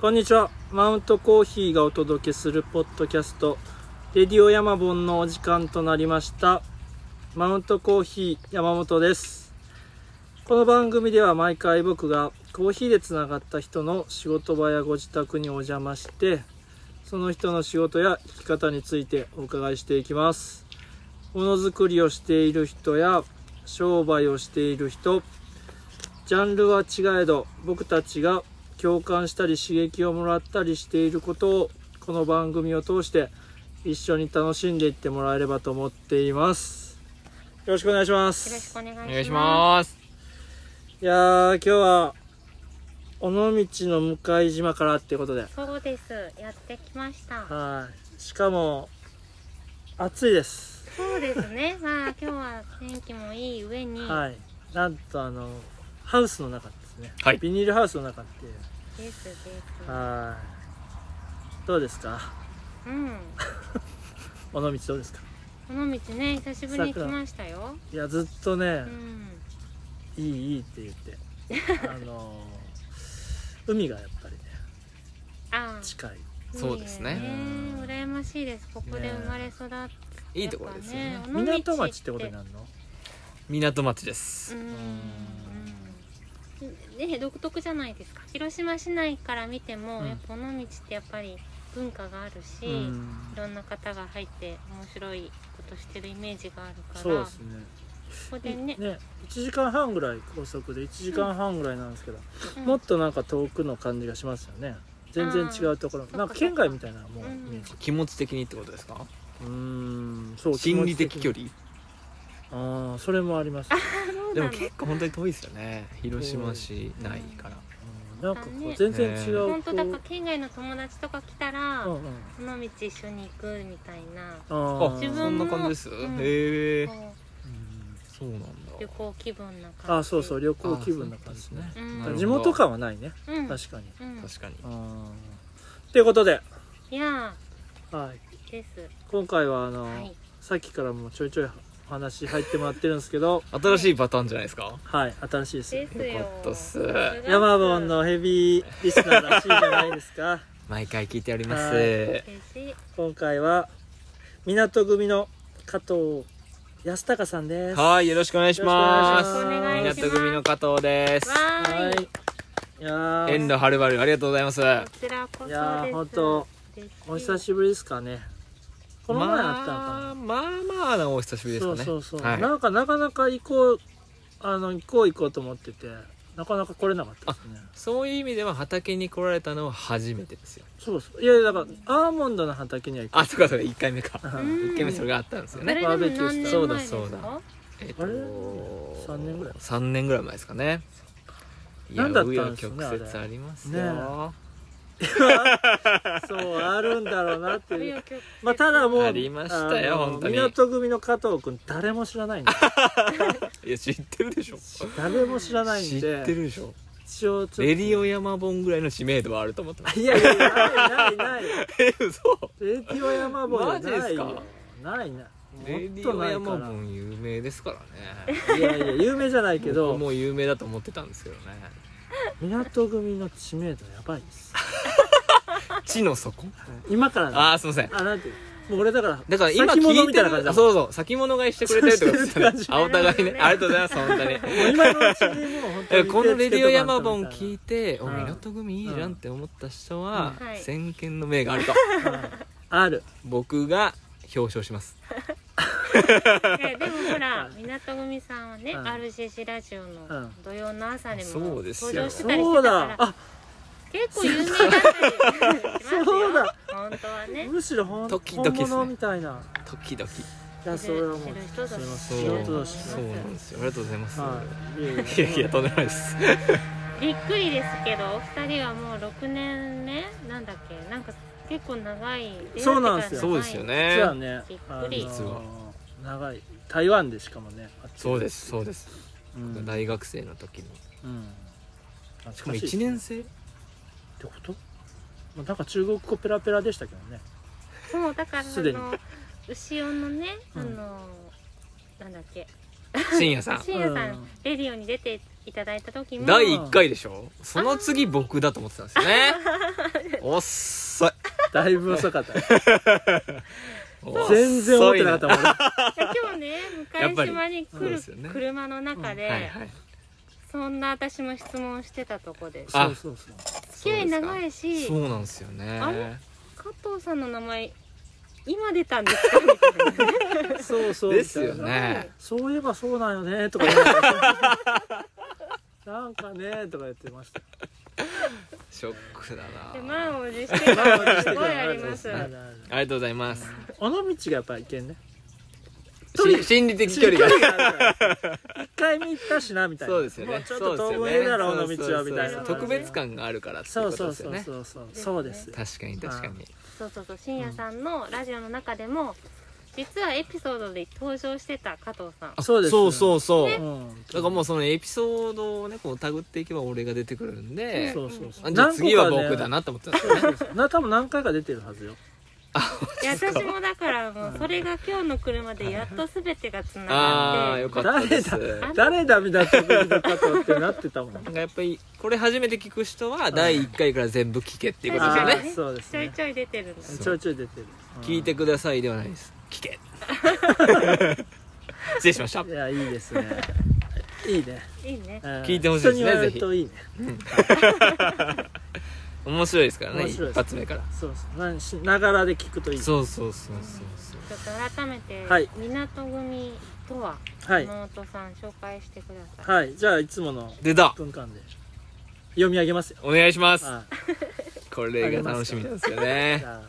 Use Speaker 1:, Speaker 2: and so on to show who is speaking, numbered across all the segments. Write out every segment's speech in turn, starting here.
Speaker 1: こんにちは。マウントコーヒーがお届けするポッドキャスト、レディオヤマボンのお時間となりました。マウントコーヒー山本です。この番組では毎回僕がコーヒーでつながった人の仕事場やご自宅にお邪魔して、その人の仕事や生き方についてお伺いしていきます。ものづくりをしている人や商売をしている人、ジャンルは違えど僕たちが共感したり刺激をもらったりしていることをこの番組を通して一緒に楽しんでいってもらえればと思っていますよろしくお願いします
Speaker 2: よろしくお願いします。
Speaker 3: お願いします。
Speaker 1: いやー今日は尾道の向島からってことで
Speaker 2: そうです。やってきました。
Speaker 1: はいしかも暑いです
Speaker 2: そうですね。まあ今日は天気もいい上に
Speaker 1: はいなんとあのハウスの中ですね、
Speaker 3: はい
Speaker 1: ビニールハウスの中っていう
Speaker 2: ですです。
Speaker 1: はいどうですか
Speaker 2: うん。
Speaker 1: 尾道どうですか
Speaker 2: この道ね久しぶりに来ましたよ。
Speaker 1: いやずっとね、
Speaker 2: うん。
Speaker 1: いいいいって言ってあのー海がやっぱりね
Speaker 2: ああ。
Speaker 1: 近い
Speaker 3: そうですね
Speaker 2: いいね羨ましいです。ここで生まれ育って。
Speaker 3: いいところですよ
Speaker 2: や
Speaker 3: ね
Speaker 2: ぱ。尾道
Speaker 1: 港町ってことになるの
Speaker 3: 港町で
Speaker 2: う
Speaker 3: す。
Speaker 2: ん。うんね独特じゃないですか。広島市内から見ても、
Speaker 1: うん
Speaker 2: やっぱこの道ってやっぱり文化があるし。
Speaker 1: うん
Speaker 2: いろんな方が入って面白いことしてるイメージがあるから
Speaker 1: そうですね
Speaker 2: ここでね
Speaker 1: ね1時間半ぐらい高速で1時間半ぐらいなんですけど、
Speaker 2: うん
Speaker 1: もっとなんか遠くの感じがしますよね全然違うところ
Speaker 2: あー
Speaker 1: なんか県外みたいなもうイ
Speaker 2: うん
Speaker 1: メージ
Speaker 3: 気持ち的にってことですか？
Speaker 1: うーんそう
Speaker 3: 心理的距
Speaker 1: 離
Speaker 3: 離。
Speaker 1: ああそれもあります、
Speaker 3: でも結構本当に遠いですよね。広島市内から。
Speaker 1: うんなんかこう全然違う
Speaker 2: 本
Speaker 1: こ
Speaker 2: 当
Speaker 1: う、
Speaker 2: だから県外の友達とか来たら、
Speaker 1: うんうん
Speaker 2: この道一緒に行くみたいな
Speaker 1: あ
Speaker 3: あ、
Speaker 1: ー
Speaker 2: 自
Speaker 3: そん
Speaker 2: 分
Speaker 3: な
Speaker 2: も
Speaker 3: 感じです。
Speaker 2: うん
Speaker 3: へえ
Speaker 2: こ。
Speaker 1: うん
Speaker 3: そうなんだ。
Speaker 2: う旅行気分な感じ
Speaker 1: あーそうそう旅行気分な感じですね
Speaker 3: あそう
Speaker 2: うん
Speaker 3: なるほど
Speaker 1: 地元感はないね
Speaker 2: うん、
Speaker 1: 確かに
Speaker 2: うん
Speaker 3: 確かに。
Speaker 1: ということで、
Speaker 2: いや
Speaker 1: はい、
Speaker 2: ーです
Speaker 1: 今回はあの、
Speaker 2: はい
Speaker 1: さっきからもちょいちょいお話入ってもらってるんですけど
Speaker 3: 新しいパターンじゃないですか？
Speaker 1: はい新しいです
Speaker 2: ですよ
Speaker 3: よかったっす
Speaker 2: 九月
Speaker 1: ヤマボンのヘビーリスナーらしいじゃないですか
Speaker 3: 毎回聞いておりま
Speaker 1: は
Speaker 3: す。
Speaker 2: 嬉しい
Speaker 1: 今回は港組の加藤康隆さんです
Speaker 3: はい、よろしくお願いしま
Speaker 1: よ
Speaker 3: す
Speaker 1: ろしくお。願いします
Speaker 3: 港組の加藤です。
Speaker 2: わーい
Speaker 1: はいいやー
Speaker 3: 遠路はるばるありがとうございます。
Speaker 2: こちらこそ
Speaker 1: い
Speaker 2: です
Speaker 1: やー本当
Speaker 2: 嬉しい
Speaker 1: お久しぶりですかねこの前あったのか
Speaker 3: まあ
Speaker 1: な、
Speaker 3: まあまあなお久しぶりで
Speaker 1: そ
Speaker 3: すか
Speaker 1: う
Speaker 3: ね。
Speaker 1: そうそう、
Speaker 3: はい
Speaker 1: なんかなかなか行こうあの行こう行こうと思っててなかなか来れなかったですね
Speaker 3: そういう意味では畑に来られたのは初めてですよ。
Speaker 1: そうそういやいやだからアーモンドの畑には行く
Speaker 3: あ、そうかそうか、1回目か。
Speaker 2: うん
Speaker 3: 1回目それがあったんですよ
Speaker 2: それ
Speaker 3: ね。
Speaker 2: でも何年前ですか
Speaker 3: そうだそうだえっ
Speaker 1: あれ3年ぐらい
Speaker 3: 3年ぐらい前ですかね。いや、
Speaker 1: 何だっ
Speaker 3: 紆
Speaker 1: たんで
Speaker 3: 余
Speaker 1: すか
Speaker 3: 曲
Speaker 1: ね
Speaker 3: 折あります
Speaker 1: ね
Speaker 3: よ。
Speaker 1: そうあるんだろうなっていうまあただもう
Speaker 3: ありましたよ
Speaker 1: あの
Speaker 3: 本当に
Speaker 1: 港組の加藤君誰も知らないんで
Speaker 3: いや、知ってるでしょ。
Speaker 1: 誰も知らない
Speaker 3: 知
Speaker 1: ん
Speaker 3: っ
Speaker 1: で
Speaker 3: てるでしょ。
Speaker 1: 一応ちょっと
Speaker 3: レディオ山本ぐらいの知名度はあると思ってます。
Speaker 1: いやいやないないない
Speaker 3: え、嘘
Speaker 1: レディオ山本
Speaker 3: マジで
Speaker 1: な
Speaker 3: す
Speaker 1: い
Speaker 3: か
Speaker 1: よないな
Speaker 3: レ
Speaker 1: も
Speaker 3: デ
Speaker 1: っ
Speaker 3: ィ
Speaker 1: と
Speaker 3: オ
Speaker 1: ない
Speaker 3: 山
Speaker 1: か
Speaker 3: 本有名ですからね。
Speaker 1: らいやいや有名じゃない け
Speaker 3: 僕
Speaker 1: ど
Speaker 3: もう有名だと思ってたんですけどね。
Speaker 1: 港組の知名度やばいです
Speaker 3: 地の底
Speaker 1: 今からね
Speaker 3: ああ、すいません。
Speaker 1: あなんていうもう俺だから
Speaker 3: だから今
Speaker 1: 先
Speaker 3: 聞いて
Speaker 1: 物
Speaker 3: る
Speaker 1: みたいな感じだもん
Speaker 3: そうそう先物買いしてくれてるってことですよね
Speaker 1: して
Speaker 3: あお互いね
Speaker 2: なるほどね
Speaker 3: ありがとうございます本 当に
Speaker 1: もう今のうちにもう本当
Speaker 3: え
Speaker 1: に
Speaker 3: この「レディオヤマボン」聞
Speaker 1: い
Speaker 3: いて「お
Speaker 1: うん
Speaker 3: 港組いいじゃん」って思った人は
Speaker 2: うんはい
Speaker 3: 先見の明があ ると
Speaker 1: ある
Speaker 3: 僕が表彰します
Speaker 2: えでもほら港組さんはね、
Speaker 1: うん
Speaker 2: RCC ラジオ
Speaker 1: うん
Speaker 2: の土曜の朝にも
Speaker 3: そう
Speaker 2: 登場
Speaker 3: です
Speaker 2: してた
Speaker 3: よ
Speaker 2: りしてた
Speaker 1: そう
Speaker 2: から
Speaker 1: だ、あ
Speaker 2: 結構有名だったりしますよ
Speaker 1: そうだ
Speaker 2: 本当はね
Speaker 1: むしろほん
Speaker 3: 時々ですね
Speaker 1: 本物みたいな
Speaker 3: 時々
Speaker 1: いやそれはもう
Speaker 2: 知る人ぞ知る
Speaker 1: す
Speaker 3: そ
Speaker 1: いうません仕事だし
Speaker 3: そうなんですよありがとうございます
Speaker 1: はいいえいえ
Speaker 3: いやいやとんでもないです
Speaker 2: びっくりですけどお二人はもう6年目なんだっけなんか結構長い
Speaker 1: そうなんですよ
Speaker 3: そうですよ
Speaker 1: 実は
Speaker 3: ね
Speaker 1: ね
Speaker 2: びっく
Speaker 1: あの
Speaker 2: り
Speaker 3: 実は
Speaker 1: 長い台湾でしかもねあっち
Speaker 3: そうですそうです
Speaker 1: うん
Speaker 3: 大学生の時の
Speaker 1: うん
Speaker 3: し
Speaker 1: 懐
Speaker 3: かも
Speaker 1: かし
Speaker 3: 1
Speaker 1: い
Speaker 3: 年生
Speaker 1: ってことまあなんか中国語ペラペラでしたけどね
Speaker 2: もうだからあ
Speaker 1: すでに
Speaker 2: の牛尾のね
Speaker 1: うん
Speaker 2: あの、なんだっけ
Speaker 3: 深夜さん
Speaker 2: 深夜さん、
Speaker 1: うん
Speaker 2: レディオに出ていただいた時 も
Speaker 3: 第1回でしょその次僕だと思ってたんですよね遅い
Speaker 1: だいぶ遅かった
Speaker 3: 遅い
Speaker 1: 全然思ってなかったもんね
Speaker 2: いや今日ね
Speaker 3: やっ
Speaker 2: 向
Speaker 3: ぱり
Speaker 2: 島に
Speaker 3: そう
Speaker 2: 来
Speaker 3: で
Speaker 2: る
Speaker 3: すよね
Speaker 2: 車の中で、
Speaker 3: はいはい
Speaker 2: そんな私も質問してたとこで
Speaker 3: あ
Speaker 1: そうそうそう
Speaker 2: 付き合い長いし
Speaker 3: そうなんですよ
Speaker 2: あれ
Speaker 3: ね
Speaker 2: 加藤さんの名前今出たんですかみたいなね
Speaker 1: そうそう
Speaker 3: ですよ
Speaker 1: みたいな
Speaker 3: ね
Speaker 1: そういえばそうなんよねとか言われてなんかねとか言ってました
Speaker 3: ショックだ
Speaker 2: で
Speaker 3: な
Speaker 2: 満を持してる
Speaker 1: 満を持
Speaker 2: の
Speaker 1: して
Speaker 2: す
Speaker 1: る
Speaker 2: ごいあります
Speaker 1: あるあ
Speaker 2: は
Speaker 1: るある
Speaker 3: ありがとうございます
Speaker 1: 尾道がやっぱいけんねとりあえ
Speaker 3: し
Speaker 1: ず
Speaker 3: 心理的距離が
Speaker 1: あるから一回見たしなみたいな
Speaker 3: そうですよ
Speaker 1: もう
Speaker 3: ね
Speaker 1: ちょっ
Speaker 3: そう
Speaker 1: と遠
Speaker 3: ですよ
Speaker 1: く
Speaker 3: ね
Speaker 1: へだろう
Speaker 3: そ
Speaker 1: の
Speaker 3: うそう
Speaker 1: 道はみたい
Speaker 3: そ
Speaker 1: な
Speaker 3: う特別感があるからってい
Speaker 1: そうう
Speaker 3: こ
Speaker 1: そう
Speaker 3: とです
Speaker 1: そ
Speaker 3: よ
Speaker 1: う
Speaker 3: ね
Speaker 1: そうそうそうですよ
Speaker 3: 確かに確かに
Speaker 2: そうそうそう深夜さんのラジオの中でも、実はエピソードで登場してた加藤さん
Speaker 1: あそうです
Speaker 3: そうそう
Speaker 1: う
Speaker 3: そう
Speaker 1: ん
Speaker 3: だからもうそのエピソードをねこうたぐっていけば俺が出てくるんで、
Speaker 1: そうそうそう
Speaker 3: あじゃあ次は僕だなと思ってたんです
Speaker 1: 何個
Speaker 3: よね
Speaker 1: かねな多分何回か出てるはずよ
Speaker 2: いや私もだからもうそれが今日の車でやっと全てがつながっ
Speaker 3: ああ
Speaker 2: て
Speaker 3: よかったです
Speaker 1: 誰
Speaker 3: な
Speaker 2: あ
Speaker 1: 誰だみたいなとこに出たとってなってたもん
Speaker 3: んかやっぱりこれ初めて聞く人は第1回から全部聞けっていうことですよ
Speaker 1: あ
Speaker 3: ね
Speaker 1: ーそうです
Speaker 2: ちょい
Speaker 1: ね
Speaker 2: ちょい出てるんだ
Speaker 1: ちょいちょい出てる
Speaker 3: 聞いてくださいではないです聞け 失礼しました
Speaker 1: いやいいですねいいね
Speaker 2: いいね
Speaker 1: うん
Speaker 3: 聞いてほしい
Speaker 1: 人
Speaker 3: ですね
Speaker 1: に言われるといいね
Speaker 3: 面白いですからね
Speaker 1: 面白いです
Speaker 3: 一発目から
Speaker 1: そうそうなんしながらで聞くといい
Speaker 3: そうそうそうそうそう
Speaker 2: ちょっと改めて、
Speaker 1: はい
Speaker 2: 港組とは
Speaker 1: はい
Speaker 2: 山本さん紹介してください、
Speaker 1: はいじゃあいつもの
Speaker 3: 出た
Speaker 1: 1分間で読み上げますよ
Speaker 3: お願いします
Speaker 1: は
Speaker 3: これが楽しみなんですよ
Speaker 1: い
Speaker 3: ね
Speaker 1: じゃ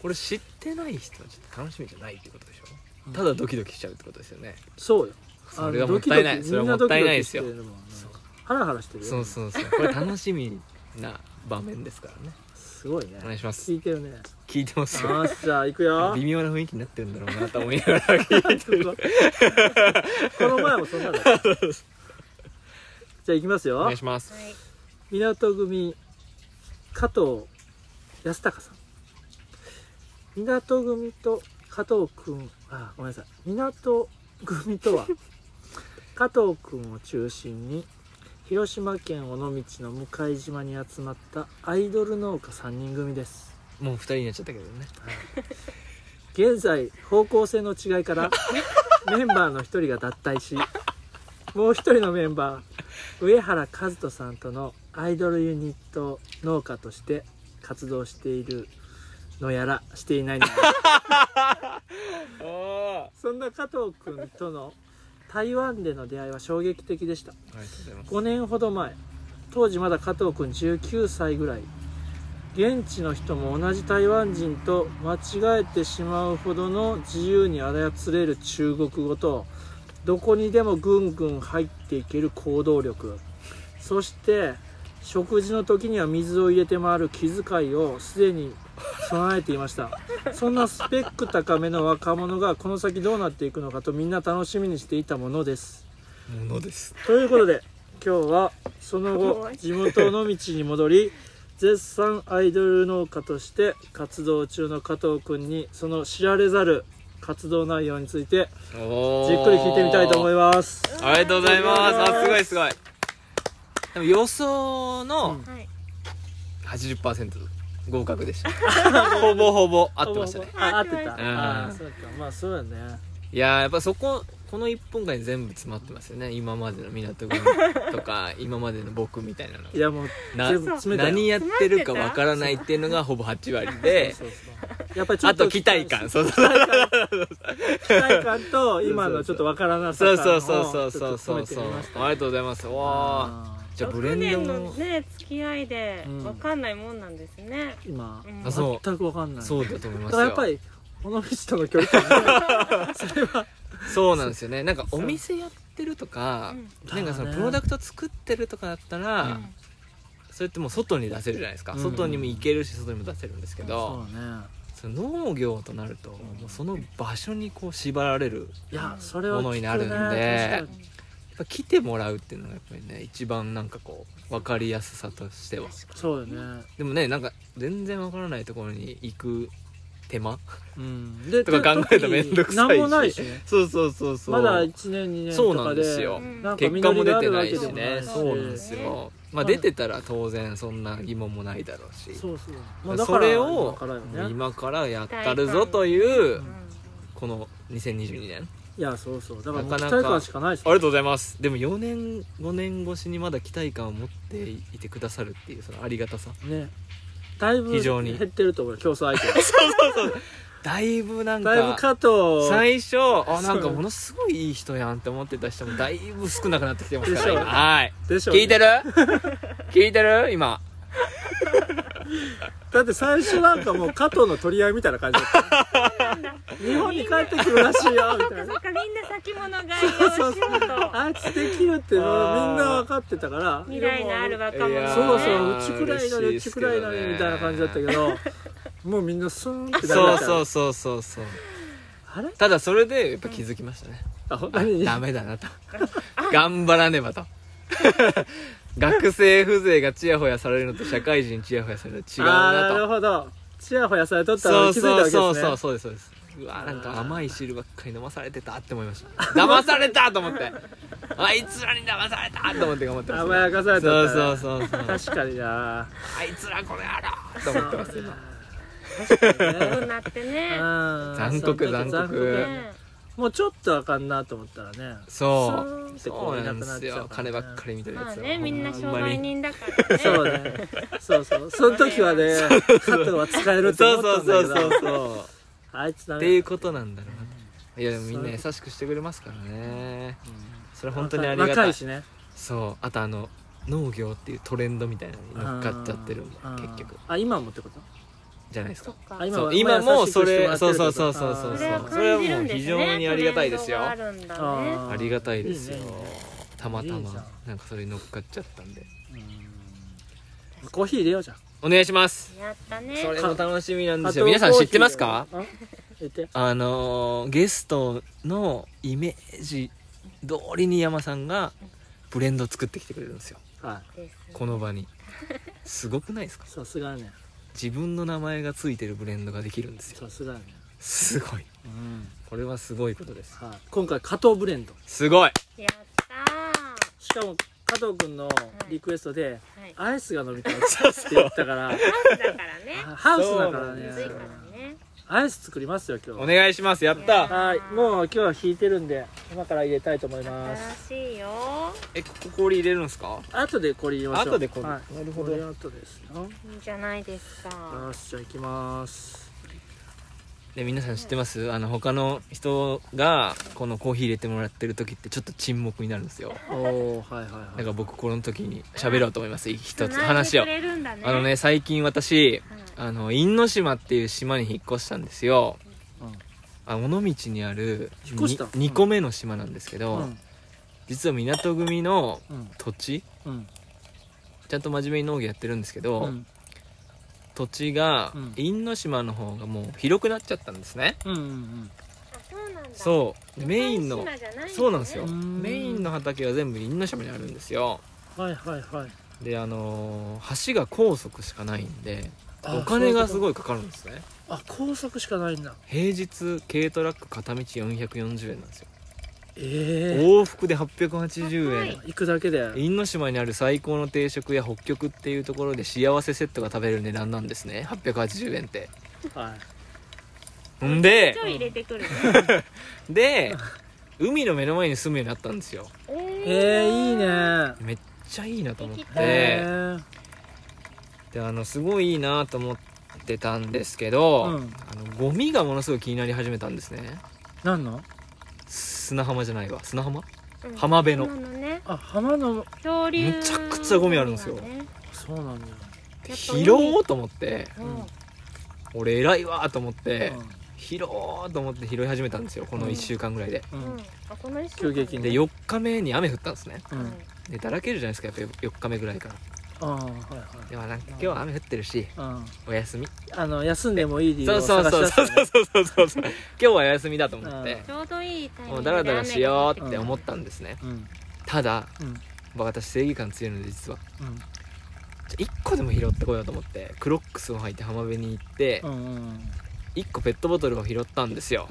Speaker 3: これ知ってない人はちょっと楽しみじゃないってことでし
Speaker 1: う
Speaker 3: ょ
Speaker 1: ん
Speaker 3: ただドキドキしちゃうってことですよね
Speaker 1: あそうよ
Speaker 3: それはもったいない
Speaker 1: あのドキドキ
Speaker 3: それはもったいないですよ
Speaker 1: みんなドキドキしてるもんねハラハラしてるよ
Speaker 3: そうそうそうこれ楽しみな場面ですからね
Speaker 1: すごいね
Speaker 3: お願いします
Speaker 1: 聞いてるね
Speaker 3: 聞いてますよ
Speaker 1: よっしゃ行くよ
Speaker 3: 微妙な雰囲気になってるんだろうなと思い ながら聞いてる
Speaker 1: この前もそんなだ ったじゃあ行きます
Speaker 3: お
Speaker 1: よ
Speaker 3: 願いします
Speaker 2: はい
Speaker 1: 港組加藤康隆さん港組と加藤君あごめんなさい港組とは加藤君を中心に広島県尾道の向島に集まったアイドル農家3人組です
Speaker 3: もう二人になっちゃったけどね
Speaker 1: 現在方向性の違いから メンバーの一人が脱退しもう一人のメンバー上原和人さんとのアイドルユニット農家として活動しているのやらしていないのやら
Speaker 3: あ
Speaker 1: そんな加藤君との台湾での出会いは衝撃的でした
Speaker 3: りがとうございます
Speaker 1: 5年ほど前当時まだ加藤君19歳ぐらい現地の人も同じ台湾人と間違えてしまうほどの自由に操れる中国語とどこにでもぐんぐん入っていける行動力そして食事の時には水を入れて回る気遣いをすでに備えていましたそんなスペック高めの若者がこの先どうなっていくのかとみんな楽しみにしていたものです
Speaker 3: ものです
Speaker 1: ということで今日はその後
Speaker 2: 怖い
Speaker 1: 地元の道に戻り絶賛アイドル農家として活動中の加藤君にその知られざる活動内容について
Speaker 3: じっ
Speaker 1: じっくり聞いてみたいと思います
Speaker 3: ありがとうございます
Speaker 1: あ
Speaker 3: あ
Speaker 1: り
Speaker 3: す
Speaker 1: が
Speaker 3: ごいすごいでも予想の
Speaker 2: はい
Speaker 3: 80%合格でした ほぼほぼ合ってましたね
Speaker 1: あ合って
Speaker 2: 合ってました
Speaker 3: た
Speaker 1: あー
Speaker 3: うん
Speaker 1: そうかまあそうだね
Speaker 3: いやーやっぱそここの1本間に全部詰まってますよね今までの港組とか 今までの僕みたいなの
Speaker 1: いやもう
Speaker 3: な
Speaker 1: 全部詰めたよ
Speaker 3: 何やってるかわからないっていうのがほぼ8割で
Speaker 1: そうそうやっぱりちょ
Speaker 3: あ
Speaker 1: っと
Speaker 3: と期待感
Speaker 1: 期
Speaker 3: そうそうそう
Speaker 1: 待感と今のちょっとわからなさ
Speaker 3: そ
Speaker 1: 感
Speaker 3: う
Speaker 1: を
Speaker 3: そうそう
Speaker 1: ちょ
Speaker 3: そ
Speaker 1: っと詰
Speaker 3: うそう
Speaker 1: めてみました
Speaker 3: ありがとうございますわあ
Speaker 1: あ
Speaker 3: じゃあブレ
Speaker 2: 6
Speaker 3: ンド
Speaker 2: 年の
Speaker 3: も
Speaker 2: ね付き合いで
Speaker 1: うん
Speaker 2: 分かんないもんなんですね、
Speaker 1: ー今
Speaker 2: うん
Speaker 3: あそう
Speaker 1: 全くわかんない
Speaker 3: そうだと思い
Speaker 1: だ
Speaker 3: ます
Speaker 1: か
Speaker 3: よ
Speaker 1: らやっぱり尾道との距離感が
Speaker 3: そうなんですよねなんかお店やってるとか
Speaker 2: うん
Speaker 3: なんかそ
Speaker 1: だ
Speaker 3: の
Speaker 1: ね
Speaker 3: プロダクト作ってるとかだったら
Speaker 2: うん
Speaker 3: それってもう外に出せるじゃないですか
Speaker 1: うん
Speaker 3: 外にも行けるし外にも出せるんですけ
Speaker 1: そ
Speaker 3: ど
Speaker 1: うね
Speaker 3: その農業となるともうその場所にこう縛られる
Speaker 1: いやそれは
Speaker 3: ものになるんでやっぱ来てもらうっていうのがやっぱりね一番なんかこう分かりやすさとしては
Speaker 1: そうよね
Speaker 3: でもねなんか全然分からないところに行く手間
Speaker 1: うんで
Speaker 3: とか考えたらめんどくさいし
Speaker 1: 何もないしね
Speaker 3: そうそうそうそう
Speaker 1: まだ1年2年
Speaker 3: そ
Speaker 1: と
Speaker 3: うな
Speaker 1: か
Speaker 3: ん
Speaker 1: で
Speaker 3: ですよ
Speaker 2: うん
Speaker 1: なんか
Speaker 3: 結果も
Speaker 1: 実り
Speaker 3: 出
Speaker 1: があ
Speaker 3: て
Speaker 1: る
Speaker 3: な
Speaker 1: わ
Speaker 3: い
Speaker 1: け
Speaker 3: し
Speaker 1: でもな
Speaker 3: ね
Speaker 1: いし
Speaker 3: そうなんですよまあ出てたら当然そんな疑問もないだろうし
Speaker 1: そうそう
Speaker 3: ま
Speaker 1: ま
Speaker 3: あ
Speaker 1: あ
Speaker 3: それを
Speaker 1: 今からよ
Speaker 3: もう
Speaker 1: ね
Speaker 3: 今からやったるぞというこの2022年
Speaker 1: いやそうそうだからもう期
Speaker 3: なかな
Speaker 1: 待
Speaker 3: か
Speaker 1: 感しかないで
Speaker 3: あり
Speaker 1: す
Speaker 3: がとうございますでも4年5年越しにまだ期待感を持っていてくださるっていうそのあり がたさ
Speaker 1: ねだいぶ
Speaker 3: 非常に
Speaker 1: 減ってると思う競争相手が
Speaker 3: そうそうそうだいぶなん
Speaker 1: だいぶ
Speaker 3: か
Speaker 1: 加藤
Speaker 3: 最初あなんかものすごいいい人やんって思ってた人もだいぶ少なくなってきてますか
Speaker 1: でし
Speaker 3: ら
Speaker 1: ょ
Speaker 3: 今はい
Speaker 1: でしょうね
Speaker 3: 聞いてる 聞いてる今
Speaker 1: だって最初なんかもう加藤の取り合いみたいな感じだった 日本に帰ってくるらしいよみたい
Speaker 2: そ
Speaker 1: な
Speaker 2: っかみんな先物買い
Speaker 1: そうそ
Speaker 2: を
Speaker 1: う
Speaker 2: し
Speaker 1: そ
Speaker 2: よう
Speaker 1: う
Speaker 2: と
Speaker 1: あいつできるっていうのをみんな分かってたから
Speaker 2: 未来のある若
Speaker 3: い
Speaker 2: 者
Speaker 3: やー
Speaker 1: そうそ
Speaker 2: ね
Speaker 1: ううちくらいのにうちくらいのにみたいな感じだったけどもうみんなスーンってな
Speaker 3: そう
Speaker 1: っちゃ
Speaker 3: そうそうそうそう
Speaker 1: あれ
Speaker 3: ただそれでやっぱ気づきましたね、
Speaker 1: あほん
Speaker 3: あ
Speaker 1: とに
Speaker 3: ダメだなと頑張らね ばと学生風情がチヤホヤされるのと社会人チヤホヤされるの
Speaker 1: あ
Speaker 3: は
Speaker 1: あー
Speaker 3: 違う
Speaker 1: な
Speaker 3: な
Speaker 1: る
Speaker 3: と
Speaker 1: ほどちやほやされとった
Speaker 3: そ
Speaker 1: ら
Speaker 3: う
Speaker 1: 気づいたわ
Speaker 3: そ
Speaker 1: け
Speaker 3: う
Speaker 1: ですね
Speaker 3: そうそうそうですそうですうわなんか甘い汁ばっかり飲まされてたって思いました 騙されたと思ってあいつらに騙されたと思って頑張ってます
Speaker 1: 甘やかされた
Speaker 3: そ
Speaker 1: んだ
Speaker 3: う
Speaker 1: ね
Speaker 3: そうそうそう
Speaker 1: 確かに な
Speaker 3: あいつらこの野郎と思ってます今
Speaker 2: 大人ってね
Speaker 1: 残
Speaker 3: 残酷残酷
Speaker 2: ね
Speaker 1: もうちょっとあかんなと思ったらね
Speaker 3: そ
Speaker 1: スーンっ
Speaker 3: う
Speaker 1: てこ
Speaker 3: そうう
Speaker 1: いな
Speaker 3: な
Speaker 1: んく
Speaker 3: で
Speaker 1: なっ
Speaker 3: す
Speaker 1: ちゃうからね
Speaker 3: よ金ばっかりみたいな
Speaker 2: ま
Speaker 3: や
Speaker 2: あ
Speaker 3: つは
Speaker 2: ねみんな
Speaker 3: ほ
Speaker 2: 商
Speaker 3: ま
Speaker 2: 売
Speaker 3: に
Speaker 2: 人だからね
Speaker 1: そうねそうそうその時はね加藤は使えると
Speaker 3: そう
Speaker 1: 思
Speaker 3: そ
Speaker 1: っただ
Speaker 3: うんそう
Speaker 1: けど
Speaker 3: そうそう
Speaker 1: あいつダ
Speaker 3: っ
Speaker 1: メ
Speaker 3: ていう
Speaker 1: だ
Speaker 3: ことなんだろうなといやでもみんな優しくしてくれますからねそれは本当にありが
Speaker 1: 若
Speaker 3: た
Speaker 1: い
Speaker 3: い
Speaker 1: しね
Speaker 3: そうあとあの農業っていうトレンドみたいなのに乗っかっちゃってるんで
Speaker 1: あー
Speaker 3: 結局
Speaker 1: あ今もってこと
Speaker 3: じゃないです
Speaker 2: そ
Speaker 3: か
Speaker 2: っか
Speaker 1: あ今
Speaker 3: そう
Speaker 1: は
Speaker 3: 今
Speaker 1: まあ
Speaker 3: も
Speaker 1: 優しく
Speaker 3: そ
Speaker 1: してもらっ
Speaker 3: れ
Speaker 1: てる
Speaker 3: そう
Speaker 1: って
Speaker 3: そ
Speaker 1: こ
Speaker 3: うそ
Speaker 1: と
Speaker 3: うそう
Speaker 1: あ
Speaker 3: そう
Speaker 1: ー
Speaker 2: それは感
Speaker 3: それは
Speaker 2: じる
Speaker 3: もうん
Speaker 2: ですね
Speaker 3: 非常にありがたいですよ
Speaker 2: トレンドがあるんだね
Speaker 1: あー
Speaker 3: ありがたいですよ
Speaker 1: いいね
Speaker 3: たまた
Speaker 1: いいじゃん
Speaker 3: まなんかそれに乗っかっちゃったんで
Speaker 1: うんコーヒー入れようじゃん
Speaker 3: お願いします
Speaker 2: やったね
Speaker 3: それも楽しみなん
Speaker 1: 加
Speaker 3: で
Speaker 1: 藤
Speaker 3: すよ皆さん知ってますか
Speaker 1: コーヒー入れようあ言って
Speaker 3: あのーゲストのイメージ通りに山さんがブレンド作ってきてくれるんですよ
Speaker 1: はい
Speaker 2: ですね
Speaker 3: この場にすごくないですか
Speaker 1: さすがやね
Speaker 3: 自分の名前がついてるブレンドができるんですよ
Speaker 1: さすがやね
Speaker 3: すごい
Speaker 1: うん
Speaker 3: これはすごいことです
Speaker 1: はい今回加藤ブレンド
Speaker 3: すごい
Speaker 2: やった
Speaker 1: しかも加藤君のリクエストで
Speaker 2: ーはい
Speaker 1: アイスが飲みたいって言った から
Speaker 2: ハウスだからね
Speaker 1: あハウスだからね
Speaker 2: 暑いからね
Speaker 1: アイス作りますよ今日
Speaker 3: お願いしますやった
Speaker 1: はいもう今日は引いてるんで今から入れたいと思います
Speaker 2: 新しいよ
Speaker 3: えここ氷入れるんですか
Speaker 1: 後でこれ入れましょう
Speaker 3: 後でこれ
Speaker 1: はい、
Speaker 3: なるほど
Speaker 1: これ後ですよよ
Speaker 2: いいじゃないですか
Speaker 1: しじゃあ行きます
Speaker 3: で皆さん知ってますあの他の人がこのコーヒー入れてもらってる時ってちょっと沈黙になるんですよ
Speaker 1: おおはいはい
Speaker 3: だ
Speaker 1: は
Speaker 3: か
Speaker 1: い
Speaker 3: ら僕この時に喋ろうと思います一つ
Speaker 2: 繋い
Speaker 3: 話
Speaker 2: で
Speaker 3: を
Speaker 2: くれるんだね
Speaker 3: あのね最近私
Speaker 2: はい
Speaker 3: あの因島っていう島に引っ越したんですよ、
Speaker 1: うん
Speaker 3: あ尾道にある
Speaker 1: 引っ越した
Speaker 3: 2個目の島なんですけ
Speaker 1: う
Speaker 3: ど、
Speaker 1: ん
Speaker 3: 実は港組の
Speaker 1: うん
Speaker 3: 土地
Speaker 1: うん
Speaker 3: ちゃんと真面目に農業やってるんですけ
Speaker 1: う
Speaker 3: ど、
Speaker 1: ん
Speaker 3: 土地が
Speaker 1: うん
Speaker 3: 因島の方がもう広くなっちゃったんですね、
Speaker 1: うんうん
Speaker 2: あそうなんだ
Speaker 3: そうでメイン
Speaker 2: 二
Speaker 3: の
Speaker 2: 回島じゃいね
Speaker 3: そうなんですよ
Speaker 1: うん
Speaker 3: メインの畑は全部因島にあるんですよ
Speaker 1: はいはいはい
Speaker 3: であのー橋が高速しかないんで
Speaker 1: あ
Speaker 3: お金が
Speaker 1: そう
Speaker 3: す
Speaker 1: いうこ
Speaker 3: ごいかかるんですね
Speaker 1: とあ高速しかないんだ
Speaker 3: 平日軽トラック片道440円なんですよ
Speaker 1: え
Speaker 3: 往復で880
Speaker 1: え
Speaker 3: 円
Speaker 1: 行くだけで
Speaker 3: 因島にある最高の定食や北極っていうところで幸せセットが食べれる値段なんですね880円って
Speaker 1: はい
Speaker 3: んで
Speaker 2: ちょい入れてくるね
Speaker 3: で海の目の前に住むようになったんですよ
Speaker 1: えー、いいね
Speaker 3: めっちゃいいなと思っ
Speaker 1: へ
Speaker 3: て
Speaker 1: え
Speaker 3: であのすごいいいなと思ってたんですけど、
Speaker 1: うん
Speaker 3: あのゴミがものすごい気になり始めたんですね
Speaker 1: 何の
Speaker 3: 砂浜じゃないわ砂浜
Speaker 2: うん
Speaker 3: 浜辺の
Speaker 2: そうなね
Speaker 1: あ浜の
Speaker 2: 恐竜
Speaker 3: むちゃくちゃゴミあるんですよ
Speaker 2: がね
Speaker 1: そうなんだ
Speaker 3: 拾おうと思って
Speaker 2: うん
Speaker 3: 俺偉いわと思って
Speaker 1: うん
Speaker 3: 拾おうと思って拾い始めたんですよこの1週間ぐらいで
Speaker 1: うん
Speaker 2: うんあこの一週
Speaker 1: 急激に
Speaker 3: で4日目に雨降ったんですね
Speaker 1: う
Speaker 2: 間
Speaker 1: ん
Speaker 3: でだらけるじゃないですかやっぱ4日目ぐらいから
Speaker 1: ああはいはい
Speaker 3: でもなんか今日は雨降ってるし
Speaker 1: うん、
Speaker 3: お休み
Speaker 1: あの休んでもいい理由
Speaker 3: そ
Speaker 1: を
Speaker 3: うそう
Speaker 1: 探し
Speaker 3: そ
Speaker 1: 出
Speaker 3: うそう
Speaker 1: すね
Speaker 3: そうそうそう そう今日はお休みだと思って
Speaker 2: ちょうどいいタイミン
Speaker 3: もう
Speaker 2: グ
Speaker 3: ダラダラしよう
Speaker 1: う
Speaker 3: っ
Speaker 1: ん
Speaker 3: て思ったんですね
Speaker 1: うん
Speaker 3: ただ
Speaker 1: うん
Speaker 3: まあ私正義感強いので実は
Speaker 1: うん
Speaker 3: 1個でも拾ってこようと思ってクロックスを履いて浜辺に行って
Speaker 1: うんうん
Speaker 3: 1個ペットボトルを拾ったんですよ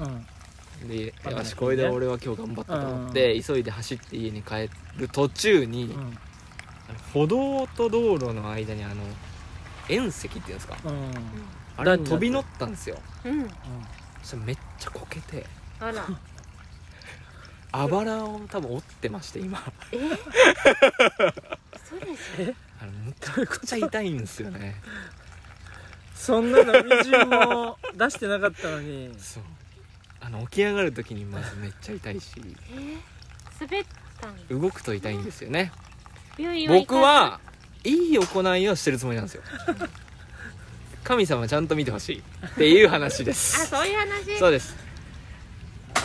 Speaker 1: うん
Speaker 3: で
Speaker 1: うん
Speaker 3: よしこれで俺は今日頑張ったと思って急いで走って家に帰る途中に
Speaker 1: うん
Speaker 3: あの歩道と道路の間にあの縁石っていうんですか
Speaker 1: うん
Speaker 3: あれに飛び乗ったんですよ
Speaker 2: うん
Speaker 3: そしたらめっちゃこけて
Speaker 2: あら
Speaker 3: あばらを多分折ってまして今
Speaker 2: えそうです
Speaker 3: あのめちゃくちゃ痛いんですよね
Speaker 1: そんなのみじんも出してなかったの に
Speaker 3: そうあの起き上がる時にまずめっちゃ痛いし
Speaker 2: え滑ったん
Speaker 3: 動くと痛いんですよね
Speaker 2: 病院行か
Speaker 3: 僕
Speaker 2: ず
Speaker 3: はいい行いをしてるつもりなんですよ神様ちゃんと見てほしいっていう話で
Speaker 2: あ
Speaker 3: す
Speaker 2: そういう話
Speaker 3: そうです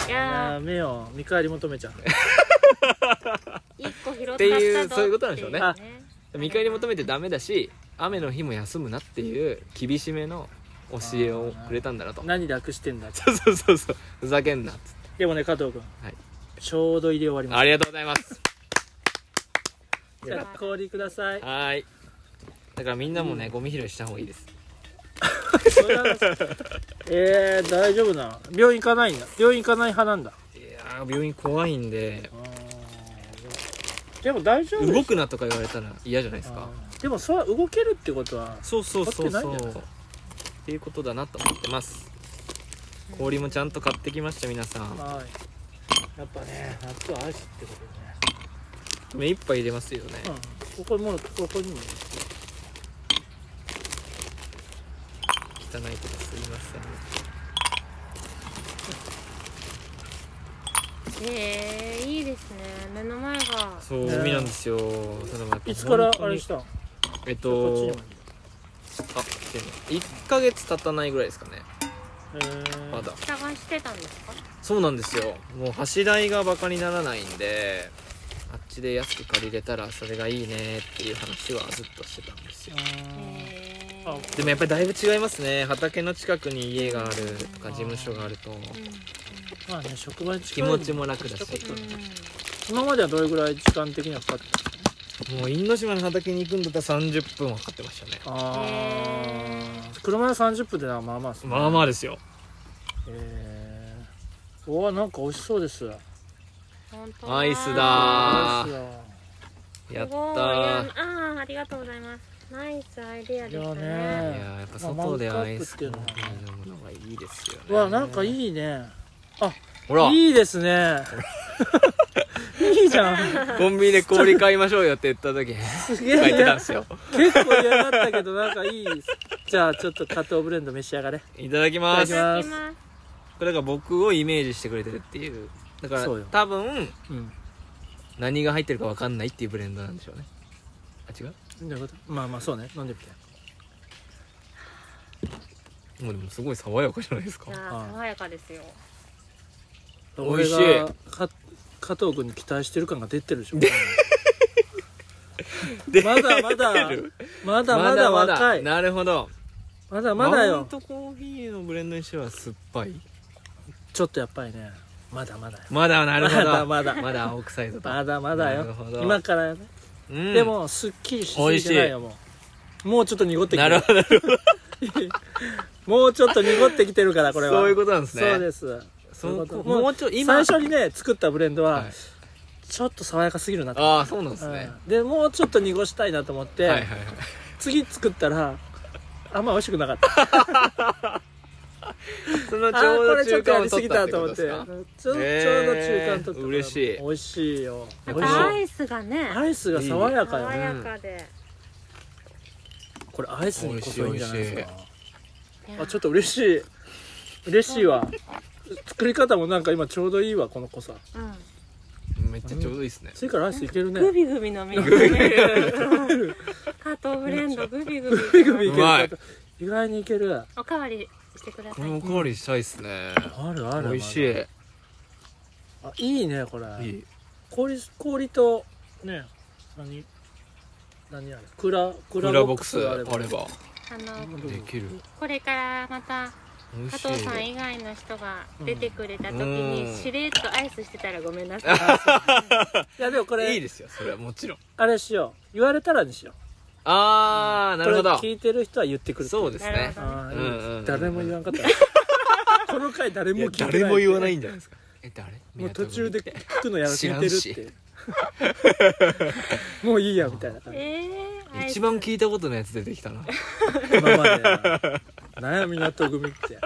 Speaker 2: いや
Speaker 1: あ目を見返り求めちゃう
Speaker 2: ー一個拾った
Speaker 3: っていう
Speaker 2: ぞ
Speaker 3: そういうことなんでしょうね
Speaker 2: って
Speaker 3: 見返り求めてダメだし雨の日も休むなっていう厳しめの教えをくれたんだな と
Speaker 1: 何楽してんだって
Speaker 3: そうそうそうそうふざけんなっつって
Speaker 1: でもね加藤君、
Speaker 3: はい
Speaker 1: ちょうど入れ終わりま
Speaker 3: ありがとうございます
Speaker 1: すじゃあ氷ください
Speaker 3: はーいだからみんなもね、ゴミ拾いした方がいいです
Speaker 1: それはえー、大丈夫なの病院行かないんだ病院行かない派なんだ
Speaker 3: いやー病院怖いんで
Speaker 1: あーでも大丈夫でしょ
Speaker 3: 動くなとか言われたら嫌じゃないですか
Speaker 1: あーでもそう動けるってことは
Speaker 3: そうそうそ
Speaker 1: 買
Speaker 3: うそ
Speaker 1: ってな
Speaker 3: う
Speaker 1: いんじゃない
Speaker 3: っていうことだなと思ってます氷もちゃんと買ってきました皆さん
Speaker 1: はいやっぱね夏はアイスってことね
Speaker 3: 目いっぱい入れますよね
Speaker 1: うん、ここにもここにも
Speaker 3: 汚いけどすいません
Speaker 2: えー、いいですね目の前が
Speaker 3: そう
Speaker 1: ね
Speaker 3: 海なんですよただまあやっぱ
Speaker 1: いつから
Speaker 3: 本当
Speaker 1: あ
Speaker 3: に
Speaker 1: れしたの
Speaker 3: えっ
Speaker 1: こっちに
Speaker 3: と
Speaker 1: も
Speaker 3: あ来てんの1ヶ月経たないぐらいですかね
Speaker 1: えー、
Speaker 3: まだ
Speaker 2: 探してたんですか
Speaker 3: そうなんですよもう橋代がバカにならないんであっちで安く借りれたらそれがいいねっていう話はずっとしてたんですよ
Speaker 2: え
Speaker 1: あ
Speaker 2: ー
Speaker 3: でもやっぱりだいぶ違いますね畑の近くに家があるとか事務所があると
Speaker 2: うんうん
Speaker 1: まあね職場に近
Speaker 3: 気
Speaker 1: い
Speaker 3: 持ちも楽だし
Speaker 1: 今まではどれぐらい時間的にはかかってた
Speaker 3: もう因島の畑に行くんだったら30分はかかってましたね
Speaker 1: あ
Speaker 2: へ
Speaker 1: ー車で30分でなまあまあっすね
Speaker 3: まあまあですよ
Speaker 1: えー、おわなんか美味しそうです
Speaker 2: 本当
Speaker 3: アイス
Speaker 1: あ
Speaker 3: だ
Speaker 1: い
Speaker 3: ーやった
Speaker 2: あ
Speaker 3: ー
Speaker 2: あーありがとうございますナイスアイデアでし
Speaker 1: い
Speaker 2: た
Speaker 1: や
Speaker 3: い
Speaker 1: ね
Speaker 2: ね
Speaker 3: やーやっぱ外でアイスコーヒ
Speaker 1: まあマグカップ
Speaker 3: ー飲むのがいいですよね
Speaker 1: うわなんか
Speaker 3: い
Speaker 1: いいね
Speaker 3: ほら
Speaker 1: いいです ねいいじゃん
Speaker 3: コンビニで氷買いましょうよって言っ た時
Speaker 1: すげ
Speaker 3: 書い
Speaker 1: え
Speaker 3: てた
Speaker 1: ね
Speaker 3: んですよ
Speaker 1: 結構嫌だったけどなんかいいですじゃあちょっと加藤ブレンド召し上がれ
Speaker 3: いただきま
Speaker 2: い
Speaker 3: す
Speaker 1: や
Speaker 2: ただき
Speaker 3: こ
Speaker 2: ます
Speaker 3: れだから僕をイメージしてくれてるっていうだから
Speaker 1: そうよ
Speaker 3: 多分
Speaker 1: うん
Speaker 3: 何が入ってるか分かんないっていうブレンドなんでしょうねあ違う
Speaker 1: どういうことまあまあそうね飲んでみて
Speaker 3: もうでもすごい爽やかじゃないですか
Speaker 2: いや
Speaker 1: はい
Speaker 2: ー爽やかですよ
Speaker 3: 美味しい
Speaker 1: 俺がか加藤君に期待してる感が出てるでしょまだま だ
Speaker 3: 出てる
Speaker 1: まだまだ若いまだ
Speaker 3: なるほど
Speaker 1: まだよ
Speaker 3: マウントコーヒーのブレンドにしては酸っぱい
Speaker 1: ちょっとやっぱりねまだまだよ
Speaker 3: まだなるほど
Speaker 1: まだまだ
Speaker 3: まだ青臭いぞと
Speaker 1: まだまだ
Speaker 3: なる
Speaker 1: よ
Speaker 3: ほど
Speaker 1: 今からよね、
Speaker 3: うん
Speaker 1: でもすっきりしすぎてないよもうもうちょっと濁ってきて
Speaker 3: なるほど
Speaker 1: もうちょっと濁ってきてるからこれは
Speaker 3: そういうことなんですね
Speaker 1: そうですそういうこと
Speaker 3: そもうちょ
Speaker 1: 最
Speaker 3: 今
Speaker 1: 初にね作ったブレンドは、
Speaker 3: はい
Speaker 1: ちょっと爽やかすぎるなと
Speaker 3: ああそうなんですね
Speaker 1: うんでもうちょっと濁したいなと思って、
Speaker 3: はいはいはい
Speaker 1: 次作ったらあんま美味しくなか った
Speaker 3: その
Speaker 1: あ
Speaker 3: ちょう
Speaker 1: ーこ
Speaker 3: ど
Speaker 1: れちょ
Speaker 3: 中
Speaker 1: っとや
Speaker 3: 間を
Speaker 1: りすぎ
Speaker 3: 取った
Speaker 1: た
Speaker 3: って
Speaker 1: と
Speaker 3: こ
Speaker 1: 思
Speaker 3: と
Speaker 1: っ
Speaker 3: で
Speaker 1: て
Speaker 3: すか
Speaker 1: ちょ,、
Speaker 3: へー
Speaker 1: ちょうど中間取った
Speaker 3: 嬉しい
Speaker 1: 美味しいよ美
Speaker 3: やっ
Speaker 2: ま
Speaker 1: 味
Speaker 3: ぱ
Speaker 1: しい
Speaker 2: たアイスがね
Speaker 1: アイスが爽やかよ
Speaker 2: 爽
Speaker 1: ね
Speaker 2: やかで
Speaker 1: これアイスにこそいいんじゃないです
Speaker 3: 美
Speaker 1: か
Speaker 3: 味
Speaker 1: あちょっと嬉しい嬉しいわ作り方もなんか今ちょうどいいわこの濃さ
Speaker 2: うん
Speaker 3: めっちゃちょうどいいですね
Speaker 1: それからアイスいけるね
Speaker 2: グビグビ飲み込める加藤ブレンドグビグ
Speaker 1: ビ
Speaker 2: ビグ
Speaker 1: クビいけ
Speaker 3: うまい
Speaker 1: る意外にいけるあ
Speaker 2: おかわりしてくだ
Speaker 3: こ
Speaker 2: さい
Speaker 3: れおかわりしたいですね
Speaker 1: るある
Speaker 3: 美味しい
Speaker 1: あいいねこれ
Speaker 3: いい
Speaker 1: 氷氷とね何何あれクラク
Speaker 3: 裏ボックスあれば
Speaker 2: あの
Speaker 1: うん
Speaker 3: できる
Speaker 2: これからまた
Speaker 3: 美味しい
Speaker 2: 加藤さん以外の人が出てくれた時
Speaker 3: うん
Speaker 2: にしれっとアイスしてたらごめんなさい
Speaker 1: いやでもこれ
Speaker 3: いいですよそれはもちろん
Speaker 1: あれしよう言われたらにしよ
Speaker 3: ああ
Speaker 1: う
Speaker 3: なるほど
Speaker 1: これ聞いてる人は言ってくる
Speaker 3: そうです
Speaker 2: なる
Speaker 3: ね
Speaker 2: ほど
Speaker 1: あーいい
Speaker 3: うんうんうんうん
Speaker 1: 誰も言わんかった この回誰
Speaker 3: い
Speaker 1: も
Speaker 3: や
Speaker 1: 聞いてない
Speaker 3: 誰も言わないんじゃないですかえ誰
Speaker 1: もう途中で聞くのやら
Speaker 3: 知
Speaker 1: 聞
Speaker 3: ら
Speaker 1: い
Speaker 3: ん
Speaker 1: て
Speaker 3: し
Speaker 1: るってもういいやみたいな感じ
Speaker 2: えー、
Speaker 3: 一番聞いたことのやつ出てきたな
Speaker 1: 今まで悩みなと組って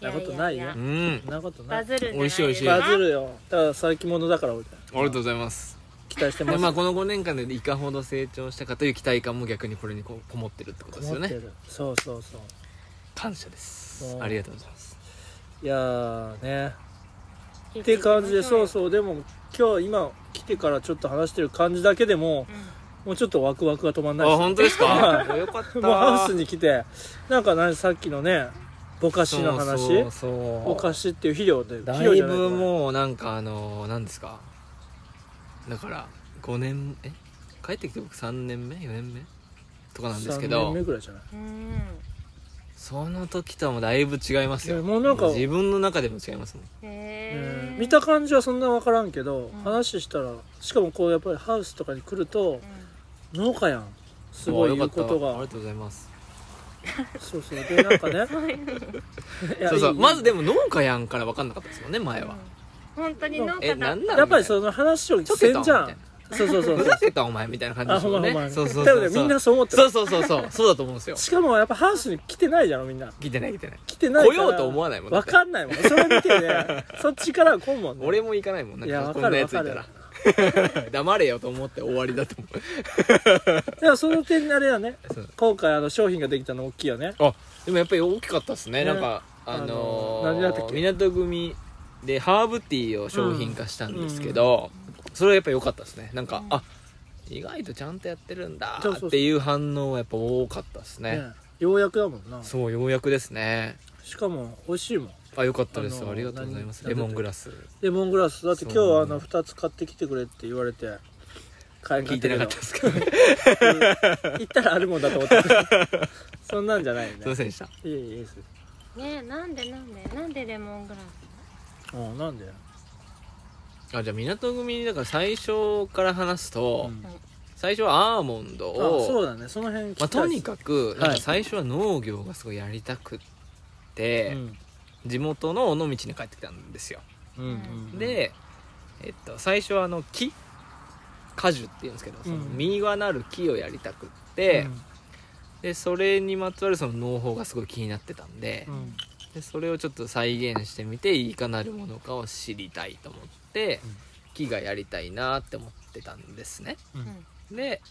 Speaker 1: そんなことないよ
Speaker 2: やや
Speaker 3: う
Speaker 2: や
Speaker 3: ん
Speaker 1: そんなことな
Speaker 2: バ
Speaker 1: い
Speaker 2: ズるんじゃない
Speaker 3: 美味しい美味しい
Speaker 1: バズるよだから先き物だから俺
Speaker 3: ありがとうございます
Speaker 1: 期待してま
Speaker 3: ですまあこの5年間でいかほど成長したかという期待感も逆にこれにこうこもってるってことですよ
Speaker 1: 思
Speaker 3: ね
Speaker 1: ってるそうそうそう
Speaker 3: 感謝です
Speaker 1: そう
Speaker 3: ありがとうございます
Speaker 1: いやーね
Speaker 2: 聞い
Speaker 1: っていう感じでそう
Speaker 2: う
Speaker 1: そうでも今日今来てからちょっと話してる感じだけでも
Speaker 2: ん
Speaker 1: もうちょっとワクワクが止まんな
Speaker 3: あ
Speaker 1: いです
Speaker 3: 本当です
Speaker 1: は
Speaker 3: かよか った
Speaker 1: もうハウスに来てなんか何さっきのねぼかしの話
Speaker 3: そうそう
Speaker 1: ぼかしっていう肥料で
Speaker 3: だ
Speaker 1: 肥料
Speaker 3: い
Speaker 1: じゃない
Speaker 3: ぶ
Speaker 1: う
Speaker 3: もうなんかあの何ですかだから5年え帰ってきて僕3年目4年目とかなんですけ
Speaker 1: 3年
Speaker 3: ど
Speaker 1: 目ぐらいじゃない
Speaker 2: うん
Speaker 3: その時とはもうだいぶ違います
Speaker 1: いや
Speaker 3: よ
Speaker 1: もうなんか
Speaker 3: 自分の中でも違いますもん
Speaker 2: へー
Speaker 1: 見た感じはそんな分からんけど、
Speaker 2: ん
Speaker 1: 話したらしかもこうやっぱりハウスとかに来ると農家やんすご
Speaker 3: あ
Speaker 1: い
Speaker 3: よか
Speaker 1: 言
Speaker 3: っ
Speaker 1: う
Speaker 3: た
Speaker 1: こと
Speaker 3: あり
Speaker 1: が
Speaker 3: がとうございます
Speaker 1: そうそうでなんか ねいや
Speaker 3: そうそう
Speaker 1: いい
Speaker 3: まずでも農家やんから分かんなかったですもんね前は、
Speaker 2: 本当に農
Speaker 3: え
Speaker 2: 家だ
Speaker 3: なんなの
Speaker 1: やっぱり
Speaker 3: う
Speaker 1: その話を
Speaker 3: ちょ
Speaker 1: せんじゃ
Speaker 3: みたい
Speaker 1: ん
Speaker 3: な
Speaker 1: そうそうそう
Speaker 3: ふざけたお前みたいな感じ で
Speaker 1: あ
Speaker 3: す
Speaker 1: ほん
Speaker 3: も
Speaker 1: ま
Speaker 3: ん
Speaker 1: ほん
Speaker 3: ね
Speaker 1: ま
Speaker 3: そうそう
Speaker 1: 多
Speaker 3: そう
Speaker 1: 分ねみんなそう思ってる
Speaker 3: そうそうそうそうそうだと思うんで すよ
Speaker 1: しかもやっぱハウスに来てないじゃんみんな
Speaker 3: 来てない来てない
Speaker 1: 来てないか
Speaker 3: 来
Speaker 1: ら
Speaker 3: ようと思わないもんだ
Speaker 1: わ
Speaker 3: って
Speaker 1: かんないもんそれ見て ねそっちからは来んもんね
Speaker 3: 俺も行かないもんなん
Speaker 1: いや
Speaker 3: か
Speaker 1: わ
Speaker 3: こ
Speaker 1: か
Speaker 3: ん
Speaker 1: る
Speaker 3: なやついたら 黙れよと思って終わりだと思
Speaker 1: でもその点あれだね
Speaker 3: うそう
Speaker 1: 今回あの商品ができたの大きいよね
Speaker 3: あでもやっぱり大きかったですね
Speaker 1: ね
Speaker 3: なんかあのー
Speaker 1: あのー何だったっけ
Speaker 3: 港組でハーブティーを商品化したんですけど、それはやっぱ良かったですねなんか、あ意外とちゃんとやってるんだ
Speaker 1: そうそうそう
Speaker 3: っていう反応はやっぱ多かったですね
Speaker 1: ねようやくだもんな
Speaker 3: そうようやくですね
Speaker 1: しかも美味しいもん
Speaker 3: あ良かったです、
Speaker 1: あのー
Speaker 3: ありがとうございます
Speaker 1: 何
Speaker 3: レモングラス
Speaker 1: レモングラスだって今日
Speaker 3: そう
Speaker 1: あの2つ買ってきてくれって言われて買えん
Speaker 3: 聞いてなかったですかすい
Speaker 1: け ど行ったらあるもんだと思ってたそんなんじゃないよね
Speaker 3: ませんでした
Speaker 1: いえいえいいです
Speaker 2: ねなんでなんでなんでレモングラス
Speaker 1: うんなんで
Speaker 3: あじゃあ港組だから最初から話すと、
Speaker 1: うん
Speaker 3: 最初はアーモンド
Speaker 1: あそ
Speaker 3: を
Speaker 1: うだねその辺聞き
Speaker 3: まあ、
Speaker 1: た
Speaker 3: と
Speaker 1: い
Speaker 3: に
Speaker 1: です
Speaker 3: かく
Speaker 1: い
Speaker 3: なんか最初は農業がすごいやりたくって、
Speaker 1: うん
Speaker 3: 地元の尾道に帰ってきたんですよ、
Speaker 1: うんうん
Speaker 3: で、えっと、最初はあの木果樹っていうんですけどその
Speaker 1: うん
Speaker 3: 実がなる木をやりたくっ
Speaker 1: うん
Speaker 3: て、でそれにまつわるその農法がすごい気になってたんで,、
Speaker 1: うん
Speaker 3: でそれをちょっと再現してみていいかなるものかを知りたいと思って、
Speaker 1: うん
Speaker 3: 木がやりたいなって思ってたんですね
Speaker 1: う
Speaker 2: うんん
Speaker 3: で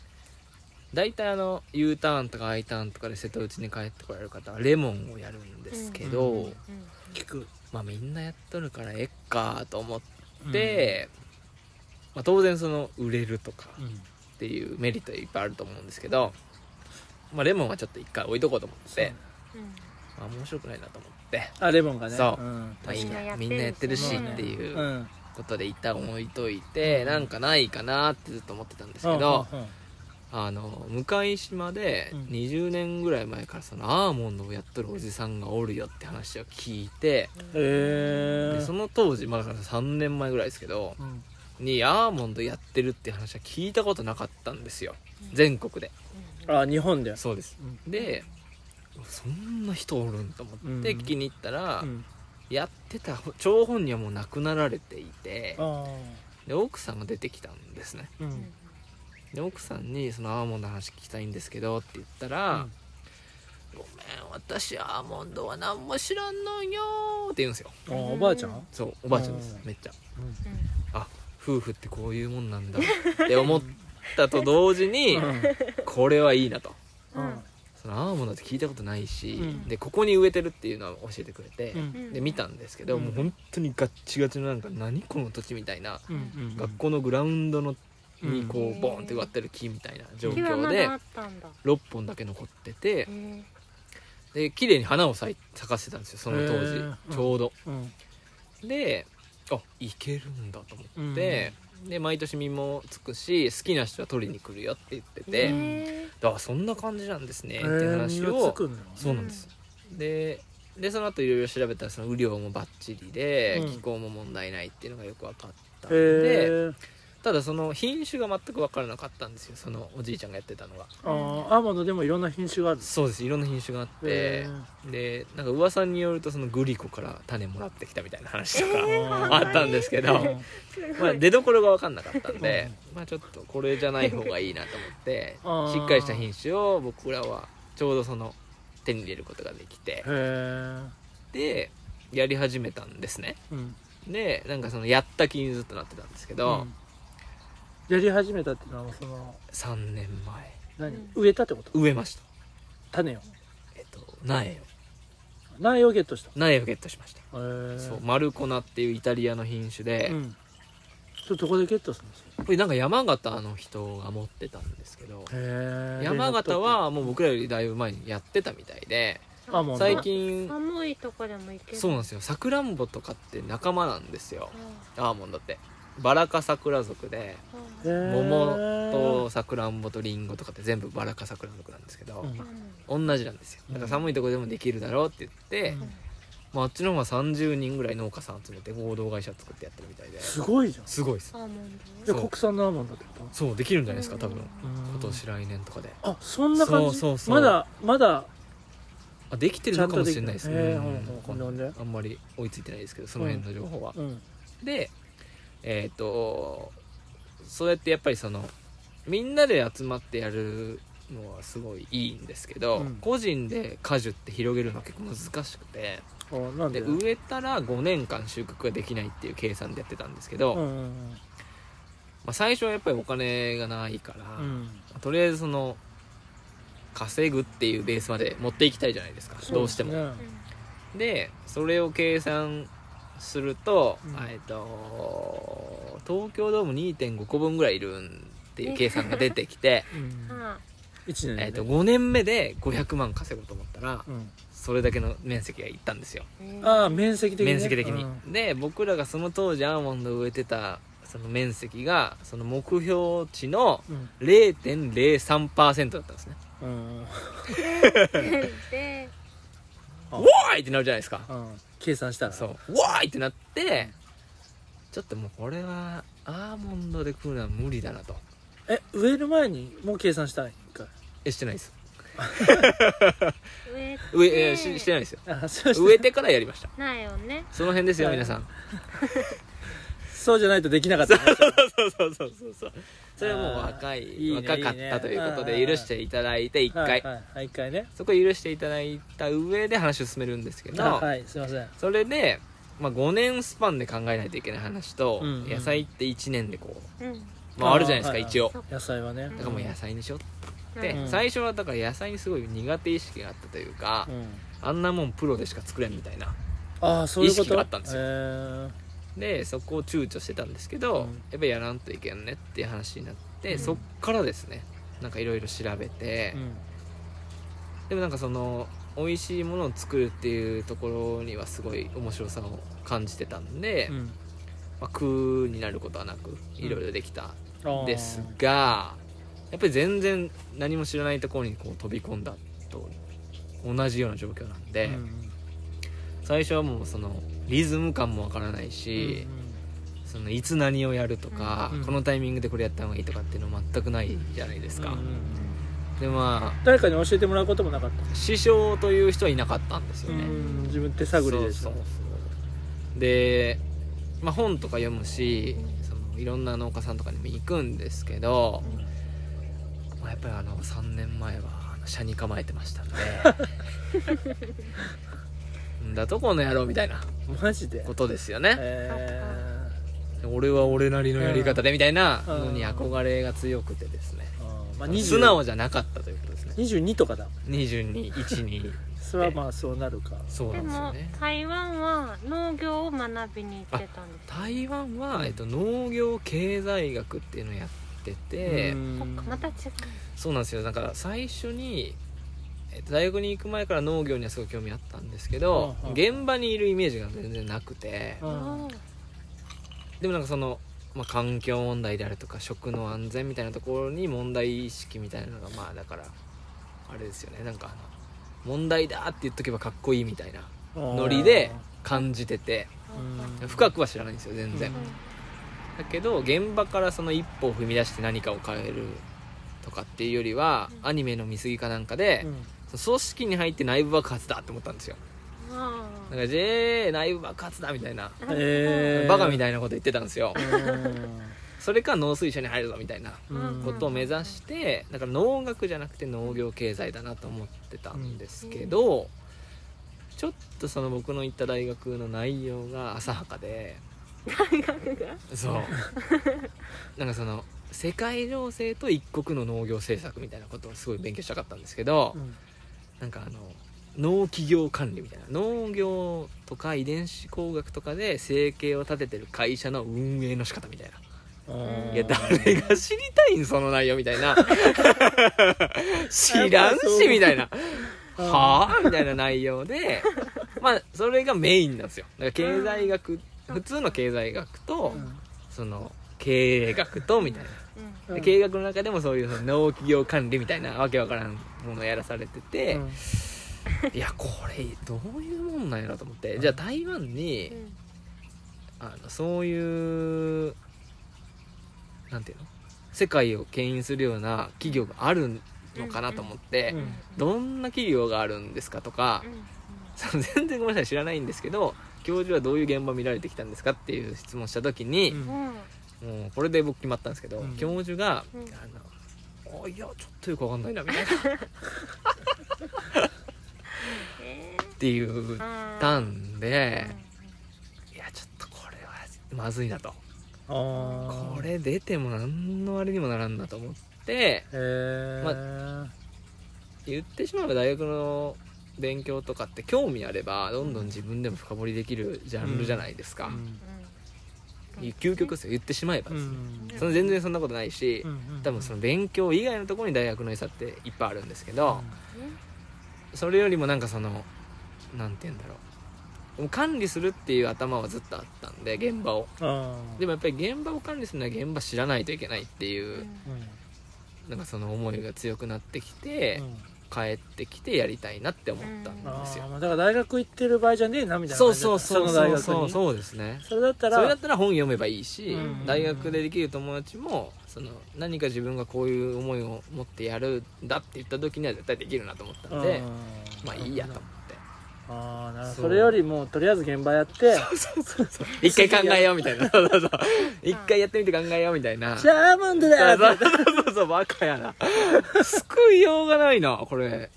Speaker 3: 大体あの U ターンとか I ターンとかで瀬戸内に帰ってこられる方はレモンをやるんですけど、
Speaker 1: うん聞く
Speaker 3: まあみんなやっとるからえっかと思って、まあ、当然その売れるとか
Speaker 1: うん
Speaker 3: っていうメリットいっぱいあると思うんですけど、まあ、レモンはちょっと一回置いとこうと思って、
Speaker 2: うん
Speaker 3: まあ、面白くないなと思って、
Speaker 1: あレモンがね
Speaker 3: そうんまあ、いいなみ
Speaker 2: み
Speaker 3: ん
Speaker 2: ん
Speaker 3: な
Speaker 2: な
Speaker 3: や
Speaker 2: や
Speaker 3: っ
Speaker 2: ってて
Speaker 3: る
Speaker 2: る
Speaker 3: し
Speaker 2: し
Speaker 3: っ
Speaker 2: ね
Speaker 3: ていううんことで一旦置いといて、
Speaker 1: うん
Speaker 3: なんかないかなってずっと思ってたんですけど、
Speaker 1: うんうんうん
Speaker 3: あの向島で
Speaker 1: うん
Speaker 3: 20年ぐらい前からそのアーモンドをやっとるおじさんがおるよって話を聞いて
Speaker 1: へ
Speaker 3: で
Speaker 1: え
Speaker 3: その当時まあだから3年前ぐらいですけどにアーモンドやってるって話は聞いたことなかったんですよ全国で
Speaker 1: あ日本で
Speaker 3: そうです
Speaker 1: うん
Speaker 3: でそんな人おるんと思
Speaker 1: うん
Speaker 3: って聞きに行ったら、
Speaker 1: うん
Speaker 3: やってた張本人はもう亡くなられていて
Speaker 1: あー
Speaker 3: で奥さんが出てきたんですね
Speaker 1: うん
Speaker 3: で奥さんに「そのアーモンドの話聞きたいんですけど」って言ったら
Speaker 1: うん
Speaker 3: 「ごめん私アーモンドは何も知らんのんよ」って言うんですよ
Speaker 1: あおばあちゃん
Speaker 3: そうおばあちゃんで
Speaker 1: う
Speaker 3: す
Speaker 1: ん
Speaker 3: めっちゃ
Speaker 2: うん
Speaker 3: あ夫婦ってこういうもんなんだって思ったと同時にこれはいいなと
Speaker 1: うん
Speaker 3: そのアーモンドって聞いたことないし、
Speaker 1: うん
Speaker 3: でここに植えてるっていうのは教えてくれて、
Speaker 1: うん
Speaker 2: うん
Speaker 3: で見たんですけど、
Speaker 1: うん
Speaker 3: もう本当にガッチガチのなんか何この土地みたいな、
Speaker 1: うんうん
Speaker 3: 学校のグラウンドの
Speaker 1: うん
Speaker 3: にこ
Speaker 2: う
Speaker 3: うんボーンって植わってる木みたいな状
Speaker 2: 木は
Speaker 3: 況
Speaker 2: ま
Speaker 3: で
Speaker 2: だあったんだ
Speaker 3: 6本だけ残ってて
Speaker 2: へー
Speaker 3: で綺麗に花を咲い咲かせてたんですよその当時、
Speaker 1: へーうん
Speaker 3: ちょうど。
Speaker 1: うん
Speaker 3: であいけるんだと思って、で毎年実もつくし好きな人は取りに来るよって言ってて、
Speaker 2: へー
Speaker 3: あそんな感じなんですねって
Speaker 1: へー
Speaker 3: 話
Speaker 1: 実が
Speaker 3: を
Speaker 1: つくんだ
Speaker 3: そうなんです、ででその後いろいろ調べたらその雨量もバッチリで、
Speaker 1: うん
Speaker 3: 気候も問題ないっていうのがよく分かったん
Speaker 1: へ
Speaker 3: で
Speaker 1: え
Speaker 3: ただその品種が全く分からなかったんですよそのおじいちゃんがやってたのが
Speaker 1: あーアーモンドでもいろんな品種があるんです
Speaker 3: そうですいろんな品種があって
Speaker 1: へ
Speaker 3: でなんか噂によるとそのグリコから種もらってきたみたいな話とか、
Speaker 1: ー
Speaker 3: あったんですけど、まあ、出どころが分かんなかったんで、まあ、ちょっとこれじゃない方がいいなと思 っ
Speaker 1: あ
Speaker 3: て
Speaker 1: ー
Speaker 3: しっかりした品種を僕らはちょうどその手に入れることができて
Speaker 1: え、
Speaker 3: でやり始めたんですね
Speaker 1: うん
Speaker 3: でなんかそのやった気にずっとなってたんですけど、
Speaker 1: うんやり始めたっていうのはその
Speaker 3: 3年前
Speaker 1: 何
Speaker 2: うん
Speaker 1: 植えたってこと
Speaker 3: 植えました
Speaker 1: 種を
Speaker 3: えっと苗を
Speaker 1: 苗をゲットした
Speaker 3: 苗をゲットしました、
Speaker 1: へえ
Speaker 3: そうマルコナっていうイタリアの品種で
Speaker 1: う、んそれどこでゲットするんですか
Speaker 3: これなんか山形の人が持ってたんですけど
Speaker 1: へえ
Speaker 3: 山形はもう僕らよりだいぶ前にやってたみたいで
Speaker 1: アーモンド
Speaker 3: 最近
Speaker 2: 寒いとこでも行ける
Speaker 3: そうなんですよさくらんぼとかって仲間なんですよアーモンドってバラ科桜属で
Speaker 1: へ
Speaker 2: うん
Speaker 1: ー
Speaker 3: 桃とさくらんぼとりんごとかって全部バラ科桜属なんですけど
Speaker 1: う、ん
Speaker 3: 同じなんですよだから寒いとこでもできるだろうって言って、
Speaker 1: うん
Speaker 3: まあ、あっちの方は30人ぐらい農家さん集めて合同会社作ってやってるみたいです
Speaker 1: ごいじゃん
Speaker 3: すごいです
Speaker 2: アーモン
Speaker 1: じ
Speaker 2: ド
Speaker 1: ゃあ国産のアーモンドってこと
Speaker 3: そうできるんじゃないですか多分
Speaker 2: うん
Speaker 3: 今年来年とかで
Speaker 1: あそんな感じ
Speaker 3: そうそうそう
Speaker 1: まだまだ
Speaker 3: あできてるのかもしれないです
Speaker 1: ちゃんとでき
Speaker 3: ね
Speaker 1: てるへーほんほんほんほんで
Speaker 3: あんまり追いついてないですけどその辺の情報は、
Speaker 1: うん
Speaker 3: でえっ、とそうやってやっぱりそのみんなで集まってやるのはすごいいいんですけど、
Speaker 1: うん
Speaker 3: 個人で果樹って広げるのは結構難しくて
Speaker 1: あなん
Speaker 3: で
Speaker 1: で
Speaker 3: 植えたら5年間収穫ができないっていう計算でやってたんですけど、
Speaker 1: うんう
Speaker 3: ま
Speaker 1: ん
Speaker 3: あ、最初はやっぱりお金がないから、
Speaker 1: うんうん
Speaker 3: とりあえずその稼ぐっていうベースまで持っていきたいじゃないですかどうしても。
Speaker 1: そですね
Speaker 3: でそれを計算すると、
Speaker 1: うん
Speaker 3: えっと東京ドーム2.5個分ぐらいいるんっていう計算が出てき て
Speaker 1: うん
Speaker 2: あ
Speaker 1: 一年で
Speaker 3: えっと5年目で500万稼ごうと思ったら
Speaker 1: うん
Speaker 3: それだけの面積がいったんですよ
Speaker 1: ああ面積的にね
Speaker 3: 面積的に、
Speaker 1: うん
Speaker 3: で僕らがその当時アーモンドを植えてたその面積がその目標値の
Speaker 1: うん
Speaker 3: 0.03%だったんですね
Speaker 1: うん
Speaker 2: で
Speaker 1: あ
Speaker 3: わーいってなるじゃないですか
Speaker 1: うん計算したら
Speaker 3: そうわーいってなってちょっともうこれはアーモンドで食うのは無理だなと
Speaker 1: え植える前にもう計算したい一回
Speaker 3: えしてないです
Speaker 2: 植えて
Speaker 3: 植ええーししてない ですよ
Speaker 1: あそう
Speaker 3: 植えてからやりました
Speaker 2: ないよね
Speaker 3: その辺ですよ皆 さん
Speaker 1: そうじゃないとできなかった
Speaker 3: そうそうそうそうそうそれはもう若
Speaker 1: あ
Speaker 3: い
Speaker 1: ーいいね
Speaker 3: 若かっ
Speaker 1: いいね
Speaker 3: たということ
Speaker 1: うんうんう
Speaker 3: で
Speaker 1: ん
Speaker 3: 許していただいて一回、
Speaker 1: はいはいはい、一回ね
Speaker 3: そこ許していただいた上で話を進めるんですけど、
Speaker 1: あはいすいません
Speaker 3: それで、まあ、5年スパンで考えないといけない話と、
Speaker 1: うんうん
Speaker 3: 野菜って1年でこ
Speaker 2: うん
Speaker 3: う、まあ、あるじゃないですか、
Speaker 1: あーはい
Speaker 3: 一応
Speaker 2: そう
Speaker 1: 野菜はね
Speaker 3: だからもう野菜にしようって、
Speaker 1: うん
Speaker 3: 最初はだから野菜にすごい苦手意識があったというか、
Speaker 1: うん
Speaker 3: あんなもんプロでしか作れんみたいな
Speaker 1: ああそういうこと
Speaker 3: 意識があったんですよ
Speaker 1: へー
Speaker 3: でそこを躊躇してたんですけど、
Speaker 1: うん
Speaker 3: やっぱやらんといけんねっていう話になって、
Speaker 1: うん
Speaker 3: そっからですねなんかいろいろ調べて、
Speaker 1: うん
Speaker 3: でもなんかその美味しいものを作るっていうところにはすごい面白さを感じてたんで、
Speaker 1: う
Speaker 3: ま
Speaker 1: ん
Speaker 3: あ、苦になることはなく
Speaker 1: ん
Speaker 3: いろいろできた
Speaker 1: あー
Speaker 3: んですが、やっぱり全然何も知らないところにこう飛び込んだと同じような状況なんで、
Speaker 1: うん
Speaker 3: 最初はもうそのリズム感もわからないし、そのいつ何をやるとか、
Speaker 1: うん
Speaker 3: このタイミングでこれやった方がいいとかっていうのは全くないじゃないですか、
Speaker 1: うんうん
Speaker 3: でまあ
Speaker 1: 誰かに教えてもらうこともなかった
Speaker 3: 師匠という人はいなかったんですよね、
Speaker 1: うん自分手探りです
Speaker 3: そうそうそうで、まあ、本とか読むしそのいろんな農家さんとかにも行くんですけど、まあ、やっぱりあの3年前はあの車に構えて ましたんでんだとこの野郎みたいな
Speaker 1: マジで
Speaker 3: ことですよね、
Speaker 1: え
Speaker 3: 俺は俺なりのやり方でみたいなのに憧れが強くてですね、
Speaker 1: ーあーまあ
Speaker 3: 素直
Speaker 1: 20
Speaker 3: じゃなかったということですね
Speaker 1: 22とかだ
Speaker 3: 2212
Speaker 1: それはまあそうなるか
Speaker 3: そうな
Speaker 2: で
Speaker 3: んですよ
Speaker 2: も
Speaker 3: ね
Speaker 2: 台湾は農業を学びに行ってたんです
Speaker 3: 台湾は、えっと、農業経済学っていうのをやってて、
Speaker 1: うん
Speaker 2: そっかまた違う
Speaker 3: そうなんですよだから最初に、えっと、大学に行く前から農業にはすごい興味あったんですけど、
Speaker 1: うんうん
Speaker 3: 現場にいるイメージが全然なくて、
Speaker 1: うん
Speaker 3: でもなんかその、まあ、環境問題であるとか食の安全みたいなところに問題意識みたいなのがまあだからあれですよねなんかあの問題だって言っとけばかっこいいみたいなノリで感じてて
Speaker 1: うん
Speaker 3: 深くは知らないんですよ全然、
Speaker 2: うん
Speaker 3: だだけど現場からその一歩を踏み出して何かを変えるとかっていうよりは
Speaker 2: うん
Speaker 3: アニメの見過ぎかなんかで、
Speaker 1: うん
Speaker 3: その組織に入って内部爆発だって思ったんですよ
Speaker 2: あ
Speaker 3: なんか J 内部爆発だみたいな
Speaker 2: ー
Speaker 1: えー
Speaker 3: バカみたいなこと言ってたんですよ
Speaker 1: うん
Speaker 3: それか農水省に入るぞみたいな
Speaker 1: うん
Speaker 3: ことを目指してだから農学じゃなくて農業経済だなと思ってたんですけど、ちょっとその僕の行った大学の内容が浅はかで
Speaker 2: 大学が
Speaker 3: そう なんかその世界情勢と一国の農業政策みたいなことをすごい勉強したかったんですけど、
Speaker 1: うん
Speaker 3: なんかあの農企業管理みたいな農業とか遺伝子工学とかで生計を立ててる会社の運営の仕方みたいな
Speaker 1: うん
Speaker 3: いや誰が知りたいんその内容みたい な知らんしみたいな
Speaker 1: うん
Speaker 3: はあみたいな内容でまあそれがメインなんですよだから経済学普通の経済学と
Speaker 1: うん
Speaker 3: その経営学とみたいな
Speaker 2: うん
Speaker 1: う
Speaker 3: で
Speaker 1: ん
Speaker 3: 経営学の中でもそういうその農企業管理みたいなわけわからんものやらされてて、
Speaker 1: うん
Speaker 3: いやこれどういうもんなんやろと思ってじゃあ台湾に、
Speaker 2: うん
Speaker 3: あのそういうなんていうの世界を牽引するような企業があるのかなと思って、
Speaker 1: うん
Speaker 3: どんな企業があるんですかとか、
Speaker 2: うん
Speaker 3: その全然ごめんなさい知らないんですけど教授はどういう現場見られてきたんですかっていう質問した時に、
Speaker 1: うん
Speaker 2: うん
Speaker 3: もうこれで僕決まったんですけど、
Speaker 1: うん
Speaker 3: 教授が「
Speaker 2: うん
Speaker 3: あのあいやちょっとよくわか んないな」みたいなっ
Speaker 2: え
Speaker 3: て言っ
Speaker 2: ーあー
Speaker 3: たんで
Speaker 2: うん、
Speaker 3: いやちょっとこれはまずいなと。
Speaker 1: あー
Speaker 3: これ出ても何のあれにもならんなと思って
Speaker 1: へえ
Speaker 3: 言ってしまえば大学の勉強とかって興味あればどんどん自分でも深掘りできるジャンルじゃないですか、
Speaker 2: うん
Speaker 3: 究極ですよ言ってしまえば
Speaker 1: う
Speaker 3: です、
Speaker 1: ん
Speaker 3: その全然そんなことないし、
Speaker 1: うん
Speaker 3: 多分その勉強以外のところに大学の良さっていっぱいあるんですけど、それよりもなんかそのなんて言うんだろうもう管理するっていう頭はずっとあったんで現場を
Speaker 1: あー
Speaker 3: でもやっぱり現場を管理するのは現場知らないといけないって
Speaker 2: う
Speaker 3: い
Speaker 2: ん
Speaker 3: う、
Speaker 1: うん
Speaker 3: なんかその思いが強くなってきて、
Speaker 1: うん
Speaker 3: 帰ってきてやりたいなって思ったん
Speaker 1: あ
Speaker 3: です
Speaker 1: ー
Speaker 3: よ、
Speaker 1: まあだから大学行ってる場合じゃねえなみたいな感
Speaker 3: そう
Speaker 1: じだ
Speaker 3: そ
Speaker 1: っ
Speaker 3: う
Speaker 1: た
Speaker 3: そう
Speaker 1: その大
Speaker 3: そう
Speaker 1: 学
Speaker 3: そう
Speaker 1: に
Speaker 3: そうですね
Speaker 1: それだったら
Speaker 3: それだったら本読めばいいし、
Speaker 2: うん
Speaker 3: 大学でできる友達もその何か自分がこういう思いを持ってやるんだって言った時には絶対できるなと思ったんで、
Speaker 1: うん
Speaker 3: まあいいやと思って
Speaker 1: あーなるほど
Speaker 3: そう
Speaker 1: それよりもとりあえず現場やって
Speaker 3: 一回考えようみたいなそうそうそう一回やってみて考えようみたいな
Speaker 1: ジ
Speaker 3: そう
Speaker 1: ャーマンドだ
Speaker 3: そうそうそうそうバカやな救いようがないなこれ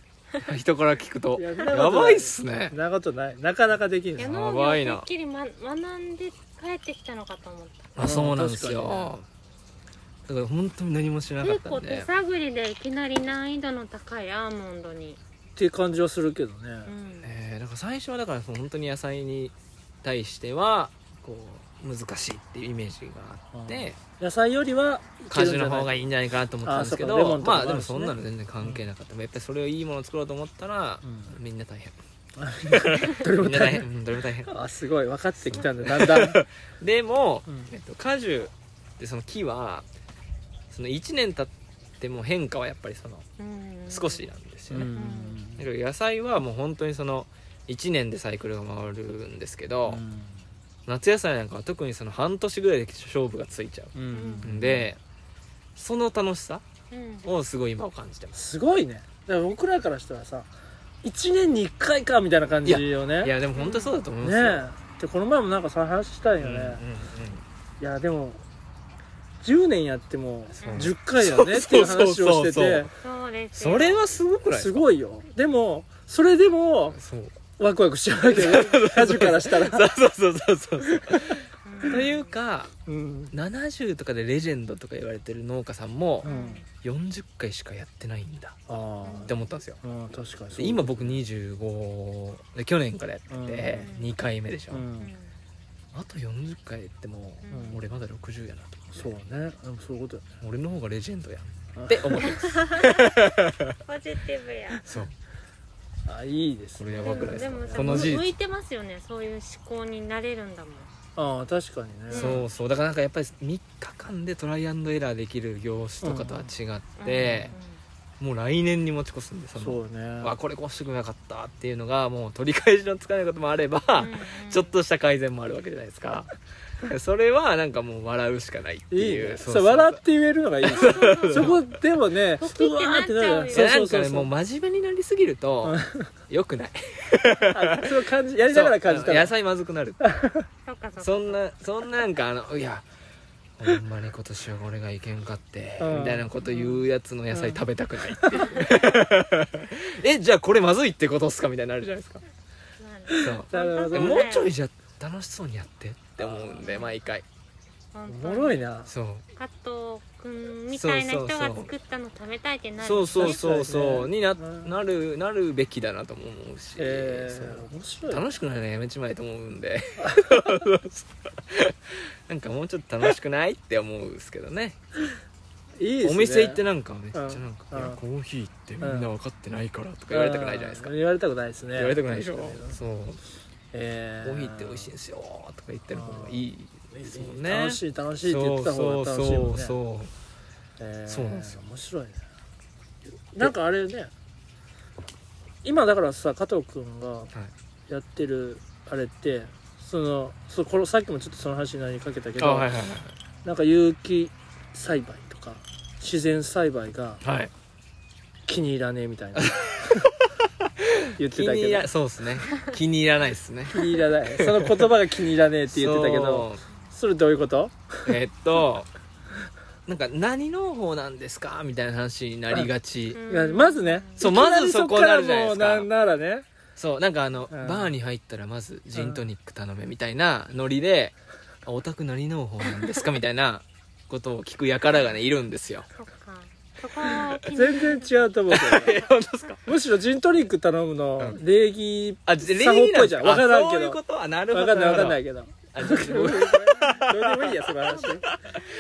Speaker 3: 人から聞くと
Speaker 1: いや
Speaker 3: や
Speaker 1: そんなことない
Speaker 3: ばいっすね
Speaker 1: そんなことないなかなかできん
Speaker 2: いや
Speaker 1: の
Speaker 2: 農
Speaker 3: ばい
Speaker 2: 業
Speaker 3: な
Speaker 2: をてっきり、ま、学んで帰ってきたのかと思っ
Speaker 3: あそうなんです
Speaker 1: うん
Speaker 3: よだから本当に何も知ら
Speaker 2: た
Speaker 3: なか
Speaker 2: 結構
Speaker 3: ったん
Speaker 2: 手
Speaker 3: で
Speaker 2: 探りでいきなり難易度の高いアーモンドに、
Speaker 1: っていう感じはするけどね
Speaker 2: うん
Speaker 3: えーなんか最初はだからその本当に野菜に対してはこう難しいっていうイメージがあって
Speaker 1: 野菜よりは
Speaker 3: 果樹の方が
Speaker 1: い
Speaker 3: いいんじゃないかなと思ったんですけ
Speaker 1: あそうかレモ
Speaker 3: ど
Speaker 1: ンとかも
Speaker 3: ま
Speaker 1: あ
Speaker 3: あ
Speaker 1: るしね
Speaker 3: でもそんなの全然関係なかったやっぱりそれをいいものを作ろうと思ったら
Speaker 1: う
Speaker 3: みんな大変
Speaker 1: ける
Speaker 3: み
Speaker 1: ん
Speaker 3: ん
Speaker 1: じ
Speaker 3: な
Speaker 1: ゃない
Speaker 3: 大変うんどれも大変
Speaker 1: あすごい分かってきたんだだんだん
Speaker 3: でも
Speaker 1: うん
Speaker 3: えっと果樹ってその木はその1年経っても変化はやっぱりその
Speaker 2: うん
Speaker 3: 少しなんですよね
Speaker 1: うん
Speaker 3: だから野菜はもう本当にその1年でサイクルが回るんですけど、夏野菜なんかは特にその半年ぐらいで勝負がついちゃ
Speaker 1: うん
Speaker 3: うんで、その楽しさ
Speaker 2: うん
Speaker 3: をすごい今を感じてます
Speaker 1: すごいねだから僕らからしたらさ1年に1回かみたいな感じよね
Speaker 3: いやでも本当にそうだと思いま
Speaker 1: ね
Speaker 3: すよ、
Speaker 1: えでこの前もなんかその話したい
Speaker 3: うん
Speaker 1: よ
Speaker 3: うん
Speaker 1: ね、
Speaker 3: うん
Speaker 1: いやでも10年やっても
Speaker 3: そう
Speaker 1: 10回だねっていう話をして
Speaker 3: そうそうそう
Speaker 1: て
Speaker 3: そ
Speaker 2: そうですよ
Speaker 3: それはすごくないですすか
Speaker 1: ごいよでもそれでも
Speaker 3: そう
Speaker 1: ワクワクしちゃうわけど 家事からしたら
Speaker 3: そうそうそうそうそう
Speaker 2: うん
Speaker 3: というか
Speaker 1: うん
Speaker 3: 70とかでレジェンドとか言われてる農家さんも
Speaker 1: うん
Speaker 3: 40回しかやってないんだ
Speaker 1: あ
Speaker 3: って
Speaker 1: あ
Speaker 3: 思ったんですよ
Speaker 1: うん確かに
Speaker 3: で今僕25で去年からやってて
Speaker 2: うん
Speaker 3: 2回目でしょ、
Speaker 1: うん
Speaker 3: あと40回やっても
Speaker 1: うん
Speaker 3: 俺まだ60やなと思って
Speaker 1: そうねでもそういうことよ
Speaker 3: 俺の方がレジェンドや
Speaker 1: うん
Speaker 3: って思ってま
Speaker 2: ポ
Speaker 3: す
Speaker 2: ジティブや
Speaker 3: そう
Speaker 1: あいいです
Speaker 3: こ
Speaker 1: ね
Speaker 3: れやばくないです
Speaker 2: で
Speaker 3: か
Speaker 2: もさ
Speaker 3: この事
Speaker 2: 向い
Speaker 3: 実
Speaker 2: てますよねそういう思考になれるんだもん
Speaker 1: ああ確かにね
Speaker 2: うん
Speaker 3: そうそうだからなんかやっぱり3日間でトライアンドエラーできる業種とかとは違って、もう来年に持ち越すんでそ
Speaker 1: そ
Speaker 3: の
Speaker 1: うね
Speaker 3: わこれこうしてくれなかったっていうのがもう取り返しのつかないこともあれば、
Speaker 2: うんうん
Speaker 3: ちょっとした改善もあるわけじゃないですかそれはなんかもう笑うしかないって
Speaker 1: いい
Speaker 3: いう
Speaker 1: ね
Speaker 3: そ
Speaker 1: そうう
Speaker 3: そうそう
Speaker 1: 笑って言えるのがいい ですそこでもね
Speaker 2: ポキってなっちゃうよ
Speaker 1: うわーってなる
Speaker 3: いや
Speaker 1: そうそう
Speaker 3: なんか
Speaker 1: そ
Speaker 3: ね
Speaker 1: うそ
Speaker 3: もう
Speaker 1: う
Speaker 3: 真面目になりすぎると よくない
Speaker 1: あそう感じやりながら感じた
Speaker 3: そう野
Speaker 1: ら
Speaker 3: 菜まずくなる
Speaker 2: そっかそっか
Speaker 3: そんなそんなんかあのいやほんまに今年は俺がいけんかって、
Speaker 1: うん
Speaker 3: みたいなこと言うやつの野菜食べたくないっていう、 えじゃあこれまずいってことっすかみたいになるじゃないですか
Speaker 2: まあね
Speaker 3: そう
Speaker 1: なるほ
Speaker 3: で
Speaker 1: ど
Speaker 2: ん
Speaker 3: もうちょいじゃ楽しそうにやってって思うんで毎回
Speaker 2: 本
Speaker 1: お
Speaker 2: 当
Speaker 1: も
Speaker 2: に
Speaker 1: ろいな
Speaker 3: そう
Speaker 2: 加藤君みたいな人が作ったの食べたいってなる
Speaker 3: そうそうそう
Speaker 1: 確
Speaker 3: そう
Speaker 1: かにね
Speaker 3: にな
Speaker 1: うん
Speaker 3: なるなるべきだなとも思うし、
Speaker 1: え
Speaker 3: そう
Speaker 1: ー面白い
Speaker 3: 楽しくないのやめちまえと思うん で なんかもうちょっと楽しくないって思うんですけどね
Speaker 1: いいですね
Speaker 3: お店行ってなんかめっちゃなんか「
Speaker 1: うん
Speaker 3: いや
Speaker 1: うん
Speaker 3: コーヒーってみんな分かってないから」とか言われたくないじゃないですか
Speaker 1: うん言われたくないですね
Speaker 3: 言われたくないでしょそう「
Speaker 1: え
Speaker 3: コーヒーって美味しいん
Speaker 1: い
Speaker 3: ですよ」とか言ってる方がいいですもんね
Speaker 1: 楽しい楽しいって言ってた方が楽しい
Speaker 3: そ
Speaker 1: もん
Speaker 3: う
Speaker 1: ね
Speaker 3: そうそう
Speaker 1: えー
Speaker 3: そうなんですよ
Speaker 1: 面白いねなんかあれね今だからさ加藤君がやってるあれってそのそこのさっきもちょっとその話になりかけたけ
Speaker 3: あ
Speaker 1: ど、
Speaker 3: はいはい
Speaker 1: なんか有機栽培とか自然栽培が
Speaker 3: はいはい
Speaker 1: 気に入らねえみ たいな言って
Speaker 3: 気
Speaker 1: た
Speaker 3: に入
Speaker 1: け
Speaker 3: ら
Speaker 1: ど
Speaker 3: そうですね気に入らないですね
Speaker 1: 気に入らないその言葉が気に入らねえって言ってたけど
Speaker 3: そう
Speaker 1: それどういうこと
Speaker 3: えっとなんか何農法なんですかみたいな話になりがち
Speaker 2: うん
Speaker 1: いやまずね
Speaker 3: そう
Speaker 1: いきなり
Speaker 3: まずそこになるじゃないです
Speaker 1: そ
Speaker 3: か
Speaker 1: っらもうなんならね
Speaker 3: そうなんかあの、
Speaker 1: うん
Speaker 3: バーに入ったらまずジントニック頼めみたいなノリで「あオタク何農法なんですか?」みたいなことを聞く輩がねいるんですよ
Speaker 2: そっかそこを気に
Speaker 1: 全然違うと思うけど
Speaker 3: 本当ですか
Speaker 1: むしろジントニック頼むの
Speaker 3: う
Speaker 1: 礼儀
Speaker 3: あ礼
Speaker 1: 作法っ
Speaker 3: 儀な
Speaker 1: ぽ
Speaker 3: ん
Speaker 1: いじゃんわからん
Speaker 3: あ
Speaker 1: け
Speaker 3: そういう
Speaker 1: ど
Speaker 3: ことはなるほ
Speaker 1: わか
Speaker 3: ど
Speaker 1: んないわかんないいけど
Speaker 3: あちょっと
Speaker 1: どう
Speaker 3: 僕
Speaker 1: でもいいやその話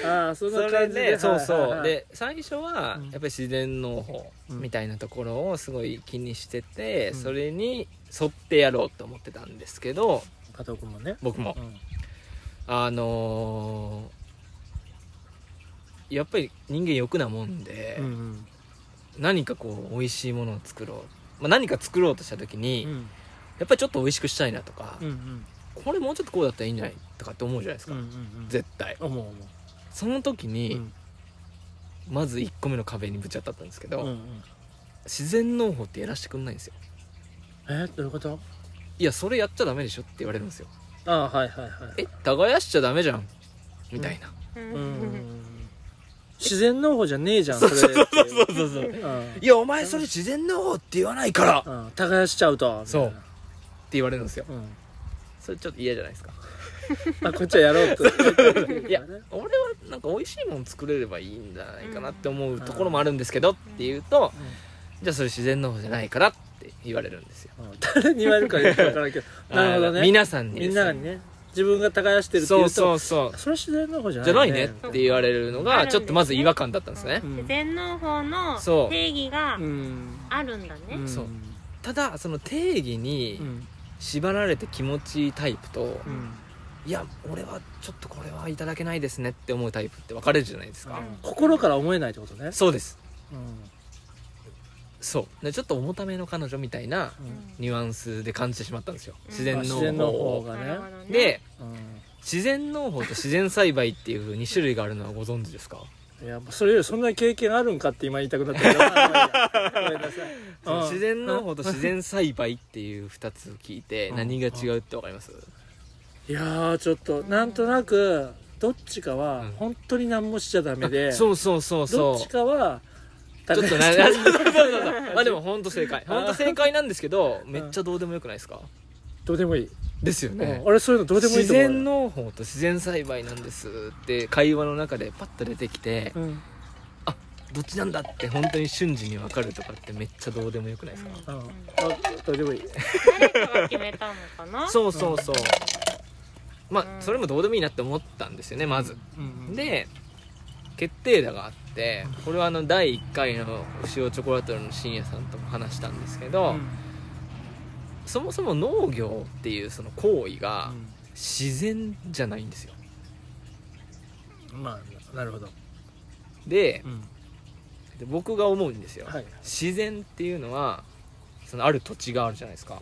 Speaker 1: あ あそん
Speaker 3: そ
Speaker 1: な
Speaker 3: れ
Speaker 1: 感じで
Speaker 3: でそう
Speaker 1: はいはい
Speaker 3: そ
Speaker 1: は
Speaker 3: う
Speaker 1: い
Speaker 3: で最初は
Speaker 1: うん
Speaker 3: やっぱり自然農法みたいなところをすごい気にしてて
Speaker 1: うん
Speaker 3: それに沿ってやろうと思ってたんですけど
Speaker 1: 加藤君もね
Speaker 3: 僕も
Speaker 1: うん
Speaker 3: あのーやっぱり人間欲なもんで
Speaker 1: うんうん
Speaker 3: 何かこう美味しいものを作ろうまあ何か作ろうとした時に
Speaker 1: うん
Speaker 3: やっぱりちょっと美味しくしたいなとか
Speaker 1: うんうん
Speaker 3: これもうちょっとこうだったらいいんじゃないとかって思うじゃないです
Speaker 1: うんう
Speaker 3: か
Speaker 1: んうん
Speaker 3: 絶対
Speaker 1: 思う思
Speaker 3: その時
Speaker 1: うう
Speaker 3: に
Speaker 1: ん
Speaker 3: まず1個目の壁にぶち当たったんですけ
Speaker 1: うんう
Speaker 3: ど
Speaker 1: ん
Speaker 3: 自然農法ってやらしてくんないんですよ
Speaker 1: えどういうこと
Speaker 3: いやそれやっちゃダメでしょって言われるんですよ
Speaker 1: ああはいはいはい
Speaker 3: え耕しちゃダメじゃんみたいな
Speaker 2: うん
Speaker 1: うんうんうん自然農法じゃねえじゃんそれそう
Speaker 3: そうそうそう
Speaker 1: うん
Speaker 3: いやお前それ自然農法って言わないからって
Speaker 1: うん耕しちゃうと
Speaker 3: そう言われるんですよ
Speaker 1: うん
Speaker 3: それちょっと嫌じゃないですか
Speaker 1: あこっちはやろうと
Speaker 3: いや俺はなんか美味しいもの作れればいいんじゃないかなって思うところもあるんですけどって言うとじゃあそれ自然農法じゃないからって言われるんですよ
Speaker 1: うん誰に言われるかよく分からんけどなるほど
Speaker 3: あー
Speaker 1: ね
Speaker 3: 皆さんに
Speaker 1: み
Speaker 3: で
Speaker 1: ん
Speaker 3: すよ
Speaker 1: なにね自分が耕してるって
Speaker 3: そ
Speaker 1: 言
Speaker 3: う
Speaker 1: う
Speaker 3: そう
Speaker 1: と
Speaker 3: そう
Speaker 1: それ自然農法じゃない
Speaker 3: じゃないねって言われるのがちょっとまず違和感だったんですね
Speaker 1: うん
Speaker 2: 自然農法の
Speaker 3: そう
Speaker 2: 定義が
Speaker 1: うん
Speaker 2: あるんだね、
Speaker 1: ん
Speaker 3: そうただその定義に
Speaker 1: うん
Speaker 3: 縛られて気持ちいいタイプと
Speaker 1: うん
Speaker 3: いや俺はちょっとこれはいただけないですねって思うタイプって分かれるじゃないですか、
Speaker 2: うん
Speaker 1: 心から思えないってことね
Speaker 3: そうです
Speaker 1: うん
Speaker 3: そうでちょっと重ための彼女みたいな
Speaker 1: うん
Speaker 3: ニュアンスで感じてしまったんですよ
Speaker 2: うん
Speaker 3: 自然農
Speaker 1: あ自然
Speaker 3: 法
Speaker 1: 農
Speaker 3: を
Speaker 1: 法が
Speaker 2: なるほ
Speaker 1: ね
Speaker 2: どね
Speaker 3: で
Speaker 1: う
Speaker 3: 自然農法と自然栽培っていう2種類があるのはご存知ですか
Speaker 1: んいやそれよりそんな経験あるんかって今言いたくなったけ どまあまあいいやごめんなさい
Speaker 3: その自然農
Speaker 1: うん
Speaker 3: 法と自然栽培っていう2つを聞いて
Speaker 1: うん
Speaker 3: 何が違うって分かります
Speaker 1: いやーちょっとなんとなくどっちか
Speaker 3: う
Speaker 1: は
Speaker 3: ん
Speaker 1: 本当に何もしちゃダメで
Speaker 3: そうそうそうそ
Speaker 1: ど
Speaker 3: う
Speaker 1: っちかは
Speaker 3: ちょっとなそうそうそうそうまあでも本当正解
Speaker 1: あー
Speaker 3: 本当正解なんですけどめっちゃどうでもよくないですか
Speaker 1: どうでもいい
Speaker 3: ですよ
Speaker 1: うん
Speaker 3: ね
Speaker 1: 俺そういうのどうでもいい
Speaker 3: 自
Speaker 1: と思う
Speaker 3: 然農法と自然栽培なんですって会話の中でパッと出てきて
Speaker 1: うん
Speaker 3: どっちなんだって本当に瞬時に分かるとかってめっちゃどうでもよくないですか
Speaker 1: うん
Speaker 2: うん
Speaker 1: あどうでもいい
Speaker 2: 誰かが決めたのかな
Speaker 3: そうそうそうま
Speaker 2: う
Speaker 3: あ
Speaker 2: ん
Speaker 3: それもどうでもいいなって思ったんですよねまず
Speaker 1: うん
Speaker 3: で決定打があってこれはあの第1回の塩チョコラトルの深夜さんとも話したんですけ
Speaker 1: う
Speaker 3: ど
Speaker 1: ん
Speaker 3: そもそも農業っていうその行為が
Speaker 1: うん
Speaker 3: 自然じゃないんですよ
Speaker 1: まあなるほど、
Speaker 3: で
Speaker 1: うん、
Speaker 3: で僕が思うんですよ
Speaker 1: はい
Speaker 3: 自然っていうのはそのある土地があるじゃないですか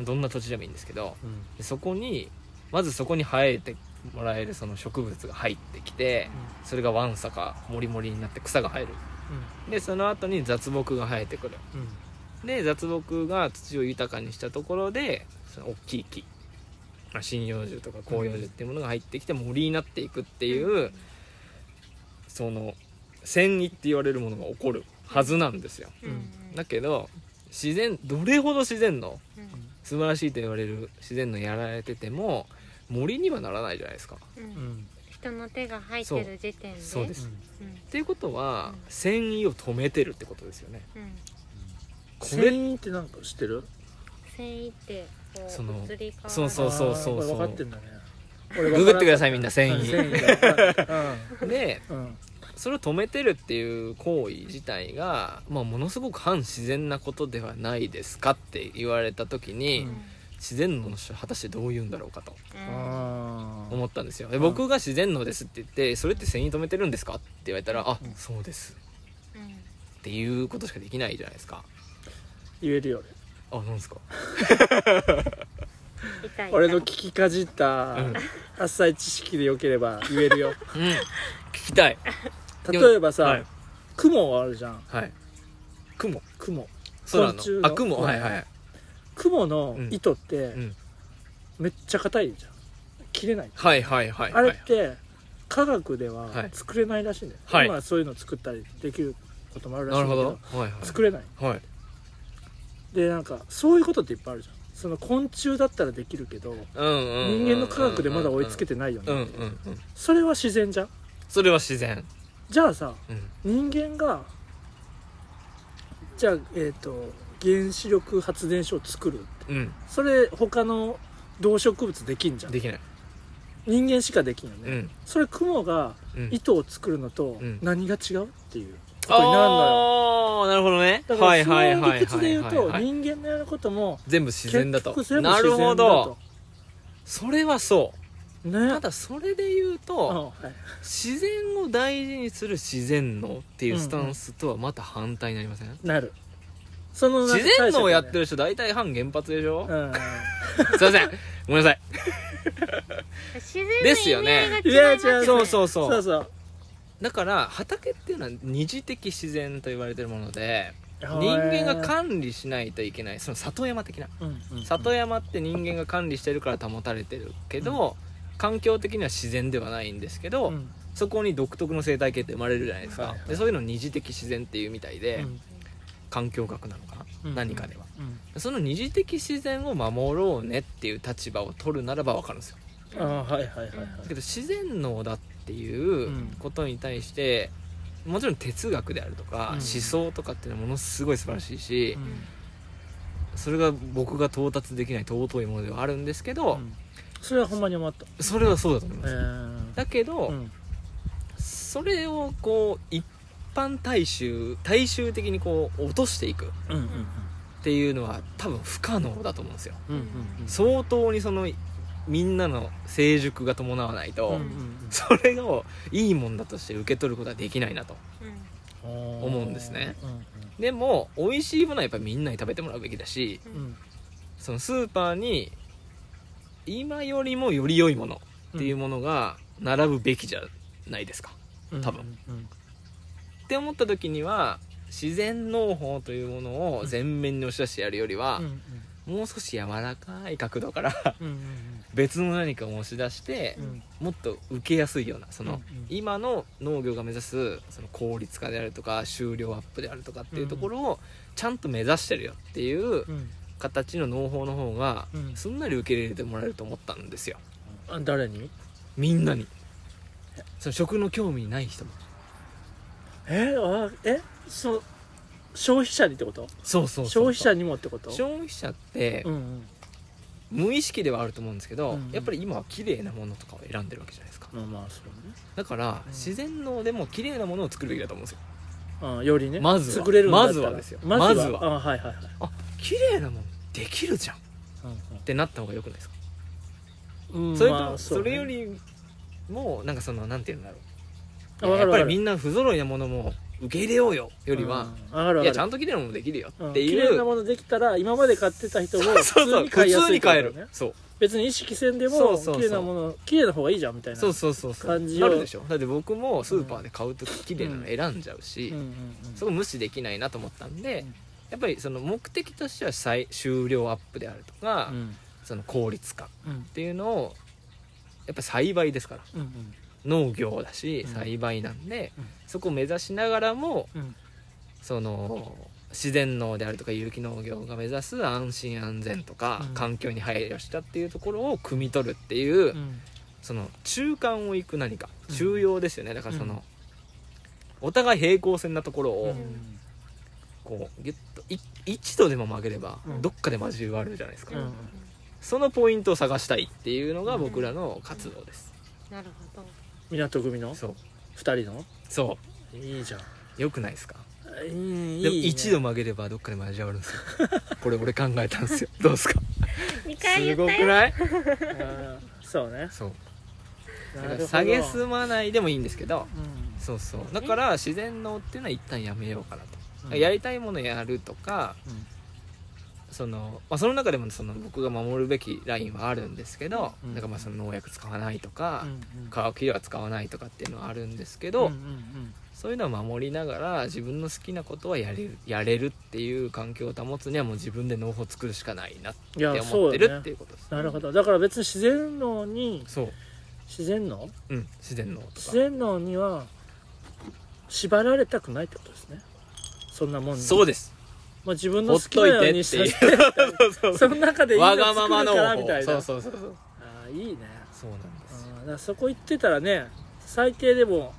Speaker 3: どんな土地でもいいんですけど
Speaker 1: うん
Speaker 3: でそこにまずそこに生えてもらえるその植物が入ってきてそれがワンサかモリモリになって草が生えるでその後に雑木が生えてくる
Speaker 1: うんうん
Speaker 3: で雑木が土を豊かにしたところでその大きい木まあ針葉樹とか広葉樹っていうものが入ってきて森になっていくっていう、その遷移って言われるものが起こるはずなんですよ
Speaker 2: うんうん
Speaker 3: だけど自然どれほど自然の
Speaker 2: うん
Speaker 3: 素晴らしいと言われる自然のやられてても森にはならないじゃないですか。
Speaker 2: うん
Speaker 1: うんうん
Speaker 2: 人の手が入ってる時点で
Speaker 3: そうです
Speaker 2: うん
Speaker 3: っていうこと
Speaker 2: う
Speaker 3: は
Speaker 2: ん
Speaker 3: 遷移を止めてるってことですよね。
Speaker 2: うん
Speaker 3: これ
Speaker 1: 繊維ってなんか知ってる
Speaker 2: 繊維ってこう
Speaker 3: その
Speaker 2: 移り変わる
Speaker 3: そうそうそうそ
Speaker 1: あーこ
Speaker 3: う
Speaker 1: れ分かってんだね俺
Speaker 3: ググってくださいみんな
Speaker 1: 分
Speaker 3: 遷
Speaker 1: から
Speaker 3: 移。
Speaker 1: なかったうん
Speaker 3: で
Speaker 1: 繊維がうん
Speaker 3: それを止めてるっていう行為自体が、まあ、ものすごく反自然なことではないですかって言われた時に、
Speaker 1: う
Speaker 2: うん
Speaker 3: 自然の人は果たしてどう言うんだろうかと
Speaker 1: あー
Speaker 3: 思ったんですよで
Speaker 1: うん
Speaker 3: 僕が自然のですって言ってそれって繊維止めてるんですかって言われたらあ、
Speaker 1: うん
Speaker 3: そうです
Speaker 2: うん
Speaker 3: っていうことしかできないじゃないですか
Speaker 1: 言えるよ
Speaker 3: あなんですか
Speaker 2: 痛い痛い
Speaker 1: 俺俺の聞きかじった
Speaker 3: うん
Speaker 1: 浅い知識でよければ言える よ
Speaker 3: うん聞きたい
Speaker 1: 例えば
Speaker 3: は
Speaker 1: さ
Speaker 3: い
Speaker 1: 雲あるじゃん
Speaker 3: はい雲
Speaker 1: 雲
Speaker 3: 空の
Speaker 1: 昆虫の
Speaker 3: あ雲はいはい
Speaker 1: 雲の糸って
Speaker 3: うん
Speaker 1: めっちゃ硬いじゃん切れない
Speaker 3: はいはいはい
Speaker 1: あ
Speaker 3: は
Speaker 1: れ
Speaker 3: い
Speaker 1: って科学では
Speaker 3: はい
Speaker 1: 作れないらしいんだよ、
Speaker 3: はい
Speaker 1: 今そういうの作ったりできることもあるらし
Speaker 3: ない
Speaker 1: ん
Speaker 3: る
Speaker 1: だ
Speaker 3: ほ
Speaker 1: けど
Speaker 3: どはいは
Speaker 1: 作れない
Speaker 3: いはい
Speaker 1: でなんかそういうことっていっぱいあるじゃんその昆虫だったらできるけど
Speaker 3: うんうんうん
Speaker 1: 人間の科学でまだ追いつけて
Speaker 3: て
Speaker 1: ないよね、
Speaker 3: うんうんうん
Speaker 1: それは自然じゃん
Speaker 3: それは自然
Speaker 1: じゃあさ
Speaker 3: うん
Speaker 1: 人間がじゃあえっ、と原子力発電所を作るって
Speaker 3: うん
Speaker 1: それ他の動植物できんじゃん
Speaker 3: できない
Speaker 1: 人間しかできんよね、
Speaker 3: うん
Speaker 1: それ雲が
Speaker 3: うん
Speaker 1: 糸を作るのと
Speaker 3: うん
Speaker 1: 何が違うっていうことになるのよ
Speaker 3: ああなるほどね
Speaker 1: だか
Speaker 3: は
Speaker 1: ら
Speaker 3: い
Speaker 1: そ
Speaker 3: はい
Speaker 1: の
Speaker 3: は
Speaker 1: 理
Speaker 3: い
Speaker 1: 屈で
Speaker 3: はい
Speaker 1: 言う
Speaker 3: はい
Speaker 1: と
Speaker 3: はい
Speaker 1: 人間のやることも
Speaker 3: 全部自然だと
Speaker 1: 結局全部
Speaker 3: な
Speaker 1: 自然
Speaker 3: る
Speaker 1: だと
Speaker 3: ほどそれはそう
Speaker 1: ね
Speaker 3: ただそれで言う
Speaker 1: うん
Speaker 3: と
Speaker 1: はい
Speaker 3: 自然を大事にする自然のっていうスタンスとはまた反対になりません
Speaker 1: なるその
Speaker 3: 自然のをやって
Speaker 1: る
Speaker 3: る人大体反原発でしょ
Speaker 1: うん
Speaker 3: すいませんごめんなさい
Speaker 2: 自然の
Speaker 3: ですよね
Speaker 2: 意味合いが違いますね
Speaker 3: そうそうそう
Speaker 1: そうそう
Speaker 3: だから畑っていうのは二次的自然と言われてるもので人間が管理しないといけないその里山的な
Speaker 1: うんうんうん
Speaker 3: 里山って人間が管理してるから保たれてるけど、環境的には自然ではないんですけど、
Speaker 1: うん
Speaker 3: そこに独特の生態系って生まれるじゃないですか、
Speaker 1: はいはい
Speaker 3: でそういうのを二次的自然っていうみたいで、
Speaker 1: うん
Speaker 3: 環境学なのかな、
Speaker 1: うん
Speaker 3: 何かでは
Speaker 1: うん
Speaker 3: その二次的自然を守ろうねっていう立場を取るならば分かるんですよ
Speaker 1: ああはいはいはいはい
Speaker 3: だけど自然能だっていううんことに対して、もちろん哲学であるとか、
Speaker 1: うん
Speaker 3: 思想とかっていうのはものすごい素晴らしいし
Speaker 1: う、ん
Speaker 3: それが僕が到達できない尊いものではあるんですけど、
Speaker 1: うんそれはほんまに思った
Speaker 3: それはそうだと思います、
Speaker 1: え
Speaker 3: だけど、それをこう一般大衆大衆的にこう落としていくっ
Speaker 1: うんうん
Speaker 3: ていうのは多分不可能だと思うんですよ
Speaker 1: うんうん
Speaker 3: 相当にそのみんなの成熟が伴わないと、
Speaker 1: うんうん
Speaker 3: それをいいもんだとして受け取ることはできないなと
Speaker 1: うん
Speaker 3: 思うんですね
Speaker 1: うん
Speaker 3: でも美味しいものはやっぱりみんなに食べてもらうべきだし
Speaker 2: う
Speaker 1: うんん
Speaker 3: そのスーパーに今よりもより良いものっていうものが並ぶべきじゃないですか、
Speaker 1: うん
Speaker 3: 多分
Speaker 1: うん
Speaker 3: って思った時には自然農法というものを前面に押し出してやるよりは
Speaker 1: うん、
Speaker 3: もう少し柔らかい角度から
Speaker 1: うんうん
Speaker 3: 別の何かを押し出して
Speaker 1: う、ん
Speaker 3: もっと受けやすいようなその、
Speaker 1: うんうん
Speaker 3: 今の農業が目指すその効率化であるとか収量アップであるとかっていうところをちゃんと目指してるよっていう
Speaker 1: うん
Speaker 3: 形の農法の方が
Speaker 1: うん
Speaker 3: すんなり受け入れてもらえると思ったんですよ
Speaker 1: あ誰に
Speaker 3: みんなにその食の興味ない人も
Speaker 1: えあえそう消費者にってこと
Speaker 3: そうそう
Speaker 1: 消
Speaker 3: そう
Speaker 1: 費者にもってこと
Speaker 3: 消費者って、
Speaker 1: うんうん
Speaker 3: 無意識ではあると思うんですけ
Speaker 1: う
Speaker 3: ど、
Speaker 1: んうん
Speaker 3: やっぱり今は綺麗なものとかを選んでるわけじゃないですか
Speaker 1: まあまあそうね
Speaker 3: だから、
Speaker 1: うん
Speaker 3: 自然のでも綺麗なものを作るべきだと思うんですよ
Speaker 1: あよりね
Speaker 3: まずは
Speaker 1: 優れるんだったら
Speaker 3: まずはですよ
Speaker 1: まずは
Speaker 3: まずは
Speaker 1: あはいはいはい
Speaker 3: あ綺麗なもんできるじゃんっ
Speaker 1: う
Speaker 3: てなった方がよくないですか、
Speaker 1: んうん
Speaker 3: それと、
Speaker 1: まあ
Speaker 3: そう
Speaker 1: ね
Speaker 3: れよりもなんかそのなんて言うんだろ
Speaker 1: あ
Speaker 3: う
Speaker 1: わか
Speaker 3: やっ
Speaker 1: る
Speaker 3: ぱ
Speaker 1: わか
Speaker 3: り
Speaker 1: る
Speaker 3: みんな不揃いなものも受け入れようよよりは、
Speaker 1: うんわかるわかる
Speaker 3: いやちゃんと綺麗なものもできるよ
Speaker 1: うん
Speaker 3: って
Speaker 1: 綺
Speaker 3: い
Speaker 1: 麗
Speaker 3: う、
Speaker 1: なものできたら今まで買ってた人も
Speaker 3: そうそう普通に買える、
Speaker 1: ね
Speaker 3: そう
Speaker 1: 別に意識せんで
Speaker 3: そ
Speaker 1: も
Speaker 3: うそうそう
Speaker 1: 綺麗なもの綺麗な方がいいじゃんみたいな
Speaker 3: そうそうそうそう
Speaker 1: 感じを
Speaker 3: なるでしょだって僕もスーパーで買う時綺麗なの選んじゃうし、
Speaker 1: うんうんうん
Speaker 3: そこ無視できないなと思ったんで、
Speaker 1: うん
Speaker 3: やっぱりその目的としては最終了アップであるとか、
Speaker 1: うん
Speaker 3: その効率化っ
Speaker 1: うん
Speaker 3: ていうのをやっぱ栽培ですから
Speaker 1: うんうん
Speaker 3: 農業だし
Speaker 1: うん
Speaker 3: 栽培なんで、
Speaker 1: うん
Speaker 3: そこを目指しながらも
Speaker 1: うん
Speaker 3: その自然農であるとか有機農業が目指す安心安全とか、
Speaker 1: うん
Speaker 3: 環境に配慮したっていうところを汲み取るってい
Speaker 1: う
Speaker 3: う、
Speaker 1: ん
Speaker 3: その中間を行く何か
Speaker 1: うん
Speaker 3: 中庸ですよね、だからその、お互い平行線なところ
Speaker 1: う
Speaker 3: を
Speaker 1: ん
Speaker 3: こうギュッとい一度でも曲げれば
Speaker 1: うん
Speaker 3: どっかで交わるじゃないですか、
Speaker 1: うん
Speaker 3: そのポイントを探したいっていうのが僕らの活動です、
Speaker 2: なるほど
Speaker 1: 港組の
Speaker 3: そう
Speaker 1: 二人の
Speaker 3: そ
Speaker 1: いいじゃん
Speaker 3: うよくないですか
Speaker 1: いい
Speaker 3: でも一度
Speaker 1: も
Speaker 3: 曲げればどっかで交わ るんですよこれ俺考えたんですよどうですか
Speaker 2: 2回
Speaker 3: す
Speaker 2: 言
Speaker 3: ご
Speaker 2: っ
Speaker 3: く
Speaker 2: たよ
Speaker 3: ない
Speaker 1: そうね
Speaker 3: そう
Speaker 1: なる
Speaker 3: だか
Speaker 1: ほ
Speaker 3: ら
Speaker 1: ど
Speaker 3: 下げすまないでもいいんですけど
Speaker 1: うん
Speaker 3: そうそうだから自然農っていうのは一旦やめようかなと、
Speaker 1: うん
Speaker 3: やりたいものやるとか
Speaker 1: うん
Speaker 3: その,、まあ、その中でもその僕が守るべきラインはあるんですけど、
Speaker 1: うん
Speaker 3: だからまあその農薬使わないとか
Speaker 1: う、んうん
Speaker 3: 化学肥料は使わないとかっていうのはあるんですけ
Speaker 1: う
Speaker 3: ど、
Speaker 1: んうん
Speaker 3: そういうのは守りながら自分の好きなことはやれるやれるっていう環境を保つにはもう自分で農法作るしかないなっ
Speaker 1: うんい
Speaker 3: て
Speaker 1: や
Speaker 3: 思
Speaker 1: そ
Speaker 3: っ
Speaker 1: うだ
Speaker 3: てるっ
Speaker 1: よ
Speaker 3: て
Speaker 1: ね
Speaker 3: いうことです
Speaker 1: なるほどだから別に自然農に
Speaker 3: そう
Speaker 1: 自然農
Speaker 3: うん自然農と
Speaker 1: 自
Speaker 3: か
Speaker 1: 然農には縛られたくないってことですねそんなもんに
Speaker 3: そうです
Speaker 1: まあ、自分
Speaker 3: ほ
Speaker 1: の
Speaker 3: っ
Speaker 1: 好きな
Speaker 3: とい
Speaker 1: よう
Speaker 3: て
Speaker 1: に
Speaker 3: っ
Speaker 1: してて
Speaker 3: いうそうそ
Speaker 1: その中で
Speaker 3: う
Speaker 1: いいの
Speaker 3: わ
Speaker 1: 作
Speaker 3: がまま
Speaker 1: る
Speaker 3: 農
Speaker 1: からみた
Speaker 3: 法
Speaker 1: い
Speaker 3: そう
Speaker 1: な
Speaker 3: そうそうそう
Speaker 1: ああいいね
Speaker 3: そうなんで
Speaker 1: あ
Speaker 3: すよ
Speaker 1: あだからそこ行ってたらね最低でも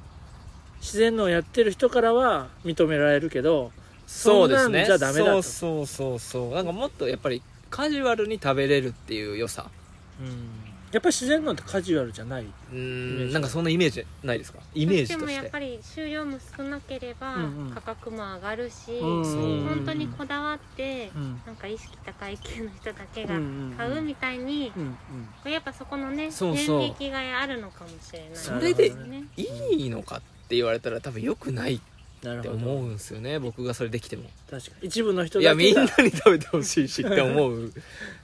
Speaker 1: 自然農やってる人からは認められるけど
Speaker 3: そうですね
Speaker 1: そんなんじゃダメだ
Speaker 3: そ
Speaker 1: と
Speaker 3: うそうそうそうなんかもっとやっぱりカジュアルに食べれるっていう良さ
Speaker 1: やっぱり自然農ってカジュアルじゃない、
Speaker 3: う
Speaker 1: イメー
Speaker 3: ん
Speaker 1: ジ
Speaker 3: なんかそんなイメージないですかイメージ
Speaker 2: で
Speaker 3: と
Speaker 2: も
Speaker 3: し
Speaker 2: やってぱり収量も少なければ
Speaker 1: うんうん
Speaker 2: 価格も上がるし、
Speaker 3: ん
Speaker 2: 本当にこだわって、
Speaker 1: うん
Speaker 2: なんか意識高い系の人だけ
Speaker 1: う
Speaker 2: が
Speaker 1: んうん
Speaker 2: 買うみたいに、
Speaker 1: うんうん
Speaker 2: やっぱそこのね
Speaker 3: そうそう
Speaker 2: 線引きがあるのかもしれないです
Speaker 3: それで
Speaker 2: ね
Speaker 3: いいのかって言われたら多分良くない
Speaker 1: なる
Speaker 3: っ
Speaker 1: ほ
Speaker 3: て
Speaker 1: ど
Speaker 3: 思うんですよね僕がそれできても
Speaker 1: 確かに一部の人
Speaker 3: いや
Speaker 1: だけ
Speaker 3: みん
Speaker 1: が
Speaker 3: なに食べてほしいしって思う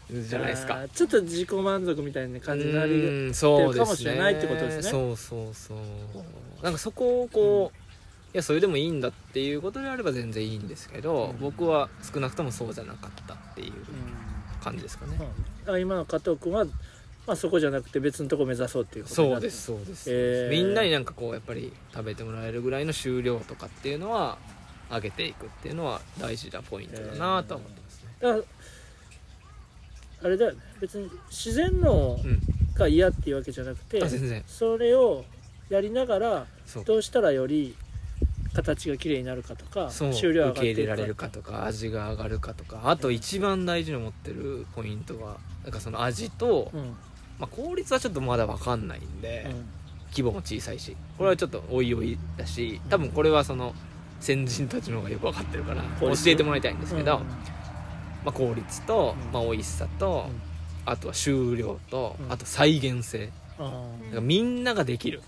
Speaker 3: じゃないです
Speaker 1: あ
Speaker 3: か
Speaker 1: ーちょっと自己満足みたいな感じにな
Speaker 3: う
Speaker 1: る
Speaker 3: んそう
Speaker 1: って
Speaker 3: で
Speaker 1: るかも
Speaker 3: す
Speaker 1: し
Speaker 3: ね
Speaker 1: れないってことですね
Speaker 3: そうそうそうなんかそこをこう、いやそれでもいいんだっていうことであれば全然いいんですけど、
Speaker 1: うん
Speaker 3: 僕は少なくともそうじゃなかったってい
Speaker 1: う
Speaker 3: う
Speaker 1: ん
Speaker 3: 感じですかね、
Speaker 1: まあだから今の加藤君は、まあ、そこじゃなくて別のとこ目指そうっていうことに
Speaker 3: そ
Speaker 1: な
Speaker 3: う
Speaker 1: って
Speaker 3: ですそうです、
Speaker 1: えー
Speaker 3: みんなになんかこうやっぱり食べてもらえるぐらいの収量とかっていうのは上げていくっていうのは大事なポイントだなとは思ってますね、
Speaker 1: だからあれだよね別に自然の
Speaker 3: うん
Speaker 1: が嫌っていうわけじゃなくて、
Speaker 3: あ全然
Speaker 1: それをやりながら
Speaker 3: そう
Speaker 1: どうしたらより形が綺麗になるかとか
Speaker 3: そう
Speaker 1: 収量上が
Speaker 3: 受
Speaker 1: っ
Speaker 3: け
Speaker 1: てい
Speaker 3: 入れ
Speaker 1: く
Speaker 3: られるかとか味が上がるかとかあと一番大事に思ってるポイントはなんかその味と、
Speaker 1: うん、うん
Speaker 3: まあ、効率はちょっとまだ分かんないんで、規模も小さいしこれはちょっとおいおいだし多分これはその先人たちの方がよく分かってるから
Speaker 1: 効
Speaker 3: 教
Speaker 1: 率
Speaker 3: えてもらいたいんですけど、
Speaker 1: うん
Speaker 3: まあ、効率と
Speaker 1: う、ん
Speaker 3: まあ、美味しさと、
Speaker 1: うん
Speaker 3: あとは収量と、
Speaker 1: うん
Speaker 3: あと再現性
Speaker 1: あ
Speaker 3: なんかみんなができる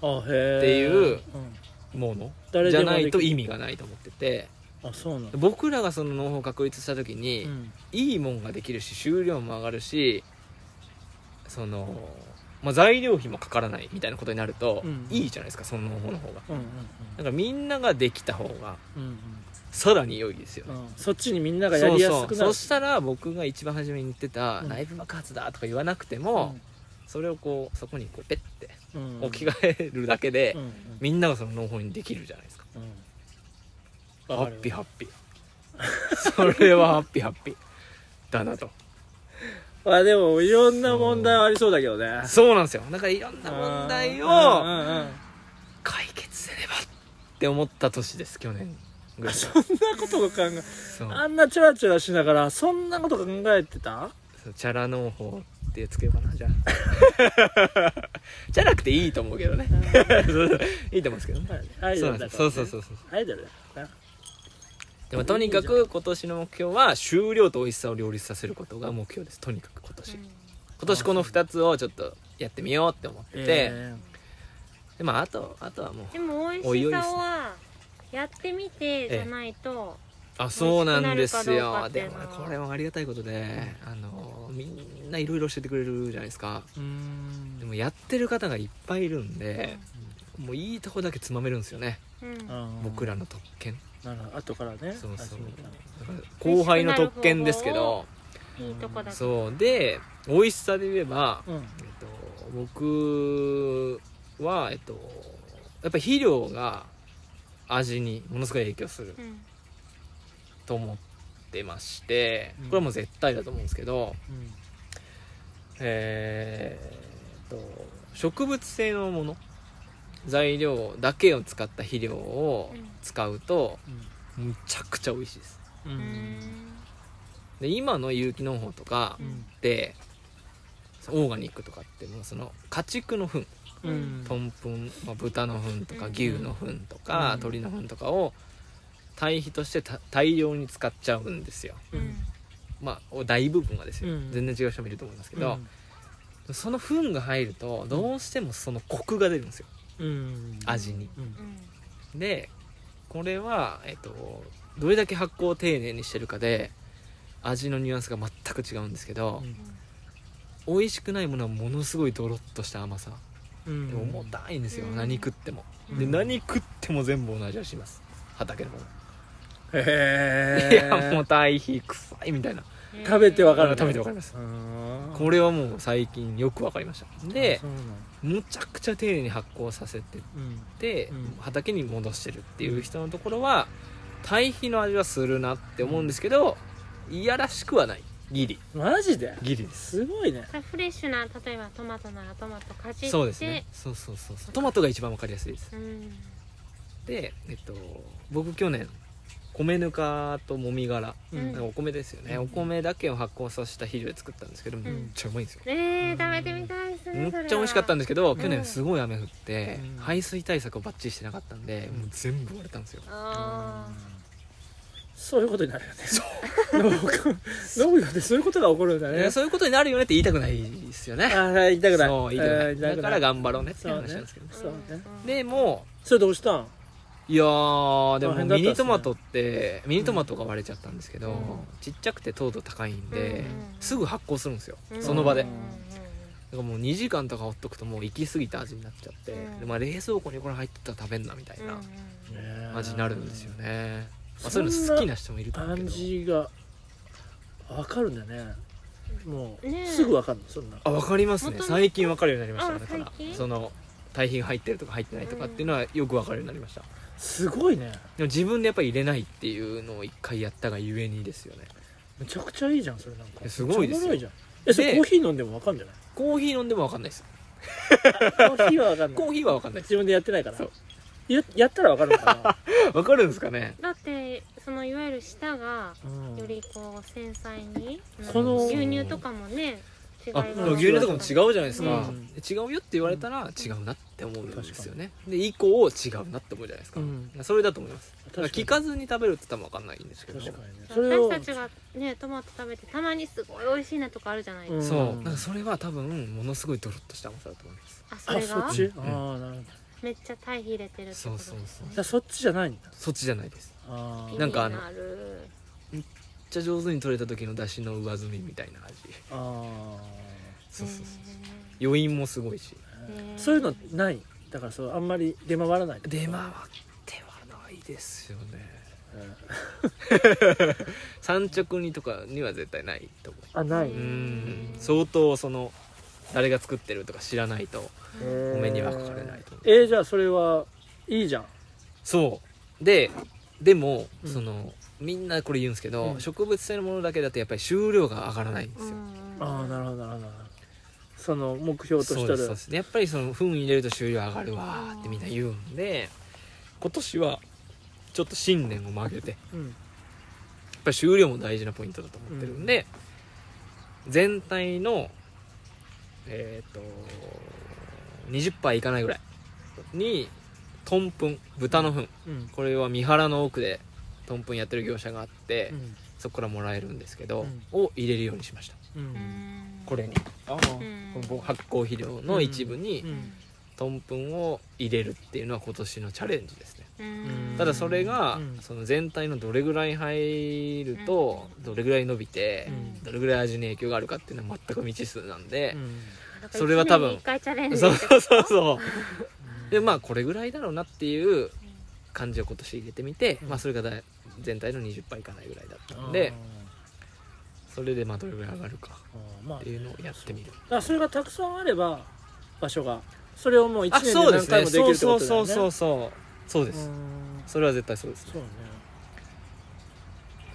Speaker 1: ーあへえ
Speaker 3: っていう
Speaker 1: うん
Speaker 3: もの
Speaker 1: 誰
Speaker 3: じ
Speaker 1: で
Speaker 3: ゃ
Speaker 1: も
Speaker 3: ない
Speaker 1: で
Speaker 3: と
Speaker 1: き
Speaker 3: 意
Speaker 1: る
Speaker 3: 味がないと思ってて
Speaker 1: あそうなんだ、
Speaker 3: 僕らがその農法を確立した時に、
Speaker 1: うん
Speaker 3: いいもんができるし収量も上がるしその、まあ、材料費もかからないみたいなことになると、
Speaker 1: うん
Speaker 3: いいじゃないですかその方の方が
Speaker 1: うんうん
Speaker 3: だからみんなができた方が
Speaker 1: うんうん
Speaker 3: さらに良いですよ
Speaker 1: う
Speaker 3: ね、
Speaker 1: んうんそっちにみんながやりやすく
Speaker 3: そう
Speaker 1: な
Speaker 3: そう
Speaker 1: る
Speaker 3: そしたら僕が一番初めに言ってた
Speaker 1: うん
Speaker 3: 内部爆発だとか言わなくても、それをこうそこにこうペッて
Speaker 1: うん
Speaker 3: 置き換えるだけで、
Speaker 1: うんうん
Speaker 3: みんながその農法にできるじゃないですか
Speaker 1: うん
Speaker 3: ハ
Speaker 1: わかる
Speaker 3: ッピーハッピーそれはハッピーハッピーだなと
Speaker 1: あでもいろんな問題はありそうだけどね
Speaker 3: そうなんですよだからいろんな問題を
Speaker 1: うんうんうん
Speaker 3: 解決せればって思った年です去年ぐらいそ
Speaker 1: そんなことを考え
Speaker 3: う
Speaker 1: あんなチャラチャラしながらそんなこと考えてた
Speaker 3: そうチャラ農法ってつけようかなじゃあ じゃなくていいと思うけどね そういいと思うんですけどね
Speaker 1: アイ
Speaker 3: そ
Speaker 1: ドル
Speaker 3: うなん
Speaker 1: だから、ね、
Speaker 3: ですそうそうそうそう
Speaker 1: アイドルだから
Speaker 3: でもとにかく今年の目標は収量と美味しさを両立させることが目標ですとにかく今年今年この2つをちょっとやってみようって思ってて、でまああとあとはもう
Speaker 2: でも美味しさはやってみてじゃないと
Speaker 3: あそうなんです
Speaker 2: 美味しくなるかどうか
Speaker 3: よ
Speaker 2: って
Speaker 3: で
Speaker 2: いう
Speaker 3: も
Speaker 2: のは
Speaker 3: これもありがたいことであのみんんないろいろ教えてくれるじゃないですか
Speaker 1: うん
Speaker 3: でもやってる方がいっぱいいるんで、もういいとこだけつまめるんですよね、
Speaker 2: うん
Speaker 3: 僕
Speaker 1: ら
Speaker 3: らの特権
Speaker 1: なるほど後からね
Speaker 3: そうそう
Speaker 1: 始めたね
Speaker 3: だから後輩の特権ですけど
Speaker 2: いいとこだけ
Speaker 3: そうで美味しさで言えば、
Speaker 1: うん
Speaker 3: えっと、僕は、えっと、やっぱ肥料が味にものすごい影響する
Speaker 2: うん
Speaker 3: と思ってまして
Speaker 1: うん
Speaker 3: これはもう絶対だと思うんですけど、
Speaker 1: うん
Speaker 3: えーっと植物性のもの材料だけを使った肥料を
Speaker 2: うん
Speaker 3: 使うと
Speaker 1: うん
Speaker 3: むちゃくちゃ美味しいです
Speaker 1: う
Speaker 2: うんん
Speaker 3: で今の有機農法とかでオーガニックとかってもうその家畜の糞
Speaker 1: うんうん
Speaker 3: トンプン、まあ、豚の糞とか
Speaker 2: うん
Speaker 3: 牛の糞とか、
Speaker 1: うん
Speaker 3: 鳥の糞とかを堆肥としてた大量に使っちゃうんですよ
Speaker 2: うん
Speaker 3: まあお大部分はですよ、
Speaker 1: うん
Speaker 3: 全然違う人もいると思いますけど、
Speaker 1: うん
Speaker 3: その糞が入るとどうしてもそのコクが出るんですよ
Speaker 1: うん
Speaker 3: 味に
Speaker 1: うん
Speaker 2: うん
Speaker 3: でこれは、えっと、どれだけ発酵を丁寧にしてるかで味のニュアンスが全く違うんですけど、美味しくないものはものすごいドロッとした甘さ
Speaker 1: うん
Speaker 3: でも重たいんですよ、
Speaker 2: うん
Speaker 3: 何食っても、
Speaker 1: うん
Speaker 3: で何食っても全部同じ味します畑のもの、
Speaker 1: へえ
Speaker 3: いやもう堆肥臭いみたいな
Speaker 1: 食べてわかる
Speaker 3: うん食べてわかります
Speaker 1: うん
Speaker 3: これはもう最近よくわかりました
Speaker 1: あ
Speaker 3: で
Speaker 1: そうなんだ
Speaker 3: むちゃくちゃ丁寧に発酵させて
Speaker 1: うん
Speaker 3: って、
Speaker 1: うん
Speaker 3: 畑に戻してるっていう人のところは堆肥の味はするなって思うんですけど、いやらしくはないギリ
Speaker 1: マジで
Speaker 3: ギリです
Speaker 1: ごいね
Speaker 2: フレッシュな例えばトマトならトマトかじって
Speaker 3: そうですねそうそうそうそうトマトが一番わかりやすいです
Speaker 2: うん
Speaker 3: でえっと僕去年米ぬかともみ殻
Speaker 1: う
Speaker 2: うん
Speaker 3: お米ですよね、
Speaker 1: うん
Speaker 3: お米だけを発酵させた肥料で作ったんですけど、めっちゃうまいんですよ
Speaker 2: えー、食べてみたいです
Speaker 3: め
Speaker 2: ね
Speaker 3: っちゃ美味しかったん
Speaker 2: で
Speaker 3: ですけど、
Speaker 2: ん
Speaker 3: 去年すごい雨降って、
Speaker 1: うん
Speaker 3: 排水対策をバッチリしてなかったんで、
Speaker 1: うん
Speaker 3: もう全部割れたんですよ
Speaker 2: あ
Speaker 1: そういうことになる よねそう農業でそういうことが起こるんだ
Speaker 3: い
Speaker 1: ね
Speaker 3: やそういうことになるよねって言いたくないですよね
Speaker 1: ああ言いたくない
Speaker 3: そう言いたくない
Speaker 1: あー言い
Speaker 3: だから頑張ろうねって
Speaker 1: そう
Speaker 3: 話なん
Speaker 1: ね
Speaker 3: ですけど、
Speaker 2: ー
Speaker 1: そうね
Speaker 2: うん
Speaker 3: でも
Speaker 1: それどうしたん
Speaker 3: いやーで
Speaker 1: 大
Speaker 3: も
Speaker 1: 変だったっすね
Speaker 3: ミニトマトってミニトマトが割れちゃったんですけど、
Speaker 2: うん
Speaker 3: ちっちゃくて糖度高いんで、
Speaker 2: うん
Speaker 3: すぐ発酵するんですよ、
Speaker 2: うん
Speaker 3: その場で
Speaker 2: う
Speaker 3: だ
Speaker 2: ん
Speaker 3: か、らもう2時間とかほっとくともう行き過ぎた味になっちゃって、
Speaker 2: うん
Speaker 3: でまあ、冷蔵庫にこれ入ってたら食べんなみたい
Speaker 2: うんうん
Speaker 3: な
Speaker 2: うん
Speaker 3: 味になるんですよね、ま
Speaker 1: そ
Speaker 3: あ、そ
Speaker 1: ん
Speaker 3: う
Speaker 1: な
Speaker 3: いうの好きな人もいると思うけど
Speaker 1: 味がわかるんだねもう
Speaker 2: ねえ
Speaker 1: すぐわかるのそんな
Speaker 3: あ分かります
Speaker 2: 元
Speaker 3: ね
Speaker 2: 々
Speaker 3: 最近分かるようになりました
Speaker 2: あ
Speaker 3: ねだから
Speaker 2: 最近
Speaker 3: その堆肥が入ってるとか入ってないとかっていうのはよく分かるようになりました、
Speaker 1: すごいね
Speaker 3: でも自分でやっぱり入れないっていうのを一回やったがゆえにですよね
Speaker 1: めちゃくちゃいいじゃんそれなんか
Speaker 3: えすごいです
Speaker 1: めっちゃお
Speaker 3: よ
Speaker 1: もろいじゃんえそれ
Speaker 3: で
Speaker 1: コーヒー飲んでもわかるんじゃない
Speaker 3: コーヒー飲んでも分かんないです
Speaker 1: コーヒーはわかんない
Speaker 3: コーヒーは分かんないです
Speaker 1: 自分でやってないから
Speaker 3: そう
Speaker 1: ややったらわかるの か
Speaker 3: 分かるんですかね
Speaker 2: だってそのいわゆる舌が
Speaker 1: な、うん
Speaker 2: よりこう繊細に、
Speaker 1: この
Speaker 2: 牛乳とかもね違い
Speaker 3: あ
Speaker 2: が
Speaker 1: うん
Speaker 3: 牛乳とかも違うじゃないですか、
Speaker 1: うん
Speaker 3: 違うよって言われたら違うなって思うんですよねで以降違うなって思うじゃないですか、
Speaker 1: うん
Speaker 3: それだと思いますだから
Speaker 1: 確
Speaker 3: 聞
Speaker 1: か
Speaker 3: かずに食べるって言ったら分かんないんですけど
Speaker 1: に確かにねそれ
Speaker 2: 私
Speaker 1: を
Speaker 2: たちがねトマト食べてたまにすごい美味しいなとかあるじゃないですか、
Speaker 3: そう、
Speaker 1: うん
Speaker 3: なんかそれは多分ものすごいドロッとした甘さだと思います
Speaker 2: あそ
Speaker 1: あ
Speaker 2: れ
Speaker 1: そ
Speaker 2: が
Speaker 1: っち、
Speaker 3: うん
Speaker 1: ああなるほど
Speaker 2: めっちゃ堆肥入れてるってことです
Speaker 3: そう
Speaker 2: ね
Speaker 3: そう
Speaker 1: じゃあそっちじゃないんだ
Speaker 3: そっちじゃないです
Speaker 1: あ
Speaker 2: 気
Speaker 1: ー
Speaker 3: なんかあ
Speaker 2: に
Speaker 3: の
Speaker 2: なる
Speaker 3: めっちゃ上手に取れた時の出汁の上澄みみたいな味
Speaker 1: あ
Speaker 3: そうそうそう余韻もすごいし
Speaker 2: へ
Speaker 1: ー
Speaker 2: ー
Speaker 1: そういうのないだからそうあんまり出回らない
Speaker 3: 出回ってはないですよね
Speaker 1: うん
Speaker 3: 産直にとかには絶対ないと思
Speaker 1: あないう
Speaker 3: う
Speaker 2: うん
Speaker 3: ん相当その誰が作ってるとか知らないとお目にはかかれないと思う
Speaker 1: えー、じゃあそれはいいじゃん
Speaker 3: そうででも、
Speaker 1: うん
Speaker 3: そのみんなこれ言うんですけど、
Speaker 1: うん
Speaker 3: 植物性のものだけだとやっぱり収量が上がらないんですよ、
Speaker 1: ああなる
Speaker 2: ほ
Speaker 1: ほどなるほどその目標と
Speaker 3: そ
Speaker 1: し
Speaker 3: う
Speaker 1: て
Speaker 3: で
Speaker 1: る
Speaker 3: すそうですでやっぱりその糞入れると収量上がるわーってみんな言うんで今年はちょっと信念を曲げてや
Speaker 1: うん
Speaker 3: っぱり収量も大事なポイントだと思ってるんで、全体のえっ、と20杯いかないぐらいにトンプン豚の糞
Speaker 1: うん
Speaker 3: これは三原の奥でトンプンやってる業者があって、
Speaker 1: うん
Speaker 3: そこからもらえるんですけ
Speaker 1: う
Speaker 3: ど
Speaker 1: ん、
Speaker 3: を入れるようにしました
Speaker 1: う
Speaker 2: ど
Speaker 1: ん
Speaker 3: これに
Speaker 1: ああ
Speaker 3: この発酵肥料の一部に、
Speaker 1: うん
Speaker 3: トンプンを入れるっていうのは今年のチャレンジですね
Speaker 2: うん
Speaker 3: ただそれが、
Speaker 4: うん
Speaker 3: その全体のどれぐらい入ると、どれぐらい伸びて、
Speaker 4: うん
Speaker 3: どれぐらい味に影響があるかっていうのは全く未知数なんで、
Speaker 4: うん
Speaker 2: だから
Speaker 3: それは多分
Speaker 2: 一年に一回チャレンジ
Speaker 3: そう
Speaker 2: ってこと
Speaker 3: そうそう。でまあこれぐらいだろうなっていう感じを今年入れてみて、
Speaker 4: うん
Speaker 3: まあそれがだい全体の20いかないぐらいだったんで、それでまあどれぐらい上がるか
Speaker 4: あーあーまあ
Speaker 3: っ
Speaker 4: だ
Speaker 3: ていうのをやってみる。
Speaker 4: からそれがたくさんあれば場所が
Speaker 1: それをもう1年で何回もでき
Speaker 3: そ
Speaker 1: る
Speaker 3: う
Speaker 1: って
Speaker 3: そ
Speaker 1: こと
Speaker 3: う
Speaker 1: だ
Speaker 3: そ
Speaker 1: よ
Speaker 3: う
Speaker 1: ね
Speaker 3: そうそう。そう
Speaker 4: う
Speaker 3: です。
Speaker 4: ん
Speaker 3: それは絶対そうです。
Speaker 4: そうね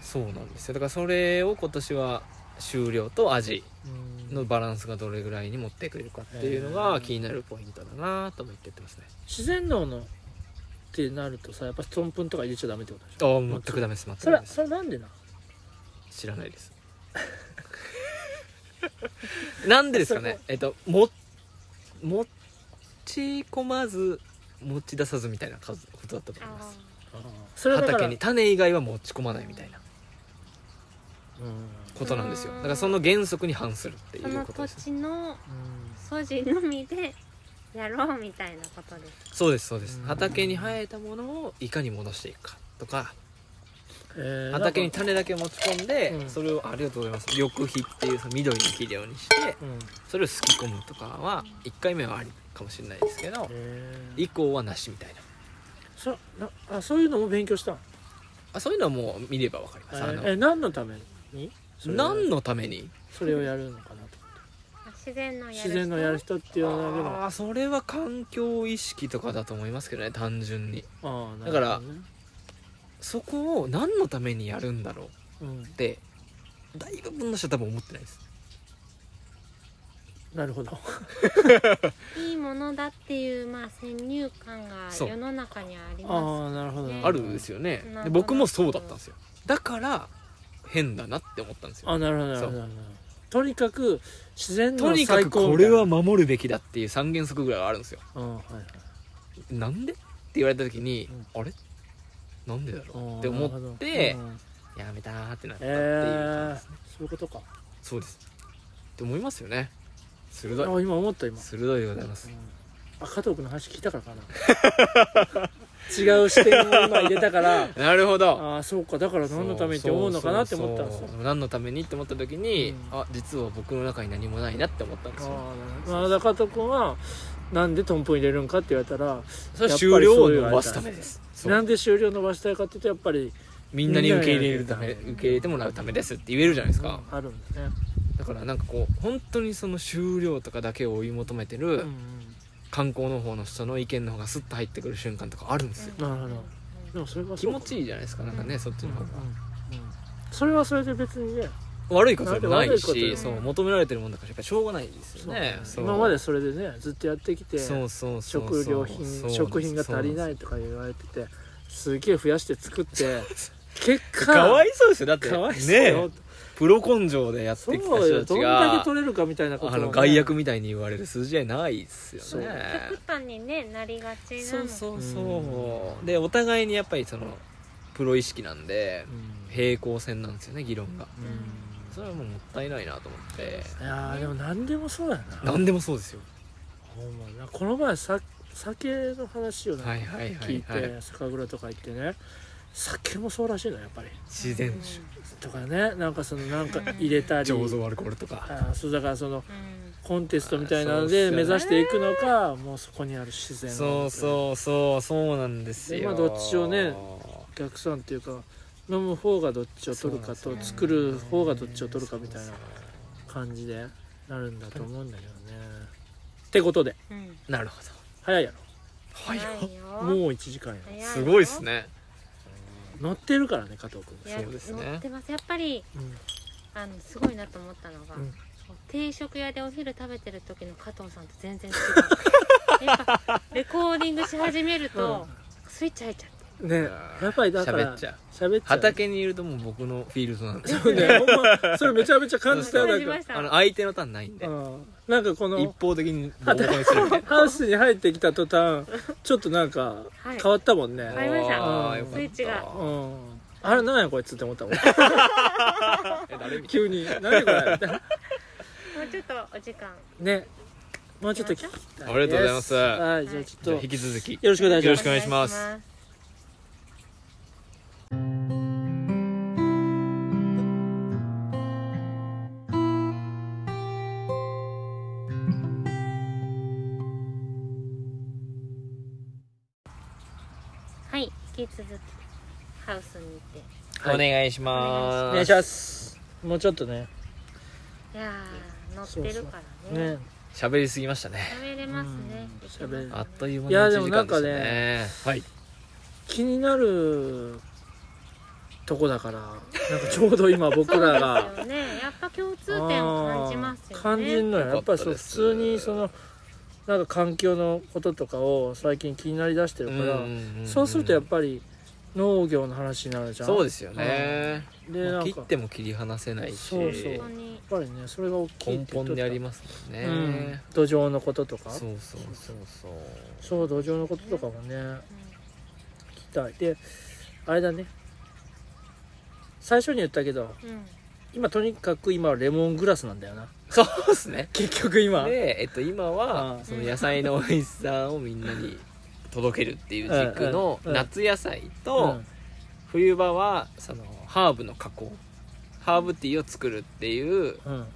Speaker 3: そうなんですよ。だからそれを今年は終了と味
Speaker 4: うん
Speaker 3: のバランスがどれぐらいに持ってくれるかっていうの
Speaker 4: う
Speaker 3: が
Speaker 4: ん
Speaker 3: 気になるポイントだなと思って言ってますね。
Speaker 1: 自然農のってなるとさやっぱトンプンとか入れちゃダメってことでしょ
Speaker 3: ああ全くダメです全く
Speaker 1: そ
Speaker 3: ダ
Speaker 1: れ
Speaker 3: メです
Speaker 1: そ。れなんでな
Speaker 3: 知らないです なんでですかねえっとも持ち込まず持ち出さずみたいな数ことだったと思いま
Speaker 2: あ
Speaker 3: す
Speaker 1: それはだから
Speaker 3: 畑に種以外は持ち込まないみたいな
Speaker 4: うんうん
Speaker 3: ことなんですよ
Speaker 2: うん
Speaker 3: だからその原則に反するって
Speaker 2: ー
Speaker 3: い
Speaker 2: そうの
Speaker 3: ことで
Speaker 2: 土
Speaker 3: す
Speaker 2: 地の素地のみでやろうみたいなことです
Speaker 3: そうですそうです
Speaker 4: うん
Speaker 3: 畑に生えたものをいかに戻していくかとか
Speaker 1: えー
Speaker 3: 畑に
Speaker 1: なんか
Speaker 3: 種だけ持ち込ん
Speaker 4: う
Speaker 3: で
Speaker 4: ん
Speaker 3: それをありがとうございます緑肥っていうその緑の肥料にして
Speaker 4: うん
Speaker 3: それをすき込むとかは1回目はありかもしれないですけど
Speaker 4: えー
Speaker 3: 以降はなしみたいな
Speaker 1: そなあそういうのも勉強したの
Speaker 3: あそういうのはもう見ればわかり
Speaker 1: え
Speaker 3: ます、
Speaker 1: ーえ何のために
Speaker 3: あ
Speaker 1: そ
Speaker 3: の
Speaker 1: れを
Speaker 3: 何のために
Speaker 1: それをやるのかなと
Speaker 2: 自然のやる人
Speaker 1: 自然のやる人っていうのだけど
Speaker 3: あーそれは環境意識とかだと思いますけどね単純に
Speaker 1: あー
Speaker 3: だから
Speaker 1: なるほどね
Speaker 3: そこを何のためにやるんだろう
Speaker 1: うん
Speaker 3: って大部分の人は多分思ってないです
Speaker 1: なるほど
Speaker 2: いいものだっていうまあ先入観が
Speaker 3: そう
Speaker 2: 世の中にはあり
Speaker 1: あ
Speaker 2: ま
Speaker 1: あなるほど
Speaker 2: ね
Speaker 3: あるんですよ
Speaker 2: な
Speaker 3: ね
Speaker 2: んとな
Speaker 3: で
Speaker 2: く
Speaker 3: 僕もそうだったんですよだから変だなって思ったんですよ
Speaker 1: あなるほどなるほどなるほどとにかく自然
Speaker 3: と
Speaker 1: の
Speaker 3: にか
Speaker 1: 最
Speaker 3: く
Speaker 1: 高
Speaker 3: こ
Speaker 1: みた
Speaker 3: れ
Speaker 1: いな
Speaker 3: は守るべきだっていう三原則ぐらいはあるんですよ
Speaker 1: うんはいはい
Speaker 3: なんでって言われた時に、あれなんでだ
Speaker 1: あ
Speaker 3: ろう
Speaker 1: ー
Speaker 3: って思
Speaker 1: なるほ
Speaker 3: っ
Speaker 1: ど
Speaker 3: て、
Speaker 1: うん
Speaker 3: やめたーってなった
Speaker 1: え
Speaker 3: っていう感じ
Speaker 1: ー
Speaker 3: ですね、
Speaker 1: そういうことか
Speaker 3: そうですって思いますよね鋭い
Speaker 1: あ今思った今
Speaker 3: 鋭いでございます
Speaker 1: あ加藤君の話聞いたからかな違う視点を今入れた から
Speaker 3: なるほど
Speaker 1: ああそうかだから何のためにって思うのかなって思ったんです
Speaker 3: そう
Speaker 1: よ
Speaker 3: そうそう何のためにって思った時に、
Speaker 1: うん
Speaker 3: あ実は僕の中に何もないなって思ったんですよ
Speaker 1: ああなるほどまあ加藤君はなんでトンポン入れるんかって言われたら
Speaker 3: それ
Speaker 1: や
Speaker 3: は
Speaker 1: っぱり
Speaker 3: 終了を伸ばすためですそう
Speaker 1: なんで終了伸ばしたいかっていうとやっぱり
Speaker 3: みんなに受け入れるため
Speaker 1: みんなに
Speaker 3: 受け入れてもらうためですって言えるじゃないですか、
Speaker 1: あるんだね
Speaker 3: だからなんかこう本当にその終了とかだけを追い求めてる観光の方の人の意見の方がスッと入ってくる瞬間とかあるんです
Speaker 2: す
Speaker 3: よ、
Speaker 1: なるほどでもそれは
Speaker 3: 気
Speaker 1: そう
Speaker 3: 持ちいいじゃないですかなんかね、
Speaker 2: うん
Speaker 3: そっち
Speaker 1: うん
Speaker 3: の
Speaker 1: うん
Speaker 3: 方
Speaker 1: う
Speaker 3: が
Speaker 1: ん、それはそれで別にね
Speaker 3: 悪いことでもない
Speaker 1: なんで悪いこ
Speaker 3: し
Speaker 1: と
Speaker 3: そう求められてるもんだからやっぱしょうがないですよね
Speaker 1: そう今までそれでねずっとやってきて
Speaker 3: そうそうそうそう
Speaker 1: 食料品食品が足りないいとか言われててすげえ増やして作って 結果
Speaker 3: かわいそうですよだって
Speaker 1: かわいそう
Speaker 3: ね
Speaker 1: よ
Speaker 3: えプロ根性でやって
Speaker 1: そう
Speaker 3: きた人
Speaker 1: よ
Speaker 3: たち
Speaker 1: どんだ
Speaker 3: が
Speaker 1: け取れるかみたいなことを
Speaker 3: あ
Speaker 1: ね
Speaker 3: の外役みたいに言われる数字じゃないですよね
Speaker 2: 極端にねなりがちな
Speaker 3: そ
Speaker 2: の
Speaker 3: うそう
Speaker 1: う
Speaker 3: そうでお互いにやっぱりそのプロ意識なんで
Speaker 1: うん
Speaker 3: 平行線なんですよね議論が
Speaker 1: うん
Speaker 3: それはもうもったいないなと思って
Speaker 1: いやーでも何でもそうやな
Speaker 3: 何でもそうですよ
Speaker 1: ほんまになこの前さ酒の話をなんか
Speaker 3: はいはいは
Speaker 1: 聞い
Speaker 3: い
Speaker 1: て、
Speaker 3: はい
Speaker 1: 酒蔵とか行ってね酒もそうらしいのやっぱり
Speaker 3: 自然酒
Speaker 1: とかねなんかそのなんか入れたり
Speaker 3: 醸造アルコールとか
Speaker 1: あーそうだからその
Speaker 2: うん
Speaker 1: コンテストみたいなの
Speaker 3: あー
Speaker 1: で
Speaker 3: そう
Speaker 1: 目
Speaker 3: っすよね
Speaker 1: 指していくのかもうそこにある自然
Speaker 3: そうそうそうそうなんです
Speaker 1: で
Speaker 3: よ
Speaker 1: まあどっちをねお客さんっていうか飲む方がどっちを取るか
Speaker 3: そう
Speaker 1: と
Speaker 3: なんですよ
Speaker 1: 作る方がどっちを取るかみたいな
Speaker 3: そうそう
Speaker 1: 感じでなるんだと思うんだけどねってことで
Speaker 2: うん
Speaker 3: そうなるほど
Speaker 1: 早いや
Speaker 3: はいよ
Speaker 2: 早いよ
Speaker 1: ろもう1時間や
Speaker 2: 早よ
Speaker 3: すごいですね
Speaker 1: 乗ってるからね加藤君
Speaker 2: いや
Speaker 3: そうですね
Speaker 2: 乗ってますやっぱり
Speaker 1: うん
Speaker 2: あのすごいなと思ったのが、
Speaker 1: うん
Speaker 2: そう定食屋でお昼食べてる時の加藤さんと全然 違うやっぱレコーディングし始めると、スイッチ入っちゃって
Speaker 1: ねやっぱりだから
Speaker 3: 喋っちゃう
Speaker 1: 喋っちゃう
Speaker 3: 畑にいるともう僕のフィールドなんですよ
Speaker 1: そうねほんまそれめちゃめちゃ感じたよな
Speaker 2: 感
Speaker 1: ん
Speaker 2: じ
Speaker 1: か
Speaker 2: まし
Speaker 3: あの
Speaker 2: た
Speaker 3: 相手のターンないんで
Speaker 1: うんなんかこ
Speaker 3: 一
Speaker 1: の
Speaker 3: 方的にボコボコに するみたいな
Speaker 1: ハウスに入ってきた途端ちょっとなんか
Speaker 2: はい
Speaker 1: 変わったもんね、
Speaker 2: 変わりました
Speaker 3: あーよかった
Speaker 2: スイッチが
Speaker 1: うんあれ何やこいつって思 ったもん
Speaker 3: え誰みたい
Speaker 1: 急に何やこれって
Speaker 2: もうちょっとお時間
Speaker 1: ねもうちょっと聞きたいです
Speaker 3: ありがとうございます
Speaker 1: はいじゃあち
Speaker 3: じゃ
Speaker 1: ょ
Speaker 3: あ
Speaker 1: っと
Speaker 3: 引き続き
Speaker 1: よろしくお願いします
Speaker 3: よろしくお願いします
Speaker 2: お願いしますき続きハウスに行って
Speaker 1: はい
Speaker 3: お願いします
Speaker 1: お願いしますもうちょっとね
Speaker 2: いやー乗ってるからね
Speaker 1: ね
Speaker 3: 喋りすぎましたね
Speaker 2: 喋れますね
Speaker 1: うん喋れる
Speaker 3: あっという間の1時間でし
Speaker 1: い
Speaker 3: た
Speaker 1: やでも
Speaker 3: ねはい
Speaker 1: 気になるとこだからなんかちょうど今僕らが
Speaker 2: そうですよねやっぱ共通点を感じますよ
Speaker 1: あ
Speaker 2: ね
Speaker 1: ー感じるのよやっぱりそう
Speaker 3: よかったで
Speaker 1: 普
Speaker 3: す
Speaker 1: 通にそのなんか環境のこととかを最近気になりだしてるから、そうするとやっぱり農業の話になるじゃん
Speaker 3: そうですよね、
Speaker 1: で
Speaker 3: ま
Speaker 1: なん
Speaker 3: あ
Speaker 1: か
Speaker 3: 切
Speaker 1: やっ
Speaker 3: っても切り離せないし
Speaker 1: そうそう
Speaker 2: 本当に
Speaker 1: ぱりねそれが大きい
Speaker 3: 根本であり
Speaker 1: ま
Speaker 3: ますもんね、
Speaker 1: うん、土壌のこととか
Speaker 3: そう
Speaker 1: そう
Speaker 3: そうそうそう
Speaker 1: 土壌のこととかもね聞
Speaker 2: うん
Speaker 1: きたいであれだね最初に言ったけど
Speaker 2: うん
Speaker 1: 今とにかく今はレモングラスなんだよな
Speaker 3: そうですね
Speaker 1: 結局今、
Speaker 3: で、えっと、今は
Speaker 1: うん
Speaker 3: その野菜の美味しさをみんなに届けるっていう軸の
Speaker 1: うんうん
Speaker 3: 夏野菜
Speaker 1: う
Speaker 3: と
Speaker 1: ん
Speaker 3: 冬場はそのハーブの加工ハーブティーを作るっていう
Speaker 1: うんうん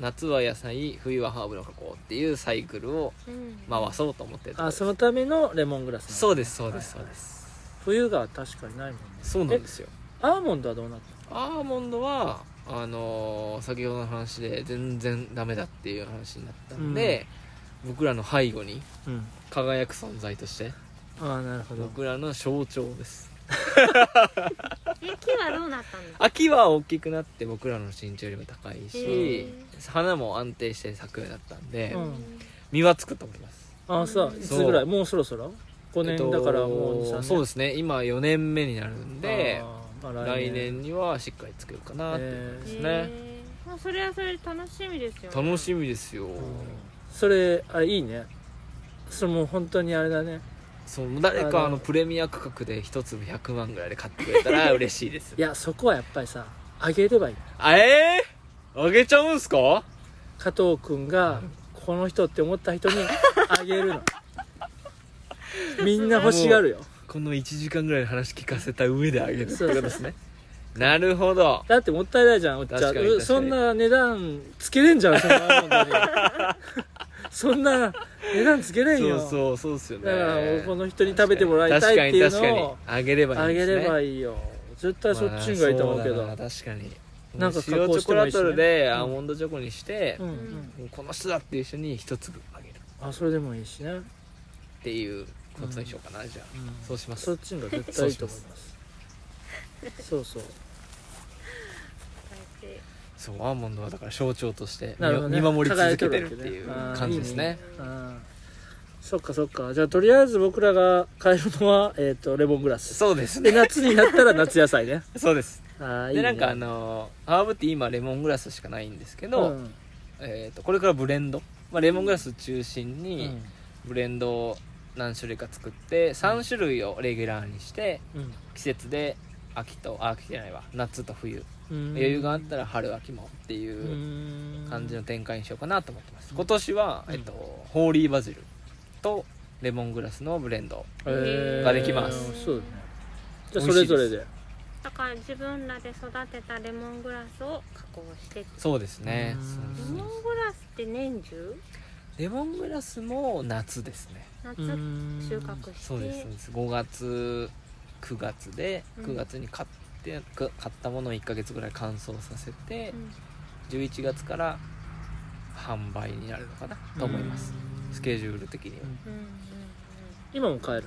Speaker 3: 夏は野菜冬はハーブの加工っていうサイクルを
Speaker 2: うん
Speaker 3: 回そうと思ってるとこ
Speaker 1: あ
Speaker 3: です
Speaker 1: そのためのレモングラスなんだ
Speaker 3: そうですそうですそうです
Speaker 1: 冬が確かにないもんね
Speaker 3: そうなんですよ
Speaker 1: アーモンドはどうなった
Speaker 3: アーモンドはあのー先ほどの話で全然ダメだっていう話になったんで、僕らの背後に
Speaker 1: うん
Speaker 3: 輝く存在として
Speaker 1: ああなるほど
Speaker 3: 僕らの象徴です
Speaker 2: え木はどうなったんですか
Speaker 3: 秋は大きくなって僕らの身長よりも高い
Speaker 2: へ
Speaker 3: し
Speaker 2: ー
Speaker 3: 花も安定して咲くようになったんで、
Speaker 1: うん
Speaker 3: 実はつくと思います
Speaker 1: ああさいつぐらいもうそろそろ5
Speaker 3: えっ
Speaker 1: 年
Speaker 3: と
Speaker 1: だからもう23年
Speaker 3: そうですね今4年目になるんで
Speaker 1: あーまあ
Speaker 3: 来年にはしっかりつけるかなっていう感じですね、
Speaker 2: へーまあそれはそれで楽しみですよね
Speaker 3: 楽しみです
Speaker 1: う
Speaker 3: よ、
Speaker 1: んそれあれいいねそれもう本当にあれだね
Speaker 3: その誰
Speaker 1: あの
Speaker 3: かあのプレミア価格で一粒100万ぐらいで買ってくれた ら嬉しいです
Speaker 1: いやそこはやっぱりさあげればいい
Speaker 3: あえー、あげちゃうんすか
Speaker 1: 加藤君がこの人って思った 人にあげるのみんな欲しがるよ
Speaker 3: この1時間ぐらいの話聞かせた上であげるって
Speaker 1: そうそう
Speaker 3: ことですねなるほど
Speaker 1: だってもったいないじゃんお茶
Speaker 3: 確かに確かに
Speaker 1: そんな値段つけれんじゃん そんなアーモンドにそんな値段つけれん
Speaker 3: そ
Speaker 1: よ
Speaker 3: うそうそうっすよね
Speaker 1: だからもうこの人に食べてもらいたいっていう
Speaker 3: 確かに確
Speaker 1: のを
Speaker 3: かにあげればいい
Speaker 1: あげれば
Speaker 3: い
Speaker 1: いいよ絶対そっちがいいと思うけど、
Speaker 3: まあそうだな確かに
Speaker 1: なんか加
Speaker 3: 塩
Speaker 1: 工
Speaker 3: チョ
Speaker 1: して
Speaker 3: コ
Speaker 1: もい
Speaker 3: ラ
Speaker 1: いしね
Speaker 3: トルでアーモンドチョコにして、
Speaker 1: うんう
Speaker 2: うんん
Speaker 3: もうこの人だっていう人に一粒あげる
Speaker 1: あそれでもいいしね、うん
Speaker 3: っていうことにしようかな、じゃあそうします
Speaker 1: そっちのが絶対いいと思いますそうそう
Speaker 3: そうアーモンドはだから象徴として見,、
Speaker 1: なるほどね
Speaker 3: 守り続けてるっていう感じですね
Speaker 1: うんそっかそっかじゃあとりあえず僕らが買えるのは、 えっとレモングラス
Speaker 3: そうで す
Speaker 1: で
Speaker 3: ね
Speaker 1: 夏になったら夏野菜ね
Speaker 3: そうです
Speaker 1: あーいい
Speaker 3: で
Speaker 1: ね
Speaker 3: なんかあのハーブティー今レモングラスしかないんですけど、
Speaker 1: うん
Speaker 3: えー、とこれからブレンド、まあ、レモングラス中心にブレンドを何種類か作って3種類をレギュラーにして
Speaker 1: うん
Speaker 3: 季節で秋とあ秋じゃないわ夏と冬
Speaker 1: うん
Speaker 3: 余裕があったら春秋もっていう感じの展開にしようかなと思ってます今年は、
Speaker 1: うん
Speaker 3: えっと、ホーリーバジルとレモングラスのブレンドができます
Speaker 1: そうだねじゃあそれ
Speaker 3: 美味しいです
Speaker 1: ぞれで
Speaker 2: だから自分らで育てたレモングラスを加工してって
Speaker 3: そうですね
Speaker 1: うん
Speaker 3: そう
Speaker 2: レ
Speaker 3: そう
Speaker 2: モングラスって年中
Speaker 3: レモングラスも夏ですね
Speaker 2: 夏収穫して
Speaker 3: そうですそうです5月9月で
Speaker 2: うん
Speaker 3: 9月に買ってく買ったものを1ヶ月ぐらい乾燥させて
Speaker 2: うん
Speaker 3: 11月から販売になるのかなと思いますスケジュール的には
Speaker 1: うん
Speaker 2: うんうんうん
Speaker 1: 今も買える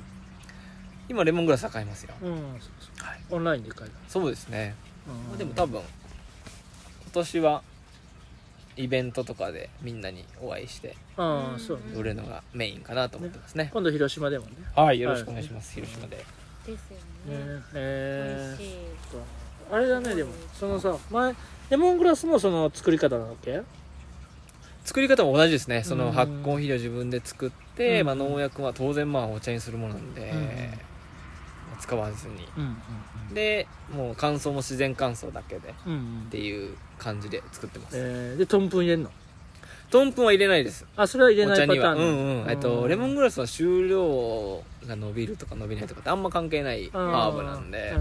Speaker 3: 今レモングラスは買いますよ
Speaker 1: うんそう
Speaker 3: はい
Speaker 1: そうオンラインで買える
Speaker 3: そうですねまあでも
Speaker 1: 多
Speaker 3: 多分今年はイベントとかでみんなにお会いして
Speaker 1: 分ああそう
Speaker 3: 売るのがメインかなと思ってますね
Speaker 1: 今度広島でもね
Speaker 3: はいよろしくお願いします広島で
Speaker 2: ですよね
Speaker 1: ねえ
Speaker 2: 美味しい
Speaker 1: あれだねでもそのさ前レモングラスもその作り方なわけ
Speaker 3: 作り方も同じですねそうの
Speaker 1: ん
Speaker 3: 発酵肥料自分で作って、
Speaker 1: うん
Speaker 3: まあ、農薬は当然まあお茶にするものなんで、使わずに
Speaker 1: うん
Speaker 3: でもう乾燥も自然乾燥だけでっ
Speaker 1: うん
Speaker 3: ていう感じで作ってます
Speaker 1: えーでトンプン入れんの
Speaker 3: トンプンは入れないです
Speaker 1: あそれは入れ
Speaker 3: お
Speaker 1: な
Speaker 3: 茶
Speaker 1: いパ
Speaker 3: に
Speaker 1: タ
Speaker 3: は
Speaker 1: ー
Speaker 3: う
Speaker 1: ン
Speaker 3: んうんえっとレモン
Speaker 1: グ
Speaker 3: グラスは収量が伸びるとか伸びないとかってあんま関係ないハーブなんで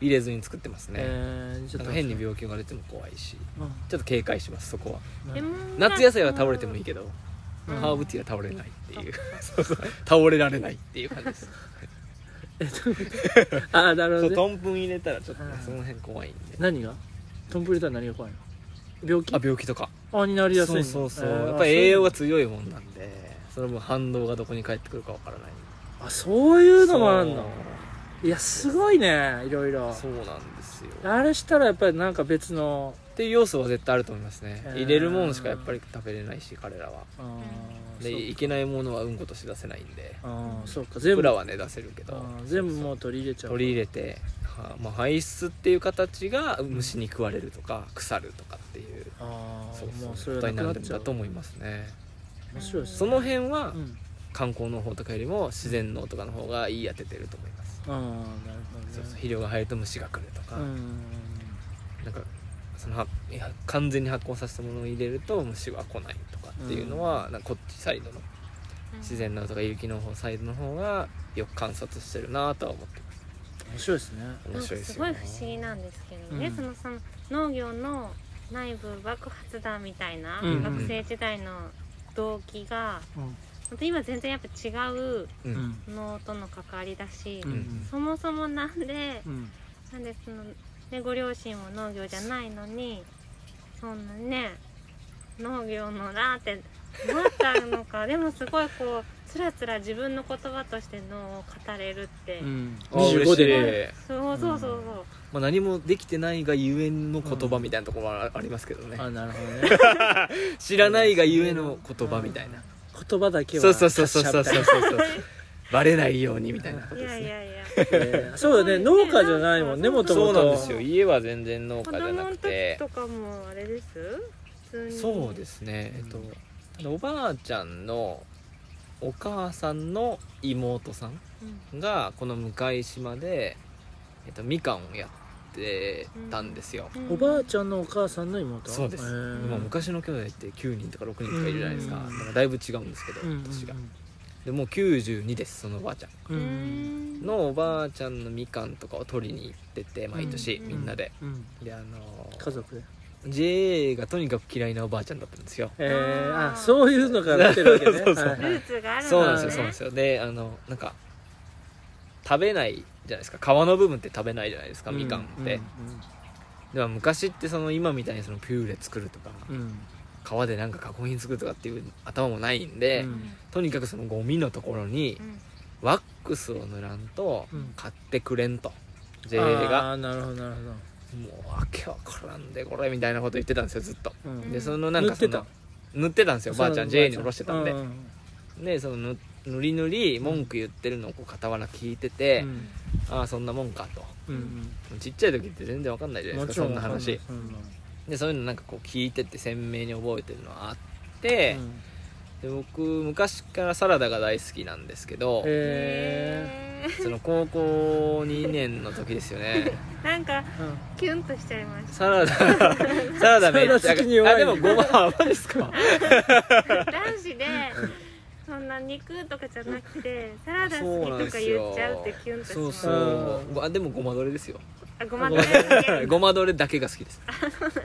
Speaker 3: 入れずに作ってますね、
Speaker 1: えーちょ
Speaker 3: な
Speaker 1: っ
Speaker 3: ん
Speaker 1: と
Speaker 3: か変に病気が出ても怖いし
Speaker 1: うん
Speaker 3: ちょっと警戒しますそこは
Speaker 2: レモングラス
Speaker 3: 夏野菜は倒れてもいいけど、
Speaker 1: うん
Speaker 3: ハーブティーは倒れないっていうそうそう倒れられないっていう感じです
Speaker 1: ああなるほ
Speaker 3: そ
Speaker 1: ど、
Speaker 3: う
Speaker 1: ね、
Speaker 3: トンプン入れたらちょっとね、その辺怖いんで
Speaker 1: 何がトンプレター何が怖いの病気
Speaker 3: あ病気とか
Speaker 1: あになりやすい
Speaker 3: そ
Speaker 1: の
Speaker 3: うそうそう、
Speaker 1: えー
Speaker 3: やっぱり栄養が強いもんなんでその分反動がどこに返ってくるかわからない
Speaker 1: あそういうのもあるの
Speaker 3: そ
Speaker 1: いやすごいねいろいろ
Speaker 3: うそうなんですよっ
Speaker 1: あれしたらやっぱりなんか別の
Speaker 3: ていう要素は絶対あると思いますね
Speaker 1: えー
Speaker 3: 入れるものしかやっぱり食べれないし彼らは
Speaker 1: あー
Speaker 3: で
Speaker 1: そう
Speaker 3: いけないものはうんことして出せないんで
Speaker 1: あーそうか全部
Speaker 3: 僕らはね出せるけど
Speaker 1: あー全部もう取り入れちゃう
Speaker 3: 取り入れて、はまあ、排出っていう形が虫に食われるとか腐るとかっていう
Speaker 1: ああ
Speaker 3: そう
Speaker 1: もうそ
Speaker 3: そ
Speaker 1: れ
Speaker 3: う
Speaker 1: は
Speaker 3: こ
Speaker 1: な
Speaker 3: とに
Speaker 1: く
Speaker 3: な
Speaker 1: な
Speaker 3: る
Speaker 1: っ
Speaker 3: ん
Speaker 1: ちゃ
Speaker 3: だ
Speaker 1: う
Speaker 3: と思いますね
Speaker 1: 面白いです
Speaker 3: その辺は
Speaker 1: うん
Speaker 3: 観光の方とかよりも自然の方とかの方がいい当ててると思います、
Speaker 1: ああなるほどね
Speaker 3: そうそう肥料が入ると虫が来るとか、
Speaker 1: うん
Speaker 3: なんかそのはいや完全に発酵させたものを入れると虫は来ないとかっていうのは、なんかこっちサイドの自然の方とか有機の方サイドの方がよく観察してるなとは思ってます
Speaker 1: 面白いですね
Speaker 2: なんか
Speaker 3: 面白いです
Speaker 2: す
Speaker 3: よ
Speaker 2: ごい不思議なんですけどね、
Speaker 1: うん
Speaker 2: そのその農業の内部爆発弾みたいな、
Speaker 1: うん
Speaker 2: 学生時代の動機がまた今全然やっぱ違う
Speaker 3: うん
Speaker 1: うん
Speaker 2: 能との関わりだし、
Speaker 1: うん
Speaker 2: そもそもなんで
Speaker 1: うん
Speaker 2: なんでその、ね、ご両親も農業じゃないのにそんなね農業のなって思っちゃうの かでもすごいこうつらつら自分の言葉として脳を語れるって、
Speaker 1: うん
Speaker 3: あー
Speaker 1: 25
Speaker 3: 嬉しい
Speaker 1: で
Speaker 2: そうそうそうそう、
Speaker 3: まあ、何もできてないがゆえの言葉みたいなところはあありますけどね、
Speaker 1: あなるほどね
Speaker 3: 知らないがゆえの言葉みたいな、
Speaker 1: 言葉だけは
Speaker 3: そうそうそうそうそう
Speaker 1: 達者
Speaker 3: そうそうバレないようにみたいなこと
Speaker 2: い
Speaker 3: です
Speaker 2: やい
Speaker 3: ね
Speaker 2: やいや
Speaker 1: みたいなえーそうだね農家じゃないもんねもと
Speaker 3: そ
Speaker 1: も
Speaker 3: うなん
Speaker 1: と
Speaker 3: ですよ家は全然農
Speaker 2: 子
Speaker 3: 家じゃ
Speaker 2: 供
Speaker 3: な
Speaker 2: の
Speaker 3: く
Speaker 2: 時
Speaker 3: て
Speaker 2: とかもあれです普通に
Speaker 3: そうですすね、えっ
Speaker 1: うん
Speaker 3: とただおばあちゃんのお母さんの妹さんがこの向島で、えっと、みかんをやってたんですよ、
Speaker 1: おばあちゃんのお母さんの妹
Speaker 3: そうです
Speaker 1: へー
Speaker 3: 今昔の兄弟って9人とか6人とかいるじゃないですか、
Speaker 1: うん
Speaker 3: だからだいぶ違うんですけど、
Speaker 1: うんうん
Speaker 3: 私がでもう92ですそのおばあちゃん
Speaker 1: うんうん
Speaker 3: のおばあちゃんのみかんとかを取りに行ってて毎年、
Speaker 2: うん
Speaker 3: みんなで
Speaker 1: うん
Speaker 3: であのー
Speaker 1: 家族で
Speaker 3: JA がとにかく嫌いなおばあちゃんだったんですよ
Speaker 1: えー
Speaker 2: あー
Speaker 1: あそういうのから来てるわけね
Speaker 3: そうそ
Speaker 1: は
Speaker 3: う
Speaker 1: いは
Speaker 2: ルー
Speaker 1: い
Speaker 2: ツがある
Speaker 3: そうなん
Speaker 2: ね
Speaker 3: ですよそうなんですよであのなんか食べないじゃないですか皮の部分って食べないじゃないですかみかんって、でも昔ってその今みたいにそのピューレ作るとか
Speaker 1: うんうん
Speaker 3: 皮でなんか加工品作るとかっていう頭もないんで、
Speaker 1: うん
Speaker 3: とにかくそのゴミのところに
Speaker 2: うん
Speaker 3: ワックスを塗らんと
Speaker 1: うん
Speaker 3: 買ってくれんと、
Speaker 1: うん
Speaker 3: JA が
Speaker 1: あーなるほどなるほど
Speaker 3: もうわけわからんでこれみたいなこと言ってたんですよずっと
Speaker 1: うん
Speaker 2: う
Speaker 3: で
Speaker 2: ん
Speaker 3: そのなんかその
Speaker 1: 塗って
Speaker 3: 塗ってたんですよばあちゃ
Speaker 1: そ
Speaker 3: ん
Speaker 1: の
Speaker 3: JA におろしてたんで
Speaker 1: うう
Speaker 3: でそのぬ塗り塗り文句言ってるのをこう傍ら聞いてて、
Speaker 1: うん
Speaker 3: ああそんなもんかと
Speaker 1: うん
Speaker 3: ちっちゃい時って全然わかんないじゃ
Speaker 1: うん
Speaker 3: ない
Speaker 1: も
Speaker 3: です
Speaker 1: ちろ
Speaker 3: かそ
Speaker 1: ん
Speaker 3: んな話
Speaker 1: そんな
Speaker 3: でそういうのなんかこう聞いてって鮮明に覚えてるのはあって、
Speaker 1: うん
Speaker 3: で僕昔からサラダが大好きなんですけど
Speaker 1: へ
Speaker 3: その高校2年の時ですよね
Speaker 2: なんか
Speaker 1: えうん
Speaker 2: キュンとしちゃいまし
Speaker 3: サラダサラダめっち
Speaker 1: サラダ好きに
Speaker 3: ゃ
Speaker 1: 弱い
Speaker 3: あでもごま甘いですか
Speaker 2: た男子でそんな肉とかじゃなくてサラダ好きとか言っちゃうってキュンとし
Speaker 3: そう
Speaker 2: ます
Speaker 3: そうごあでもごまどれですよ
Speaker 2: あごまんなさい
Speaker 3: ごまどれだけが好きです。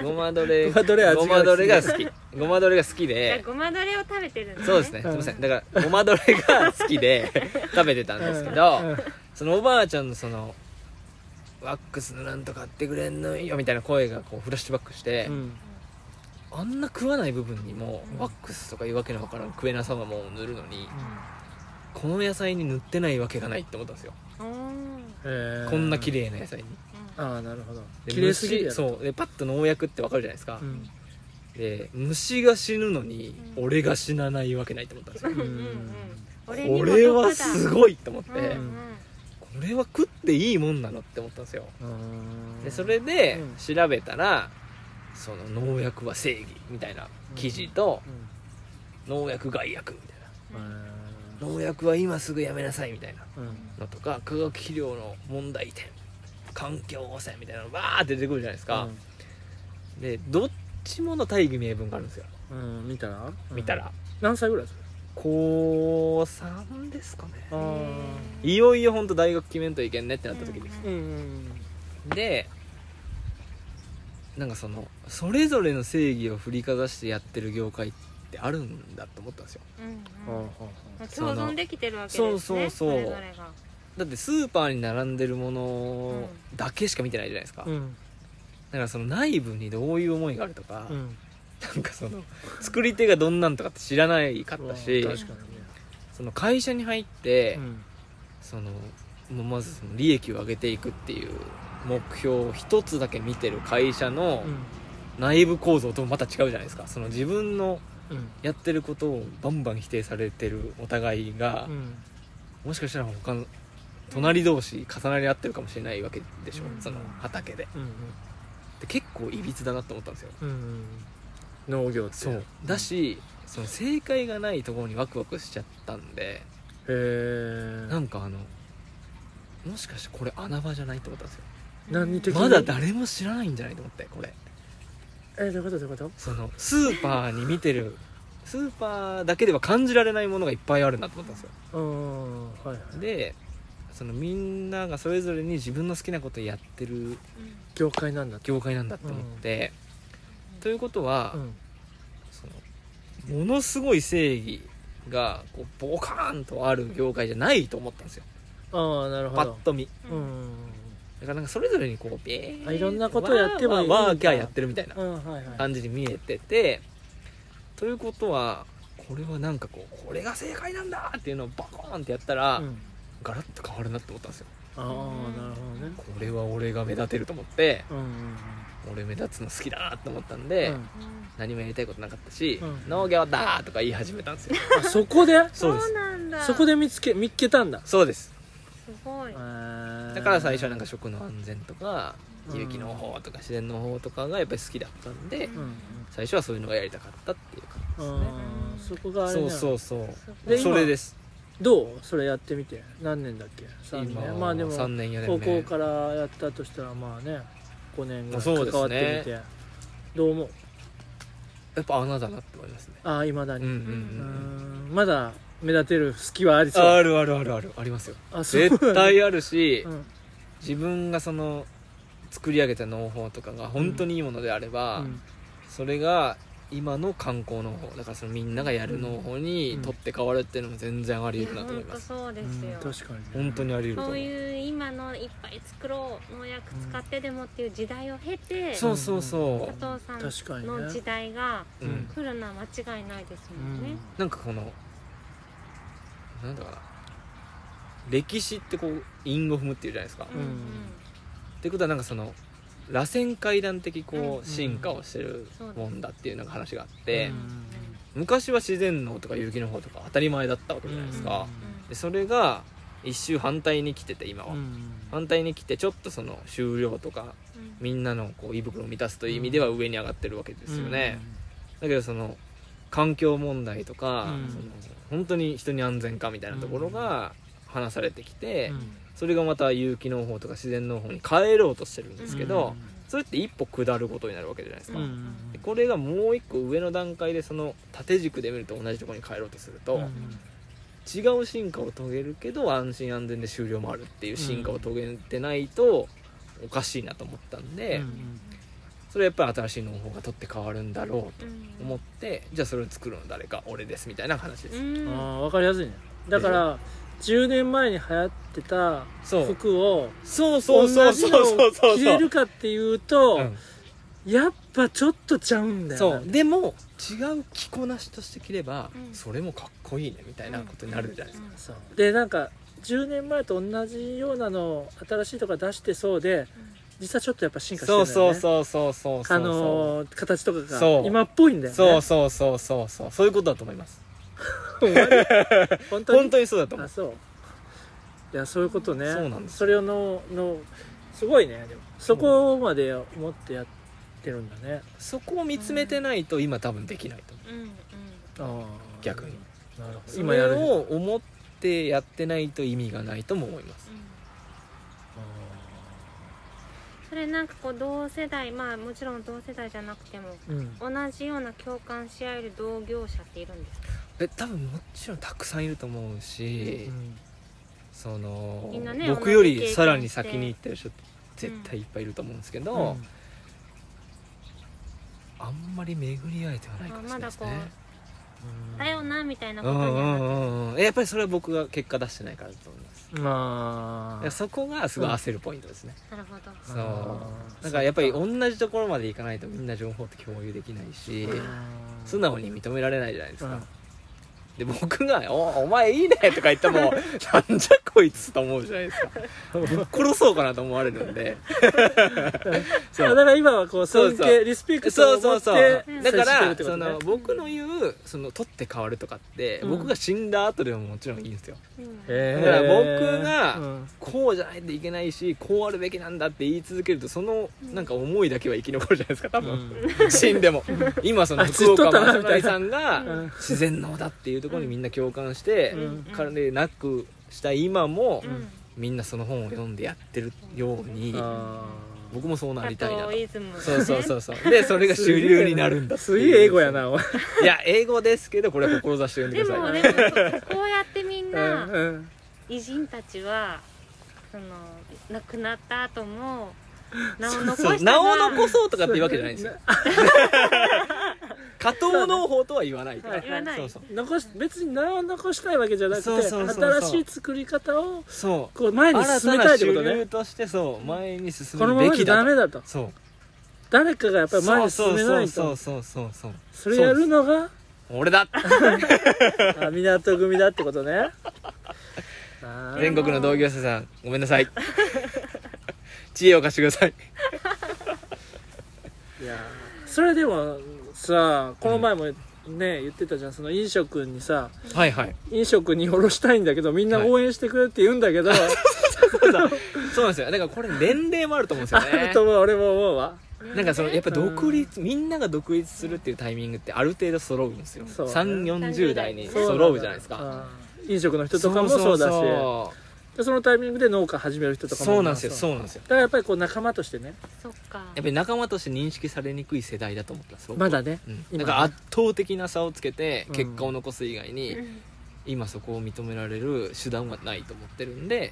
Speaker 3: ごまどれ。
Speaker 1: ごまどれ味が
Speaker 3: ごまどれが好き。ごまどれが好き
Speaker 2: いや
Speaker 3: で。
Speaker 2: ごまどれを食べてるんですね
Speaker 3: そうですね。すみません。だから、ごまどれが好きで食べてたんですけど、そのおばあちゃんのその、ワックスのなんとか買ってくれんのよみたいな声がこうフラッシュバックして、
Speaker 1: うん
Speaker 3: あんな食わない部分にもワックスとかいうわけのわからん食えなさまも塗るのにこの野菜に塗ってないわけがないって思ったんですよ、
Speaker 2: おー
Speaker 1: へえ
Speaker 3: こんな綺麗な野菜に
Speaker 1: ああなるほど
Speaker 3: で
Speaker 1: 綺麗すぎるやろ
Speaker 3: 虫そうでパッと農薬ってわかるじゃないですか、
Speaker 1: うん
Speaker 3: で虫が死ぬのに
Speaker 2: うん
Speaker 3: 俺が死なないわけないと思ったんですよ
Speaker 2: うんうんうん俺に
Speaker 3: こ
Speaker 2: も
Speaker 3: れはす
Speaker 2: 毒
Speaker 3: ごいと思って、
Speaker 2: だうん
Speaker 3: これは食っていいもんなのって思ったんですよ
Speaker 1: うん
Speaker 3: でそれで
Speaker 1: うん
Speaker 3: 調べたらその農薬は正義みたいな記事と
Speaker 1: うん
Speaker 3: 農薬害悪みたい
Speaker 1: へ
Speaker 3: な農薬は今すぐやめなさいみたいな
Speaker 1: えうん
Speaker 3: のとか化学肥料の問題点環境汚染みたいなのバーって出てくるじゃないですか、でどっちもの大義名分があるんですよ
Speaker 1: うんうん見たら
Speaker 3: 見たら
Speaker 1: 何歳ぐらいそれ
Speaker 3: 高3ですかね
Speaker 1: あ
Speaker 2: うんうん
Speaker 3: いよいよ本当大学決めんといけんねってなった時です、
Speaker 1: ーうん
Speaker 3: でなんかそのそれぞれの正義を振りかざしてやってる業界ってあるんだと思ったんですよ
Speaker 2: うんうん
Speaker 1: ほうほうほ
Speaker 2: 共存できてるわけですね
Speaker 3: そうそうそう
Speaker 2: れぞれが
Speaker 3: だってスーパーに並んでるものだけしか見てないじゃないですか、
Speaker 1: うん
Speaker 3: だからその内部にどういう思いがあるとか、
Speaker 1: うん
Speaker 3: なんかその作り手がどんなんとかって知らないかったし
Speaker 1: うわ確かにね
Speaker 3: その会社に入って、
Speaker 1: うん
Speaker 3: そのもうまずその利益を上げていくっていう目標を一つだけ見てる会社の内部構造ともまた違うじゃないですかその自分の
Speaker 1: うん
Speaker 3: やってることをバンバン否定されてるお互いが
Speaker 1: う、ん
Speaker 3: もしかしたら他の隣同士重なり合ってるかもしれないわけでしょ、
Speaker 1: うん
Speaker 3: その畑で
Speaker 1: うん
Speaker 3: で結構いびつだなと思ったんですよ
Speaker 1: うんうん農業って
Speaker 3: そうだしその正解がないところにワクワクしちゃったんで
Speaker 1: へえ
Speaker 3: なんかあのもしかしてこれ穴場じゃないと思ったんですよ
Speaker 1: 何的に
Speaker 3: まだ誰も知らないんじゃないと思ってこれ
Speaker 1: えどういうことどういうこと
Speaker 3: そのスーパーに見てるスーパーだけでは感じられないものがいっぱいあるなと思ったんですよ
Speaker 1: うんはいはい
Speaker 3: でそのみんながそれぞれに自分の好きなことやってる
Speaker 1: 業界なんだ
Speaker 3: 業界なんだと思って、ということは、
Speaker 1: うん
Speaker 3: そのものすごい正義がこうボカーンとある業界じゃないと思ったんですよ
Speaker 1: ああなる
Speaker 3: パ
Speaker 1: ほ
Speaker 3: ッ
Speaker 1: ど
Speaker 3: と見
Speaker 2: う
Speaker 1: うんん
Speaker 3: だからなんかそれぞれにこうビ
Speaker 1: あいろんなことやってもいいんだ
Speaker 3: ワーキャーやってるみたいな
Speaker 1: うんはいはい
Speaker 3: 感じに見えててということはこれはなんかこうこれが正解なんだっていうのをバコーンってやったら、
Speaker 1: うん
Speaker 3: ガラッと変わるなって思ったんですよ
Speaker 1: ああなるほどね
Speaker 3: これは俺が目立てると思って
Speaker 1: うんうん
Speaker 3: 俺目立つの好きだなと思ったんで、
Speaker 1: うん
Speaker 3: 何もやりたいことなかったし、
Speaker 1: うん
Speaker 3: 農業だーとか言い始めたんですよ
Speaker 1: あそこで
Speaker 3: そうです
Speaker 2: なんだ
Speaker 1: そこで見つけ見っけたんだ
Speaker 3: そうです
Speaker 2: すごい
Speaker 3: だ
Speaker 1: だ
Speaker 3: から最初はなんか食の安全とか
Speaker 1: うん
Speaker 3: 有機農法とか自然農法とかがやっぱり好きだったんで
Speaker 2: う
Speaker 1: うんうん
Speaker 3: 最初はそういうのがやりたかったっていうか
Speaker 1: うんそこがあれ
Speaker 3: そう
Speaker 1: ね
Speaker 3: そうそう
Speaker 2: すご
Speaker 1: で
Speaker 2: い
Speaker 1: 今
Speaker 3: それです
Speaker 1: どうそれやってみて何年だっけ3
Speaker 3: 今
Speaker 1: 年まあでも
Speaker 3: 3年4
Speaker 1: 高
Speaker 3: 年
Speaker 1: 校
Speaker 3: 目
Speaker 1: からやったとしたらまあね5年ぐらい
Speaker 3: そうですね
Speaker 1: 関わってみて、どう思う
Speaker 3: やっぱ穴だなって思いますね
Speaker 1: ああいまだ
Speaker 3: うん
Speaker 1: に、
Speaker 3: う
Speaker 1: うんん、
Speaker 3: うん
Speaker 1: まだ目立てる隙はありそう
Speaker 3: あるあるあるあるありますよ
Speaker 1: あそう
Speaker 3: 絶対あるし
Speaker 1: うん
Speaker 3: 自分がその作り上げた農法とかが本当にいいものであれば、
Speaker 1: うん
Speaker 3: それが今の観光農法だからそのみんながやる農法に
Speaker 1: うん
Speaker 3: 取って変わるっていうのも全然あり得るなと
Speaker 2: 本
Speaker 3: 思いま
Speaker 2: 当
Speaker 3: す、
Speaker 2: そうですよ、
Speaker 1: うん確かに
Speaker 3: 本当にあり得ると思
Speaker 2: そうういう今のいっぱい作ろう農薬使ってでもっていう時代を経て、
Speaker 3: そうそうそ
Speaker 2: 加藤さん
Speaker 1: 確かにね
Speaker 2: の時代が
Speaker 3: う、
Speaker 1: うん
Speaker 3: うん
Speaker 2: 来るのは間違いないですもんね。
Speaker 3: なんかこのなんだかな歴史ってこう韻を踏むっていうじゃないですか、
Speaker 2: うん
Speaker 3: っ
Speaker 2: うん
Speaker 3: てことはなんかその螺旋階段的こ
Speaker 2: う
Speaker 3: うん進化をしてるもんだっていうなんか話があって、
Speaker 1: うん
Speaker 3: 昔は自然農とか有機農法とか当たり前だったわけじゃないですか、
Speaker 2: うん
Speaker 3: でそれが一周反対に来てて今は、
Speaker 1: うん
Speaker 3: 反対に来てちょっとその収量とかみんなのこう胃袋を満たすという意味では上に上がってるわけですよね、だけどその環境問題とか、
Speaker 1: うん
Speaker 3: その本当に人に安全かみたいなところが話されてきて、
Speaker 1: うん
Speaker 3: それがまた有機農法とか自然農法に変えろうとしてるんですけど、それって一歩下ることになるわけじゃないです
Speaker 1: うんう
Speaker 3: か、
Speaker 1: ん
Speaker 3: でこれがもう一個上の段階でその縦軸で見ると同じところに変えろうとすると、
Speaker 1: うん
Speaker 3: 違う進化を遂げるけど安心安全で終了もあるっていう進化を遂げてないとおかしいなと思ったんで、
Speaker 1: うん
Speaker 3: それはやっぱり新しい農法が取って変わるんだろう
Speaker 2: うん
Speaker 3: と思ってじゃあそれを作るの誰か俺ですみたいな話です、
Speaker 2: うん
Speaker 1: ああ分かりやすいねだから10年前に流行ってた
Speaker 3: そう
Speaker 1: 服を
Speaker 3: そうそうそ
Speaker 1: 同
Speaker 3: う
Speaker 1: じ
Speaker 3: そう
Speaker 1: の
Speaker 3: そう
Speaker 1: を
Speaker 3: そう
Speaker 1: 着れ
Speaker 3: そう
Speaker 1: るかっていうと、
Speaker 3: うん
Speaker 1: やっぱちょっとちゃうんだよ
Speaker 3: そ
Speaker 1: な
Speaker 3: うでも違う着こなしとして着れば、
Speaker 2: うん
Speaker 3: それもかっこいいねみたいなことになるじゃないですか、
Speaker 2: うん
Speaker 1: そうでなんか10年前と同じようなのを新しいとか出してそうで実はちょっとやっぱ進化してるん
Speaker 3: そ
Speaker 1: だよ
Speaker 3: うそう
Speaker 1: ねう
Speaker 3: そうそうそうそう
Speaker 1: あのー形とか
Speaker 3: そ
Speaker 1: が
Speaker 3: う
Speaker 1: 今っぽいんだよね
Speaker 3: そうそうそうそうそうそういうことだと思います
Speaker 1: 終わり本当に
Speaker 3: 本当にそうだと思う
Speaker 1: あそういやそういうことね
Speaker 3: そうなんです
Speaker 1: それをののすごいねでもそこまで思ってやってるんだね、
Speaker 3: そこを見つめてないと今多分できないと思
Speaker 2: うんうん
Speaker 1: ああ
Speaker 3: 逆に
Speaker 1: なるほ
Speaker 3: う
Speaker 1: ど今やる
Speaker 3: それを思ってやってないと意味がないとも思います
Speaker 2: うん
Speaker 1: あ
Speaker 2: それなんかこう同世代まあもちろん同世代じゃなくても
Speaker 1: ーうん
Speaker 2: 同じような共感し合える同業者っているんですか
Speaker 3: え多分もちろんたくさんいると思うし、
Speaker 1: うん
Speaker 3: その
Speaker 2: みんなね
Speaker 3: 僕よ
Speaker 2: 同じ経験
Speaker 3: り
Speaker 2: して
Speaker 3: さらに先に行ってる人絶対いっぱいいると思うんですけど、あんまり巡り合えてはないかもしれ
Speaker 2: ま
Speaker 3: ないで
Speaker 2: だ
Speaker 3: す
Speaker 2: こう
Speaker 3: ね
Speaker 2: だよなみたいな
Speaker 3: う
Speaker 2: こ
Speaker 3: ん
Speaker 2: とに
Speaker 3: う
Speaker 2: は
Speaker 3: ん
Speaker 2: なっ
Speaker 3: うんうんやっぱりそれは僕が結果出してないからだと思います
Speaker 1: ま
Speaker 3: い
Speaker 1: あ
Speaker 3: やそこがすごい焦るポイントですね、
Speaker 2: なるほど
Speaker 3: そう
Speaker 1: あー
Speaker 3: だからやっぱり同じところまで行かないとみんな情報って共有できないし素直に認められないじゃないですか、で僕が「おお前いいね」とか言っ てもなんじゃこいつと思うじゃないですかぶっ殺そうかなと思われるんで
Speaker 1: だから今はこう
Speaker 3: そう
Speaker 1: 尊
Speaker 3: そう
Speaker 1: 敬リスペクト
Speaker 3: そ
Speaker 1: を
Speaker 3: うそ
Speaker 1: 持
Speaker 3: う
Speaker 1: っ
Speaker 3: そう
Speaker 1: て
Speaker 2: うん
Speaker 3: だ
Speaker 1: 接
Speaker 3: か
Speaker 1: してるっ
Speaker 3: ら
Speaker 1: てこと
Speaker 3: そ
Speaker 1: ね
Speaker 3: の僕の言うその取って変わるとかって、
Speaker 1: うん
Speaker 3: 僕が死んだ後でももちろんいいんですよ
Speaker 2: うん
Speaker 1: へー
Speaker 3: だから僕が
Speaker 1: うん
Speaker 3: こうじゃないといけないしこうあるべきなんだって言い続けるとそのなんか思いだけは生き残るじゃないですか多分、死んでも今その
Speaker 1: あ
Speaker 3: 福
Speaker 1: ずっと
Speaker 3: 岡
Speaker 1: だな
Speaker 3: 正成さん
Speaker 2: みた
Speaker 3: が
Speaker 1: いな
Speaker 3: 自然のだっていうところにみんな共感して、
Speaker 1: うん
Speaker 3: 彼でなくした今も、
Speaker 2: うん
Speaker 3: みんなその本を読んでやってるように
Speaker 1: あ
Speaker 3: 僕もそうなりたいな
Speaker 2: 加
Speaker 3: と
Speaker 2: 藤イズム
Speaker 3: そうそうそうそうでそれが主流になるんだ
Speaker 1: ーすげえ英語やなお前
Speaker 3: いや英語ですけどこれは志して読
Speaker 2: で
Speaker 3: んでくだ
Speaker 2: も
Speaker 3: さい
Speaker 2: でもそうこうやってみん
Speaker 1: うん
Speaker 2: な
Speaker 1: うん
Speaker 2: 偉人たちはその亡くなった後も名を残した
Speaker 3: そう
Speaker 2: ら
Speaker 3: 名を残そうとかっていうわけじゃないんですよ加藤農法とは言わないから
Speaker 2: 言わない
Speaker 3: そうそう
Speaker 1: 残し別に名を残したいわけじゃなくて
Speaker 3: そうそうそうそう
Speaker 1: 新しい作り方を
Speaker 3: そう
Speaker 1: こう前に進めたいってこと
Speaker 3: 新たな主流
Speaker 1: ね
Speaker 3: としてそう前に進
Speaker 1: この
Speaker 3: む
Speaker 1: ま
Speaker 3: べ
Speaker 1: まじ
Speaker 3: き
Speaker 1: ゃダ
Speaker 3: だと
Speaker 1: メだと
Speaker 3: そう
Speaker 1: 誰かがやっぱり前に進めない
Speaker 3: そ
Speaker 1: と
Speaker 3: うそうそうそうそう
Speaker 1: それやるのが
Speaker 3: 俺だ
Speaker 1: あ港組だってことね あー
Speaker 3: 全国の同業者さんごめんなさ い知恵を貸してください
Speaker 1: いやーそれでもさこの前もね、言ってたじゃんその飲食にさ
Speaker 3: はいはい
Speaker 1: 飲食に下ろしたいんだけどみんな応援してくれって言うんだけど、
Speaker 3: そうなんですよだからこれ年齢もあると思うんですよ
Speaker 1: あ
Speaker 3: ね
Speaker 1: ると思う俺も思うわ
Speaker 3: なんかそのやっぱ独立みんなが独立するっていうタイミングってある程度揃うんですよ、
Speaker 1: そう
Speaker 3: 3 4 0代に
Speaker 1: そう
Speaker 3: 揃うじゃないですか
Speaker 1: うん飲食の人とかもそうだし
Speaker 3: そう
Speaker 1: でそのタイミングで農家始める人とかも
Speaker 3: そうなんですよ
Speaker 1: う
Speaker 3: そうなんですよ
Speaker 1: だからやっぱりこう仲間としてね
Speaker 2: そっか
Speaker 3: やっぱり仲間として認識されにくい世代だと思ったんです僕
Speaker 1: まだね
Speaker 3: うん、
Speaker 1: 今ね
Speaker 3: なんか圧倒的な差をつけて
Speaker 1: うん
Speaker 3: 結果を残す以外に、
Speaker 2: うん
Speaker 3: 今そこを認められる手段はないと思ってるんで、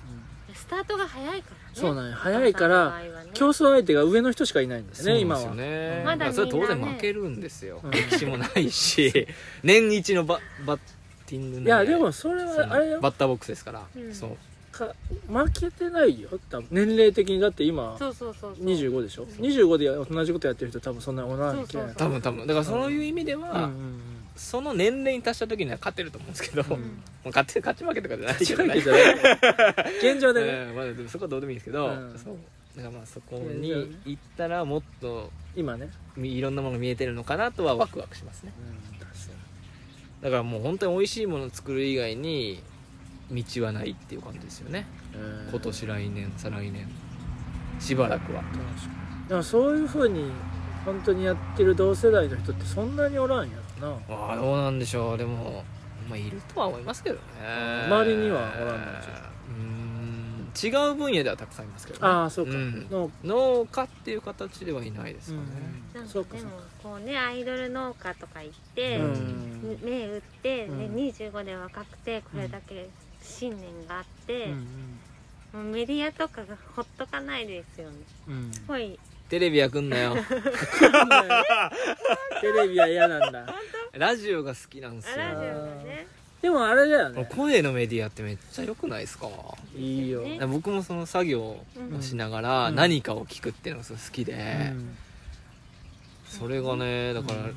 Speaker 2: スタートが早いからね
Speaker 1: そうなんよ早いから
Speaker 2: あなたの場合はね
Speaker 1: 競争相手が上の人しかいないんです
Speaker 3: そう
Speaker 1: ね
Speaker 3: な
Speaker 1: 今
Speaker 3: んですよ
Speaker 1: は
Speaker 3: ね
Speaker 2: まだみんなね
Speaker 3: それは当然負けるんですよ、
Speaker 1: うん
Speaker 3: 歴史もな いし年一のババッティングなん
Speaker 1: いやでもそれ
Speaker 3: そ
Speaker 1: は
Speaker 3: の
Speaker 1: あれよ
Speaker 3: バッターボックスですから、
Speaker 2: うん
Speaker 3: そう
Speaker 1: か負けてないよ多分年齢的にだって今
Speaker 2: そうそうそうそう
Speaker 1: 25でしょ25で同じことやってる人多分そんな同じきゃない
Speaker 2: そう
Speaker 3: 多分多分だからそういう意味で
Speaker 1: うん
Speaker 3: は、
Speaker 1: うん
Speaker 3: その年齢に達した時には勝てると思うんですけど、
Speaker 1: うん
Speaker 3: もう勝てる勝ち負けとかじゃないけ
Speaker 1: 近
Speaker 3: ど
Speaker 1: い
Speaker 3: ね
Speaker 1: けどね現状でね
Speaker 3: うんまあ、でもそこはどうでもいいんですけど、
Speaker 1: うん
Speaker 3: そうだからまあそこに行ったらもっと
Speaker 1: 今ね
Speaker 3: いろんなものが見えてるのかなとはワクワクしますねだからもう本当に美味しいものを作る以外に道はないっていう感じですよね
Speaker 1: うん
Speaker 3: 今年来年再来年しばらくは
Speaker 1: でもそういうふうに本当にやってる同世代の人ってそんなにおらんやろな
Speaker 3: ああどうなんでしょうでもまあいるとは思いますけどね
Speaker 1: 周りにはおらんのじゃ
Speaker 3: うーん違う分野ではたくさんいますけど、ね、
Speaker 1: ああそうか
Speaker 3: うん
Speaker 1: の
Speaker 3: 農家っていう形ではいないです
Speaker 1: う
Speaker 3: よね、
Speaker 2: なん
Speaker 1: ん
Speaker 2: か
Speaker 1: そうか
Speaker 2: で
Speaker 1: そう
Speaker 2: も
Speaker 1: か
Speaker 2: こうねアイドル農家とか行って、
Speaker 3: うん
Speaker 2: 目打って、
Speaker 1: うん
Speaker 2: ね、25で若くてこれだけ信念があって、
Speaker 1: うん
Speaker 2: もうメディアとかがほっとかないですよね
Speaker 1: うんうん
Speaker 2: すごい
Speaker 3: テレビは来んな よ
Speaker 1: テレビは嫌なんだ
Speaker 3: ラジオが好きなんです
Speaker 2: あラ
Speaker 3: よ
Speaker 2: ジオがね
Speaker 1: でもあれだよね
Speaker 3: 声のメディアってめっちゃ良くないですか
Speaker 1: いいよ、
Speaker 2: ね
Speaker 3: 僕もその作業をしながら
Speaker 1: うん
Speaker 3: 何かを聞くっていうのがすごい好きで、
Speaker 1: うん
Speaker 3: それがねだから、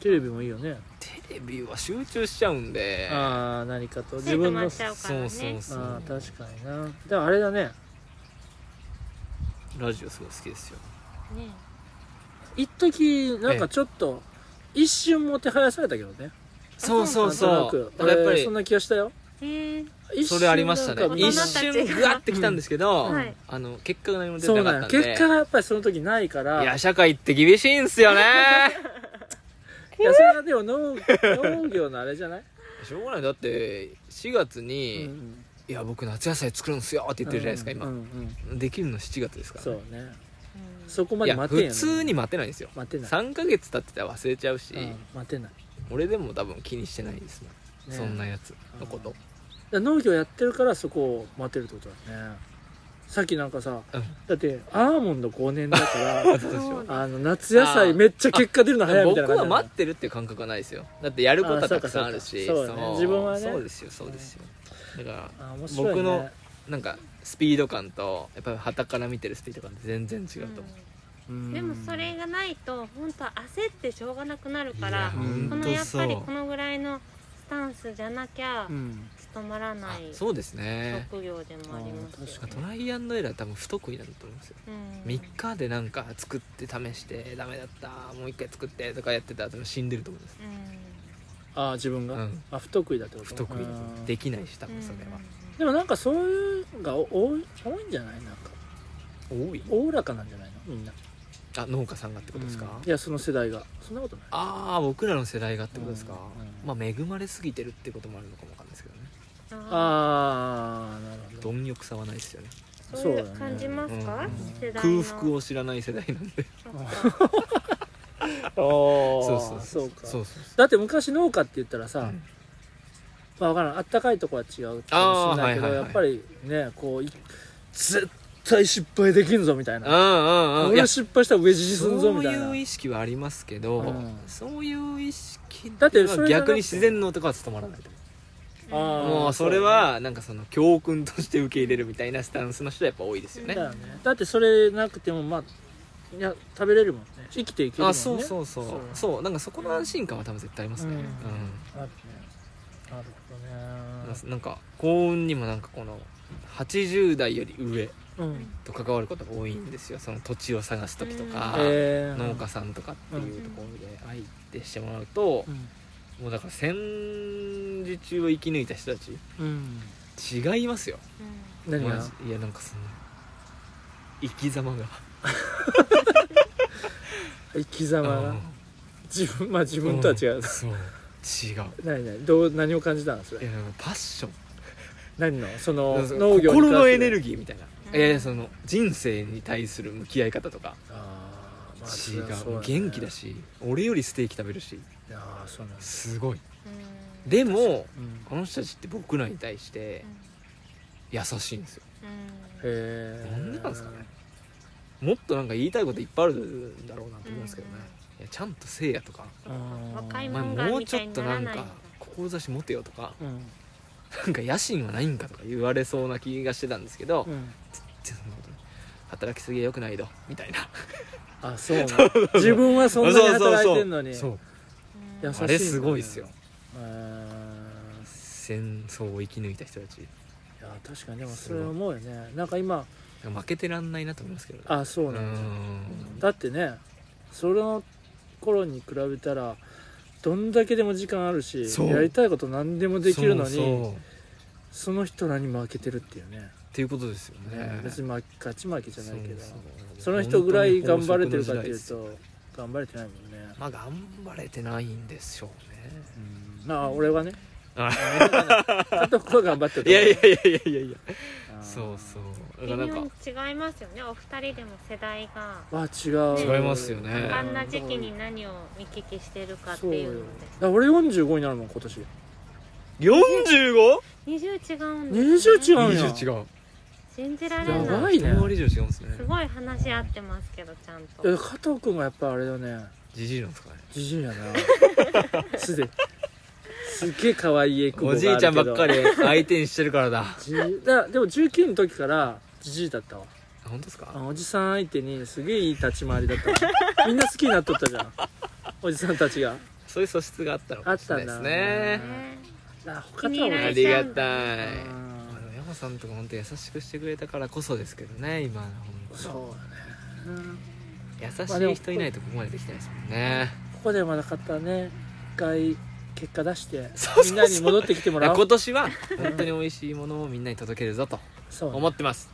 Speaker 1: テレビもいいよね
Speaker 3: テレビは集中しちゃうんで
Speaker 1: ああ何かと
Speaker 2: 手
Speaker 1: 自
Speaker 2: 止
Speaker 1: 分の
Speaker 2: ま
Speaker 1: あ
Speaker 2: っちゃうからね
Speaker 3: そうそうそう
Speaker 1: あー確かになでもあれだね
Speaker 3: ラジオすごい好きですよ
Speaker 2: ね
Speaker 1: 一時なんかちょっと一瞬もてはやされたけどね
Speaker 3: そうそう
Speaker 1: なん
Speaker 3: そ
Speaker 1: とな
Speaker 3: う
Speaker 1: く
Speaker 3: だからやっぱ
Speaker 1: 俺そん
Speaker 3: り
Speaker 1: な気がしたよ
Speaker 2: えー、
Speaker 1: 一瞬
Speaker 3: それありましたね
Speaker 1: なんか
Speaker 3: 一
Speaker 1: みんな
Speaker 3: 瞬グワッてきたんですけど、
Speaker 2: うんはい
Speaker 3: あの結果が何も出
Speaker 1: そ
Speaker 3: て
Speaker 1: う
Speaker 3: なか
Speaker 1: な
Speaker 3: っ
Speaker 1: ん
Speaker 3: た
Speaker 1: よ
Speaker 3: んで
Speaker 1: 結果がやっぱりその時ないから
Speaker 3: いや社会って厳しいんすよね
Speaker 1: いやそれはでも農農業のあれじゃない、
Speaker 3: しょうがないだって4月
Speaker 1: う
Speaker 3: に、
Speaker 1: ん、
Speaker 3: いや僕夏野菜作るんすよって言ってるじゃないですか、
Speaker 1: うんうんうん
Speaker 3: 今できるの7月ですから
Speaker 1: そ
Speaker 3: ね、
Speaker 1: うね
Speaker 2: うん
Speaker 1: そこま
Speaker 3: い
Speaker 1: で
Speaker 3: や
Speaker 1: 待てん
Speaker 3: 普
Speaker 1: よ
Speaker 3: 通に待てないんですよ
Speaker 1: 待てない、
Speaker 3: 3ヶ月経ってたら忘れちゃうし、
Speaker 1: うん待てない、
Speaker 3: 俺でも多分気にしてないですね
Speaker 1: ね
Speaker 3: そんなやつのこと、
Speaker 1: だから農業やってるからそこを待てるってことだねさっきなんかさ、
Speaker 3: うん
Speaker 1: だってアーモンド5年だ から
Speaker 3: どうでしょう
Speaker 1: あの夏野菜めっちゃ結果出るの早いみ
Speaker 3: 僕
Speaker 1: たいな感
Speaker 3: は
Speaker 1: じな
Speaker 3: 待ってるっていう感覚はないですよだってやることはたくさんあるし
Speaker 1: あそうかそうかそうだね自分はね
Speaker 3: そうですよそうですよだから
Speaker 1: あ面白い、ね、
Speaker 3: 僕のなんかスピード感とやっぱり旗から見てるスピード感って全然違うと思う、
Speaker 2: うんでもそれがないと本当は焦ってしょうがなくなるか
Speaker 3: いや
Speaker 2: ら
Speaker 3: 本
Speaker 2: こ
Speaker 3: 当
Speaker 2: のやっ
Speaker 3: そ
Speaker 2: ぱ
Speaker 3: う
Speaker 2: りこのぐらいのスタンスじゃなきゃ
Speaker 1: うん
Speaker 2: 務まらな
Speaker 3: あ
Speaker 2: い
Speaker 3: そうですね
Speaker 2: 職業でもありますよ、
Speaker 3: トライアンドエラー多分不得意なんだと思うんですよ
Speaker 2: うん
Speaker 3: 3日でなんか作って試してダメだったもう一回作ってとかやってたら多分死んでると思うんです、
Speaker 2: うん
Speaker 1: ああ自分
Speaker 3: う
Speaker 1: が、
Speaker 3: ん、
Speaker 1: あ不得意だってこと
Speaker 3: 不得意だと思う
Speaker 1: うん
Speaker 3: できないし多分それは、
Speaker 1: でもなんかそういうのがお多い多いんじゃないなんか
Speaker 3: 多い
Speaker 1: おおらかなんじゃないのみんな
Speaker 3: あ農家さんがってことですか、
Speaker 1: うんいやその世代がそんなことない
Speaker 3: ああ僕らの世代がってことですか、
Speaker 1: うん
Speaker 3: まあ恵まれすぎてるってこともあるのかもわかんないですけどね
Speaker 2: あ
Speaker 1: ああなるほど
Speaker 3: 貪欲さはないですよね
Speaker 2: ーそうい
Speaker 1: そうだ
Speaker 2: う
Speaker 1: ね
Speaker 2: 感じますか、
Speaker 3: うん
Speaker 2: 世代の
Speaker 3: 空腹を知らない世代なんで
Speaker 2: そっか
Speaker 1: お
Speaker 3: そう
Speaker 1: ー
Speaker 3: そう
Speaker 1: そうか
Speaker 3: そうそうそ
Speaker 1: だって昔農家って言ったらさ、
Speaker 3: う
Speaker 1: まあ分からんあったかいとこは違うかもしれないけど、
Speaker 3: あーはいはいはい
Speaker 1: やっぱりねこうい絶対失敗できんぞみたい
Speaker 3: うんう
Speaker 1: な、
Speaker 3: んうんい
Speaker 1: 俺
Speaker 3: や
Speaker 1: 失敗したら上地すんぞ
Speaker 3: そ
Speaker 1: み
Speaker 3: う
Speaker 1: たいな
Speaker 3: いう意識はありますけど、
Speaker 1: うん
Speaker 3: そういう意識
Speaker 1: だってそれが
Speaker 3: 逆に自然の男は務まらないと思
Speaker 1: あ
Speaker 3: う
Speaker 1: ー
Speaker 3: もうそれはなんかその教訓として受け入れるみたいなスタンスの人はやっぱ多いですよね、
Speaker 1: だよねだってそれなくてもまあいや食べれるもんね生きていけるもんね
Speaker 3: あそうそうそう
Speaker 1: そう
Speaker 3: そうなんかそこの安心感は多分絶対ありますね
Speaker 1: うん
Speaker 3: う
Speaker 1: あるねなる
Speaker 3: ん
Speaker 1: ほ
Speaker 3: なんか幸運にもなんかこの80代より上
Speaker 1: どね、うん
Speaker 3: と関わることが多いんですよその土地を探す時とか、
Speaker 1: えー
Speaker 3: 農家さんとかっていうところで相手してもらうと、
Speaker 1: うん
Speaker 3: もうだから戦時中を生き抜いた人たち
Speaker 1: うん
Speaker 3: 違いますよ
Speaker 2: うん
Speaker 1: 何
Speaker 3: マ
Speaker 1: が
Speaker 3: ジいやなんかその生き様が
Speaker 1: 生き様
Speaker 3: う
Speaker 1: が
Speaker 3: ん
Speaker 1: 自分 まあ自分とは違う、
Speaker 3: そう違う
Speaker 1: 何何どう何を感じたんそ
Speaker 3: い
Speaker 1: れ
Speaker 3: やなんかパッション
Speaker 1: 何のその
Speaker 3: なんかその
Speaker 1: 農業に
Speaker 3: 心のエネ
Speaker 1: ギー
Speaker 3: ルギーみたいな、えーその人生に対する向き合い方とか
Speaker 1: あー、まあそ
Speaker 3: 違
Speaker 1: り
Speaker 3: う,、
Speaker 1: ゃそうね
Speaker 3: 元気だし俺よりステーキ食べるし
Speaker 1: いやーそうなんです、
Speaker 3: すごい
Speaker 2: うん
Speaker 3: でも
Speaker 1: うん、
Speaker 3: この人たちって僕らに対して優しいんですよ
Speaker 2: うんうん
Speaker 1: へえ
Speaker 3: なんでなんですかねもっとなんか言いたいこといっぱいあるんだろうなと思うんですけどね、いやちゃんとせいやとか
Speaker 1: うん
Speaker 2: 若
Speaker 3: お
Speaker 2: い
Speaker 3: 前
Speaker 2: もんが
Speaker 3: もう
Speaker 2: み
Speaker 3: ち
Speaker 2: た
Speaker 3: ょ
Speaker 2: い
Speaker 3: っ
Speaker 2: に
Speaker 3: と
Speaker 2: な
Speaker 3: な
Speaker 2: ら
Speaker 3: ん
Speaker 2: ない
Speaker 3: か志持てよとか
Speaker 1: うん
Speaker 3: なんか野心はないんかとか言われそうな気がしてたんですけど、
Speaker 1: うん
Speaker 3: ちょそんなことない働きすぎはよくないどみたいな
Speaker 1: あそうね自分はそんなに働いてんのに
Speaker 3: そう
Speaker 2: うん
Speaker 1: 優しいんだね
Speaker 3: あれすごいっすよ
Speaker 1: うーん
Speaker 3: 戦争を生き抜いた人たち
Speaker 1: いや確かにでもそれ思うよねなんか今
Speaker 3: 負けてらんないなと思いますけどね
Speaker 1: あそううなんだ、
Speaker 3: ん
Speaker 1: だってねその頃に比べたらどんだけでも時間あるし
Speaker 3: そう
Speaker 1: やりたいこと何でもできるのに
Speaker 3: そうそうっ
Speaker 1: その人らに負けてるっていうね
Speaker 3: ていうことですよね
Speaker 1: 別に負け勝ち負けじゃないけど
Speaker 3: う
Speaker 1: そうの人ぐらい頑張れてるかってい
Speaker 3: 本当に飽食の時代で
Speaker 1: う
Speaker 3: すよ
Speaker 1: と頑張れてないもんね
Speaker 3: まあ頑張れてないんでしょ
Speaker 1: まあ俺はね
Speaker 3: あ
Speaker 1: ちょっとここは頑張ってる
Speaker 3: うねいやいやいやいやいやいや
Speaker 1: あー
Speaker 3: そうそうだ
Speaker 2: 微妙
Speaker 3: から
Speaker 2: に
Speaker 3: なんか
Speaker 2: 違いますよねお二人でも世代が
Speaker 1: あ違う
Speaker 3: 違いますよね
Speaker 2: あんな時期に何を見聞きしてるかって
Speaker 1: そう
Speaker 2: い
Speaker 1: よ
Speaker 2: うの
Speaker 1: だ俺45になるもん今年
Speaker 2: で20違う
Speaker 3: 45?
Speaker 2: んです、ね、
Speaker 1: 20違うんや
Speaker 3: 20違う
Speaker 2: 信じられ
Speaker 1: や
Speaker 2: な
Speaker 1: ば
Speaker 2: い
Speaker 1: いね
Speaker 3: 通り以上違うんですね
Speaker 2: すごい話し合ってますけどちゃん
Speaker 1: いや
Speaker 2: と
Speaker 1: 加藤君はやっぱあれだね
Speaker 3: じじいなんですかね
Speaker 1: じじいや なすでにすっげえ可愛いエクボ
Speaker 3: お
Speaker 1: がある
Speaker 3: じ
Speaker 1: けど
Speaker 3: いちゃんばっかり相手にしてるからだあ
Speaker 1: じだでも19の時からじじいだったわ
Speaker 3: 本当です
Speaker 1: あ
Speaker 3: か
Speaker 1: のおじさん相手にすげえいい立ち回りだ ったわみんな好きになっとったじゃんおじさんたちが
Speaker 3: そういう素質があったのかもしれないです
Speaker 1: あ
Speaker 3: ね
Speaker 1: ったんだ
Speaker 2: ね
Speaker 1: あ他
Speaker 2: 気
Speaker 1: と
Speaker 2: に
Speaker 1: は
Speaker 2: 入ら
Speaker 3: あ
Speaker 2: ない
Speaker 3: りがたい
Speaker 1: うん
Speaker 3: あの山さんとか本当優しくしてくれたからこそですけどね今の
Speaker 1: そうだね、うん
Speaker 3: 優
Speaker 1: まあで
Speaker 3: しい
Speaker 1: も
Speaker 3: 人いないとここまでできないですもんね
Speaker 1: ここでまだ買ったね一回結果出して
Speaker 3: そうそうそう
Speaker 1: みんなに戻ってきても
Speaker 3: だからら
Speaker 1: おう
Speaker 3: 今年は本当に美味しいものをみんなに届けるぞと
Speaker 1: そうね
Speaker 3: 思ってます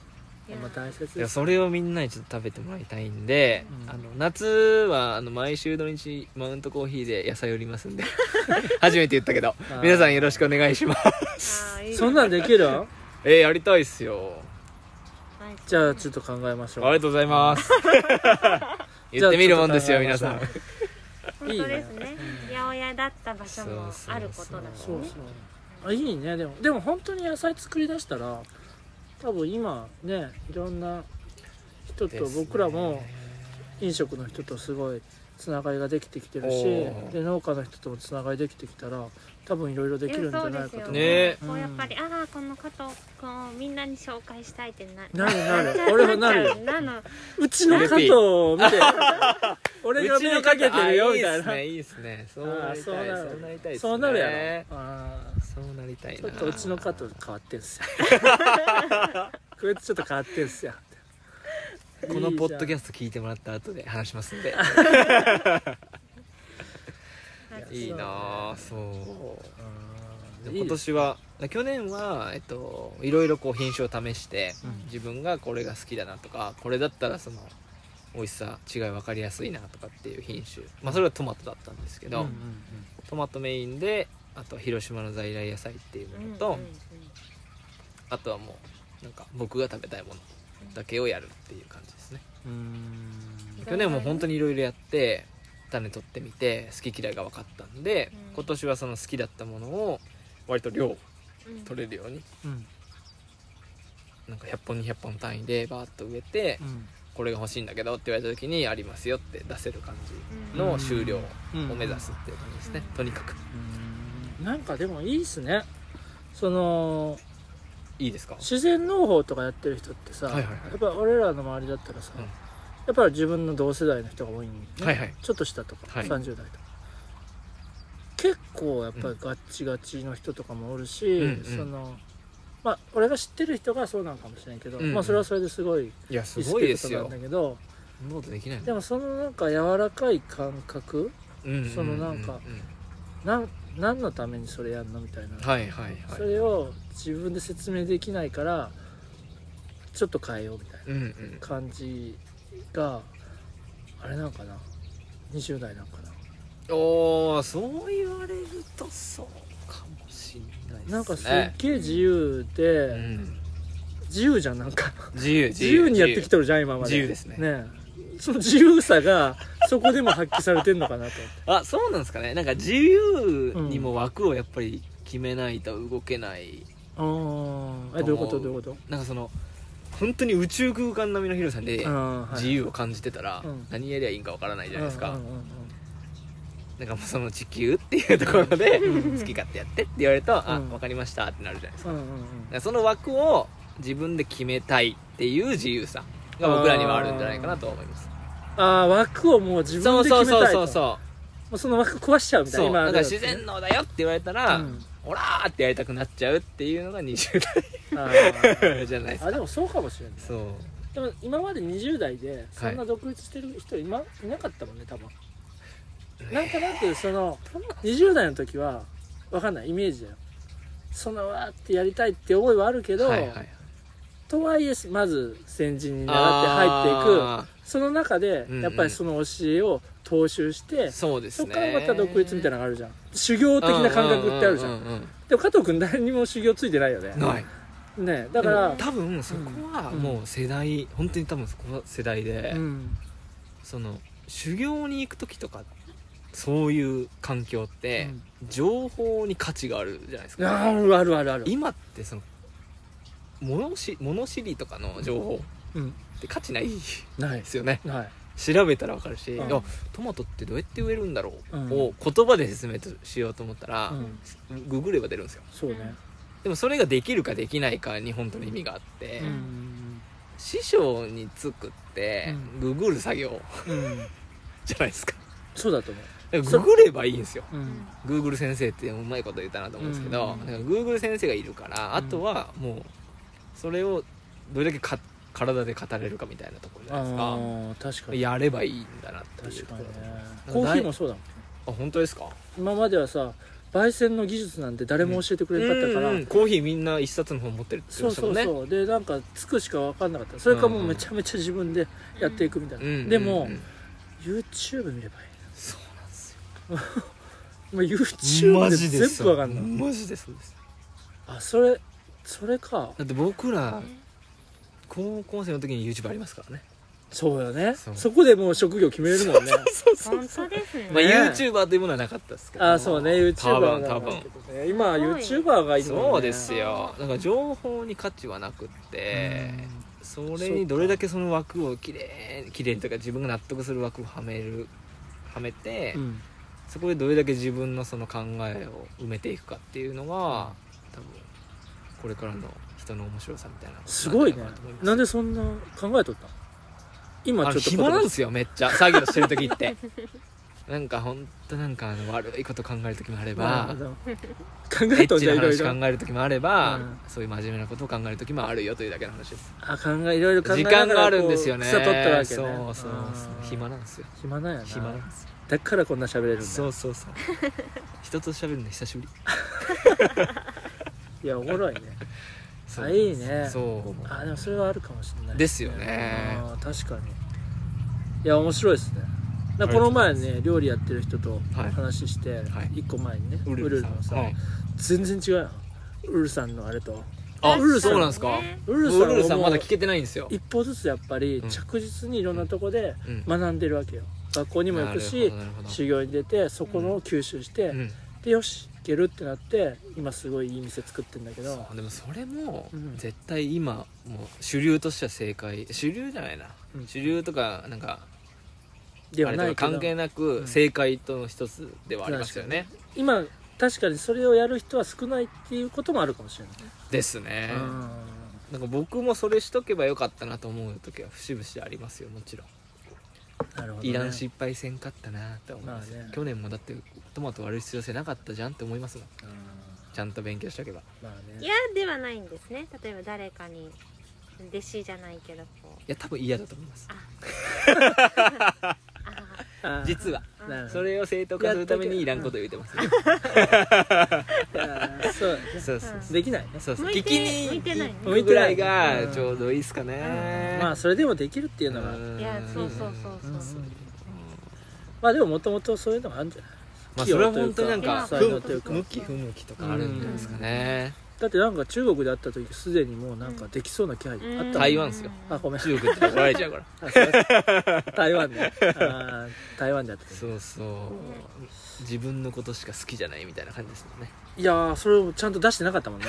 Speaker 2: い
Speaker 1: で
Speaker 2: や
Speaker 1: も大切
Speaker 3: いや
Speaker 1: です
Speaker 3: それをみんなにちょっと食べてもらいたいんで、
Speaker 1: うん
Speaker 3: あの夏はあの毎週土日マウントコーヒーで野菜売りますんで 初めて言ったけど
Speaker 1: ー
Speaker 3: 皆さんよろしくお願いします
Speaker 2: あ ーいい
Speaker 1: そんなんできるん
Speaker 3: えー、やりたいっすよ
Speaker 1: じゃあちょっと考えまし
Speaker 3: あ
Speaker 1: ょ
Speaker 3: り
Speaker 1: う
Speaker 3: がとうございます 言ってみるもんですよ
Speaker 1: じゃあ
Speaker 3: 皆
Speaker 1: ちょ
Speaker 3: さ
Speaker 1: っと考えましょう
Speaker 2: 本
Speaker 3: ん
Speaker 2: 当ですね八百屋だった場所もあることだし
Speaker 3: そ
Speaker 1: そう
Speaker 3: うそう
Speaker 2: ね
Speaker 1: そうあいいねでもでも本当に野菜作り出したら多分今ねいろんな人と
Speaker 3: ですね
Speaker 1: 僕らも飲食の人とすごいつながりができてきてるし
Speaker 3: おー
Speaker 1: で農家の人ともつながりできてきたら多分いろいろできるんじゃないかと思う。
Speaker 3: ね
Speaker 2: こうやっぱり、ああこの加藤君をみんなに紹介したいってな
Speaker 1: なるなる
Speaker 2: ちゃう
Speaker 1: 俺もなるよ
Speaker 2: ちゃうなの
Speaker 1: うちの加藤を 見て俺が
Speaker 3: うち
Speaker 1: 目
Speaker 3: の
Speaker 1: かけてるよみたい
Speaker 3: あ
Speaker 1: ない
Speaker 3: いですねいいですねそう
Speaker 1: あ
Speaker 3: な
Speaker 1: ー
Speaker 3: り
Speaker 1: そう
Speaker 3: たい
Speaker 1: なる
Speaker 3: そうなりたいですね
Speaker 1: そうなるやろあー
Speaker 3: そうなりたい
Speaker 1: ち
Speaker 3: な
Speaker 1: ょっとうちの加藤変わってんすよ こいつちょっと変わってんすよ
Speaker 3: このポッドキ
Speaker 1: ャ
Speaker 3: ャスト聞いてもらった後で話しますんでいいなあそう
Speaker 1: ス
Speaker 3: 今年は去年は、えっと、いろいろこう品種を試して、自分がこれが好きだなとかこれだったらその美味しさ違い分かりやすいなとかっていう品種、まあ、それはトマトだったんですけど、トマトメインであと広島の在来野菜っていうものと、あとはもうなんか僕が食べたいものだけをやるっていう感じですね去年も本当
Speaker 2: に
Speaker 3: にいろいろやって種取ってみて好き嫌いが分かったんで、
Speaker 2: うん
Speaker 3: 今年はその好きだったものを割と量取れるようになんか100本200本単位でバーッと植えて、これが欲しいんだけどって言われた時にありますよって出せる感じの終了を目指すっていう感じですね、
Speaker 2: うん
Speaker 3: とにかく
Speaker 1: なんかでもいいっすねその
Speaker 3: いいですか
Speaker 1: 自然農法とかやってる人ってさ、
Speaker 3: はいはいはい
Speaker 1: やっぱ俺らの周りだったらさ、
Speaker 3: うん
Speaker 1: やっぱり自分の同世代の人が多いんで、
Speaker 3: はいはい
Speaker 1: ちょっと下とか、
Speaker 3: はい
Speaker 1: 30代とか結構やっぱりガッチガチの人とかもおるし、
Speaker 3: うんうん
Speaker 1: そのまあ俺が知ってる人がそうなのかもしれんけど、
Speaker 3: うんうん
Speaker 1: まあそれはそれですごい
Speaker 3: いやす
Speaker 1: リス
Speaker 3: ごい
Speaker 1: ペ
Speaker 3: で
Speaker 1: クト
Speaker 3: す
Speaker 1: なん
Speaker 3: よ
Speaker 1: だけど
Speaker 3: ノートできない
Speaker 1: でもそのなんか柔らかい感覚
Speaker 3: も
Speaker 1: そのなんかなん何のためにそれやんのみたいな、
Speaker 3: はいはいはい
Speaker 1: それを自分で説明できないからちょっと変えようみたいな。
Speaker 3: うんうん
Speaker 1: 感じがあれなんかな20代なんかな
Speaker 3: おーそう言われるとそうかもしれないですね
Speaker 1: なんかすっげえ自由で、
Speaker 3: うん
Speaker 1: 自由じゃんなんか
Speaker 3: 自由
Speaker 1: 自由にやってきてるじゃん今まで
Speaker 3: 自由ですね
Speaker 1: ねえその自由さがそこでも発揮されてんのかなと 思って
Speaker 3: あそうなんですかねなんか自由にも枠をやっぱり決めないと動けない、
Speaker 1: ああえどういうことどういうこと
Speaker 3: なんかその本当に宇宙空間並みの広さで
Speaker 1: あーはい
Speaker 3: 自由を感じてたら、
Speaker 1: うん
Speaker 3: 何やりゃいいんかわからないじゃないですか、
Speaker 1: うんうんうんうん
Speaker 3: なんかもうその地球っていうところで
Speaker 1: うん
Speaker 3: 好き勝手やってって言われると、あ
Speaker 1: うん
Speaker 3: わかりましたってなるじゃないですか
Speaker 1: うんうん
Speaker 3: だからその枠を自分で決めたいっていう自由さが僕らにはあるんじゃないかなと思います
Speaker 1: ああ枠をもう自
Speaker 3: そ
Speaker 1: 分
Speaker 3: う
Speaker 1: で決
Speaker 3: そ
Speaker 1: め
Speaker 3: うそ
Speaker 1: た
Speaker 3: う
Speaker 1: いと
Speaker 3: そうそ
Speaker 1: もうその枠壊しちゃう
Speaker 3: う
Speaker 1: みたいな
Speaker 3: そうだ
Speaker 1: だ
Speaker 3: か
Speaker 1: と
Speaker 3: ら
Speaker 1: ね
Speaker 3: 自然のだよって言われたら、
Speaker 1: うん
Speaker 3: オラーってやりたくなっちゃうっていうのが20
Speaker 1: あ
Speaker 3: 代じゃないです
Speaker 1: ー
Speaker 3: か
Speaker 1: あでもそうかもしれない
Speaker 3: そう
Speaker 1: でも今まで20代でそんな独立してる人今いなかったもんね多分なんとなくその20代の時は分かんないイメージだよそのわーってやりたいって思いはあるけど、
Speaker 3: はいはい
Speaker 1: とはいえまず先人に習って入っていくその中で
Speaker 3: うんうん
Speaker 1: やっぱりその教えを踏襲して、
Speaker 3: いそうです
Speaker 1: そ
Speaker 3: ね
Speaker 1: こからまた独立みたい
Speaker 3: な
Speaker 1: なのがあるじゃん修行的な感覚ってあるじゃん,、でも加藤君誰にも修行ついてないよね
Speaker 3: ない
Speaker 1: ねだから
Speaker 3: でも多分そこはもう世代、本当に多分そこは世代で、
Speaker 1: うん
Speaker 3: その修行に行く時とかそういう環境って、情報に価値があるじゃないです
Speaker 1: うんあ
Speaker 3: か
Speaker 1: るあるあるある
Speaker 3: 今ってその物し物知りとかの情報
Speaker 1: うん
Speaker 3: って価値ないで
Speaker 1: ない
Speaker 3: すよね
Speaker 1: はい
Speaker 3: 調べたら分かるし、
Speaker 1: うん
Speaker 3: あトマトってどうやって植えるんだろう、
Speaker 1: うん
Speaker 3: を言葉で説明しようと思ったら
Speaker 1: う、ん
Speaker 3: ググれば出るんですよ
Speaker 1: そうね
Speaker 3: でもそれができるかできないかに本当に意味があって、
Speaker 1: うん
Speaker 3: 師匠につくってググる作業
Speaker 1: うん
Speaker 3: じゃないですか
Speaker 1: そうだと思
Speaker 3: だからググればいいんですよ
Speaker 1: ううん
Speaker 3: グーグル先生ってうまいこと言ったなと思うんですけど、
Speaker 1: うん
Speaker 3: なんかグーグル先生がいるからあとはもうそれをどれだけか体で語れるかみたいなところじゃないですか、
Speaker 1: あー確かに
Speaker 3: やればいいんだなってい
Speaker 1: 確
Speaker 3: うと
Speaker 1: かに
Speaker 3: ころ
Speaker 1: ね
Speaker 3: うん
Speaker 1: コーヒーもそうだもん
Speaker 3: あ本当ですか
Speaker 1: 今まではさ焙煎の技術なんて誰も教えてくれなかったから、
Speaker 3: うんうんコーヒーみんな一冊の本持ってるって
Speaker 1: そ
Speaker 3: 言
Speaker 1: う
Speaker 3: って
Speaker 1: そ
Speaker 3: ま
Speaker 1: う
Speaker 3: したもんね
Speaker 1: そうでなんかつくしか分かんなかったそれかもうめちゃめちゃ自分でやっていくみたいな、
Speaker 3: うん
Speaker 1: でも、
Speaker 3: うんうん
Speaker 1: YouTube 見ればい
Speaker 3: そうなんですよ
Speaker 1: い、まあ、YouTube で全部分かんない
Speaker 3: マジでそうです
Speaker 1: あそれそれか
Speaker 3: だって僕ら高校生の時に YouTube ありますからね
Speaker 1: そうよね
Speaker 3: そ
Speaker 1: そうこでもう職業決めれるもんね
Speaker 2: 本当ですね、
Speaker 3: まあ、
Speaker 1: ね
Speaker 3: YouTuber というものはなかったですけど
Speaker 1: ああそうね YouTuber が
Speaker 3: 多分多分
Speaker 1: ね今は YouTuber がいいもんね
Speaker 3: そうですよなんか情報に価値はなくってそれにどれだけその枠をきれいきれいというか自分が納得する枠をはめるはめて、
Speaker 1: うん
Speaker 3: そこでどれだけ自分のその考えを埋めていくかっていうのが多分これからの人の面白さみたいなこと
Speaker 1: すごいね
Speaker 3: なんじゃなかなと思ます
Speaker 1: なんでそんな考えとったの今
Speaker 3: あ
Speaker 1: ちょ
Speaker 3: の
Speaker 1: っと
Speaker 3: 暇なんですよめっ ちゃ作業してる時ってなんかほんとなんかあの悪いこと考える時もあれ
Speaker 1: まあ
Speaker 3: ば
Speaker 1: でも考
Speaker 3: エ
Speaker 1: え
Speaker 3: ッ
Speaker 1: とん
Speaker 3: チ
Speaker 1: じゃ
Speaker 3: ない
Speaker 1: ろい
Speaker 3: 話
Speaker 1: ろ
Speaker 3: 考える時もあれば、
Speaker 1: うん
Speaker 3: そういう真面目なことを考える時もあるよというだけの話です
Speaker 1: あ考えいろいろ考え
Speaker 3: 時
Speaker 1: ながら
Speaker 3: 間があるんですよね
Speaker 1: こう草取ったわけね
Speaker 3: そうそうそう
Speaker 1: あー
Speaker 3: 暇なんですよ
Speaker 1: 暇なんやな
Speaker 3: 暇なんですよ
Speaker 1: だからこんな喋れるんだ
Speaker 3: そうそうそう人と喋るの久しぶり
Speaker 1: いやおもろいね
Speaker 3: そう
Speaker 1: あいいね
Speaker 3: そう
Speaker 1: あでもそれはあるかもしれない
Speaker 3: ですよね
Speaker 1: あー確かにいや面白いですねなこの前ね料理やってる人と
Speaker 3: はい
Speaker 1: 話して、
Speaker 3: はい
Speaker 1: 一個前にね
Speaker 3: ウルルさん
Speaker 1: のさ、
Speaker 3: はい
Speaker 1: 全然違うやんウルさんのあれと
Speaker 3: あ
Speaker 1: ウルルさん
Speaker 3: そうなんですか
Speaker 2: ね
Speaker 1: ウ
Speaker 3: ウ
Speaker 1: ル
Speaker 3: ル
Speaker 1: さんはもう
Speaker 3: ルさんまだ聞けてないんですよ
Speaker 1: 一歩ずつやっぱり
Speaker 3: うん
Speaker 1: 着実にいろんなとこで
Speaker 3: うん
Speaker 1: 学んでるわけよ、学校にも行くし
Speaker 3: なるほどなるほど
Speaker 1: 修行に出てそこのを吸収して、
Speaker 3: うん
Speaker 1: でよしいけるってなって今すごいいい店作ってんだけど
Speaker 3: でもそれも
Speaker 1: うん
Speaker 3: 絶対今もう主流としては正解主流じゃないな、
Speaker 1: うん
Speaker 3: 主流とかなんか
Speaker 1: で
Speaker 3: あ
Speaker 1: は
Speaker 3: れ
Speaker 1: な
Speaker 3: と
Speaker 1: い
Speaker 3: か
Speaker 1: けど
Speaker 3: 関係なく正解との一つではありますよね、
Speaker 1: 今確かにそれをやる人は少ないっていうこともあるかもしれない、
Speaker 3: ですね、
Speaker 1: う
Speaker 3: なんか僕もそれしとけばよかったなと思う時は節々ありますよもちろん、
Speaker 1: んなるほどね
Speaker 3: いらん失敗せんかったなって思います、
Speaker 1: まあね
Speaker 3: 去年もだってトマト割る必要性なかったじゃんって思いますもん
Speaker 1: うん
Speaker 3: ちゃんと勉強しとけば
Speaker 1: まあ
Speaker 2: い
Speaker 1: ね
Speaker 2: やではないんですね例えば誰かに弟子じゃないけどこう
Speaker 3: いや多分嫌だと思います
Speaker 2: ああ
Speaker 1: あー
Speaker 3: 実は
Speaker 2: あ
Speaker 1: なるほ
Speaker 3: それを正当化するためにいらんこと言うてます、
Speaker 1: どあーそうだね
Speaker 3: そうそうそう
Speaker 1: できないね
Speaker 3: そうそう
Speaker 2: 向い
Speaker 3: 聞
Speaker 2: て
Speaker 3: きに
Speaker 2: 向いてない
Speaker 3: 行くぐらいがちょうどいいですかね
Speaker 1: まあそれでもできるっていうのが
Speaker 3: うん
Speaker 2: いやそうそうそうそう、
Speaker 1: まあでももともとそういうのがあるんじゃない
Speaker 3: まあそれは本当になんか
Speaker 2: 器用
Speaker 3: 不
Speaker 2: というか
Speaker 3: 向き不向きとかあるんじゃないですかね
Speaker 1: だってなんか中国で会った時すでにもうなんかできそうな気配あったもん、
Speaker 2: うん
Speaker 3: 台湾っすよ
Speaker 1: あごめん
Speaker 3: 中国って怒られちゃうから
Speaker 1: あすいません台湾であー台湾でやってた
Speaker 3: そうそう自分のことしか好きじゃないみたいな感じですもんね
Speaker 1: いやーそれをちゃんと出してなかったもん ね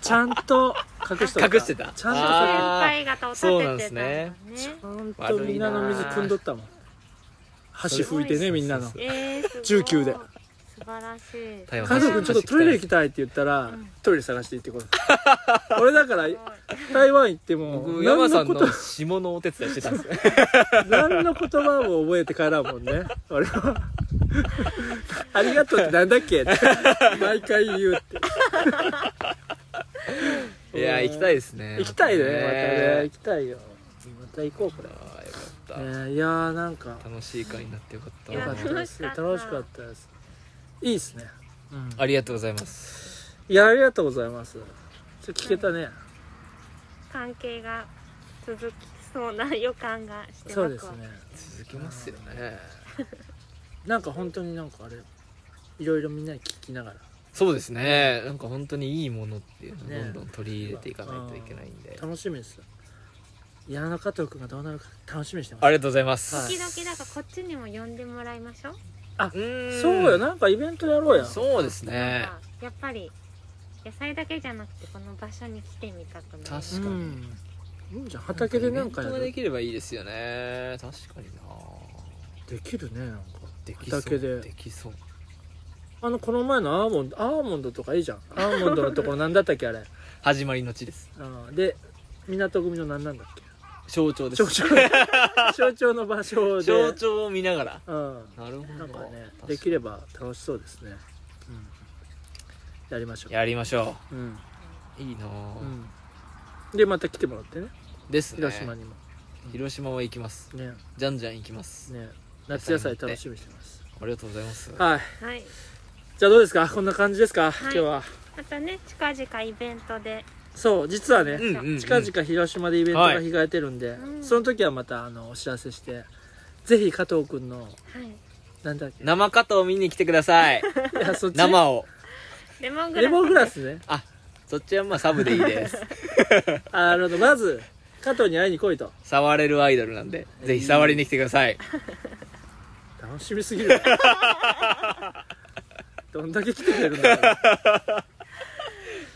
Speaker 1: ちゃんと隠しとった
Speaker 3: 隠してた
Speaker 1: ちゃんとそれ
Speaker 2: 先
Speaker 3: あー
Speaker 2: 輩方を立ててた
Speaker 3: そうなんですね
Speaker 1: ちゃんとみんなの水汲んどったもん箸拭いて
Speaker 2: すご
Speaker 1: ね
Speaker 2: い
Speaker 1: みんなの
Speaker 3: そう
Speaker 2: えー、すごい
Speaker 1: 19で
Speaker 2: 素晴らしい
Speaker 3: 台湾
Speaker 1: 家族ちょっとトイレ行きたいって言ったら、
Speaker 2: ん
Speaker 1: トイレ探して行ってこい俺だから台湾行っても
Speaker 3: 僕
Speaker 1: 何
Speaker 3: 山さ
Speaker 1: の
Speaker 3: ん
Speaker 1: こ
Speaker 3: の
Speaker 1: と
Speaker 3: 下のお手伝いしてたんですよ
Speaker 1: 何の言葉も覚えて帰らんもんね俺はありがとうってなんだっけって毎回言うって
Speaker 3: いや行きたいですね
Speaker 1: 行きたいねまたね
Speaker 3: ね
Speaker 1: 行きたいよまた行こうこれ、ね
Speaker 3: あーよかっ
Speaker 1: えいやーなんか
Speaker 3: た楽しい会になってよかった
Speaker 2: い
Speaker 1: よ
Speaker 2: や
Speaker 1: かったです楽
Speaker 2: 楽
Speaker 1: し
Speaker 2: し
Speaker 1: か
Speaker 2: か
Speaker 1: っ
Speaker 2: った
Speaker 1: ですいいですね、うん、
Speaker 3: ありがとうございます
Speaker 1: いやありがとうございますちょっと聞けたね、
Speaker 2: 関係が続きそうな予感がしてます
Speaker 1: そうですね
Speaker 3: 続きますよね
Speaker 1: なんか本当になんかあれいろいろみんなに聞きながら
Speaker 3: そうですねなんか本当にいいものっていうのを
Speaker 1: ね
Speaker 3: どんどん取り入れていかないといけないんで
Speaker 1: 楽しみです矢野加藤君がどうなるか楽しみにしてます
Speaker 3: ありがとうございます、
Speaker 1: は
Speaker 2: 時々だからこっちにも呼んでもらいましょう
Speaker 3: うーん
Speaker 1: そうよなんかイベントやろうや
Speaker 3: そうですね
Speaker 2: なんかやっぱり野菜だけじゃなくてこの場所に来てみたくなる
Speaker 3: 確かに
Speaker 1: うんいいんじゃん畑でなんか
Speaker 3: イ
Speaker 1: や
Speaker 3: ベント
Speaker 1: る
Speaker 3: ができればいいですよね確かにな
Speaker 1: できるねなんか
Speaker 3: できそう
Speaker 1: 畑で
Speaker 3: できそう
Speaker 1: あのこの前のアーモンドアーモンドとかいいじゃんアーモンドのところなんだったっけあれ
Speaker 3: 始まりの地です
Speaker 1: うんで港組の何なんだっけ
Speaker 3: 象徴です
Speaker 1: 象徴象徴の場所で
Speaker 3: 象徴を見ながら
Speaker 1: うん
Speaker 3: なるほど
Speaker 1: なんかね
Speaker 3: 確かに
Speaker 1: できれば楽しそうですね、やりましょ
Speaker 3: やりましょ
Speaker 1: ううん、
Speaker 3: ういいなあ
Speaker 1: うん、でまた来てもらってね
Speaker 3: ですね
Speaker 1: 広島にも
Speaker 3: 広島は行きます
Speaker 1: ね
Speaker 3: じゃんじゃん行きます
Speaker 1: ね夏野菜楽しみにしてます
Speaker 3: ありがとうございます
Speaker 1: はい
Speaker 2: はい
Speaker 1: じゃあどうですかこんな感じですか、
Speaker 2: はい
Speaker 1: 今日は
Speaker 2: またね近々イベントで
Speaker 1: そう実はね、
Speaker 3: うんうんうん
Speaker 1: 近々広島でイベントが控えてるんで、
Speaker 2: うん
Speaker 1: その時はまたあのお知らせしてぜひ加藤君の
Speaker 2: はい
Speaker 1: なんだっけ
Speaker 3: 生加藤見に来てくだ さ い
Speaker 1: いやそっち
Speaker 3: 生を
Speaker 2: レモングラス
Speaker 1: レモングラスね
Speaker 3: そっちはまあサブでいいです
Speaker 1: あなるほどまず加藤に会いに来いと
Speaker 3: 触れるアイドルなんでぜひ触りに来てください
Speaker 1: 楽しみす ぎるどんだけ来てくれるんだろ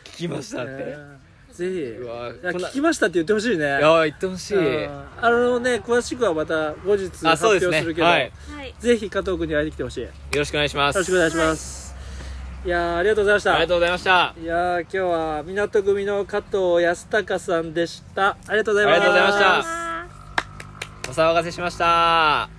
Speaker 3: 聞きましたっ
Speaker 1: う
Speaker 3: て
Speaker 1: ねぜひ
Speaker 3: うわ
Speaker 1: いや
Speaker 3: こんな
Speaker 1: 聞きましたって言ってほしいね
Speaker 3: いや言ってほしい
Speaker 1: うんあのね詳しくはまた後日
Speaker 3: あ
Speaker 1: 発
Speaker 3: そう
Speaker 1: 表
Speaker 3: です
Speaker 1: す
Speaker 3: ね
Speaker 1: るけど、
Speaker 3: はいよ
Speaker 2: はい
Speaker 1: ぜひ加藤君に会いに来てほしいよ
Speaker 3: ろしくお願いします
Speaker 1: ろしくお願いします、い、やーありがとうございました
Speaker 3: ありがとうございました
Speaker 1: いやー今日は港組の加藤康隆さんでしたありがとうございま
Speaker 3: ありがとうございました
Speaker 2: あー
Speaker 3: お騒がせしました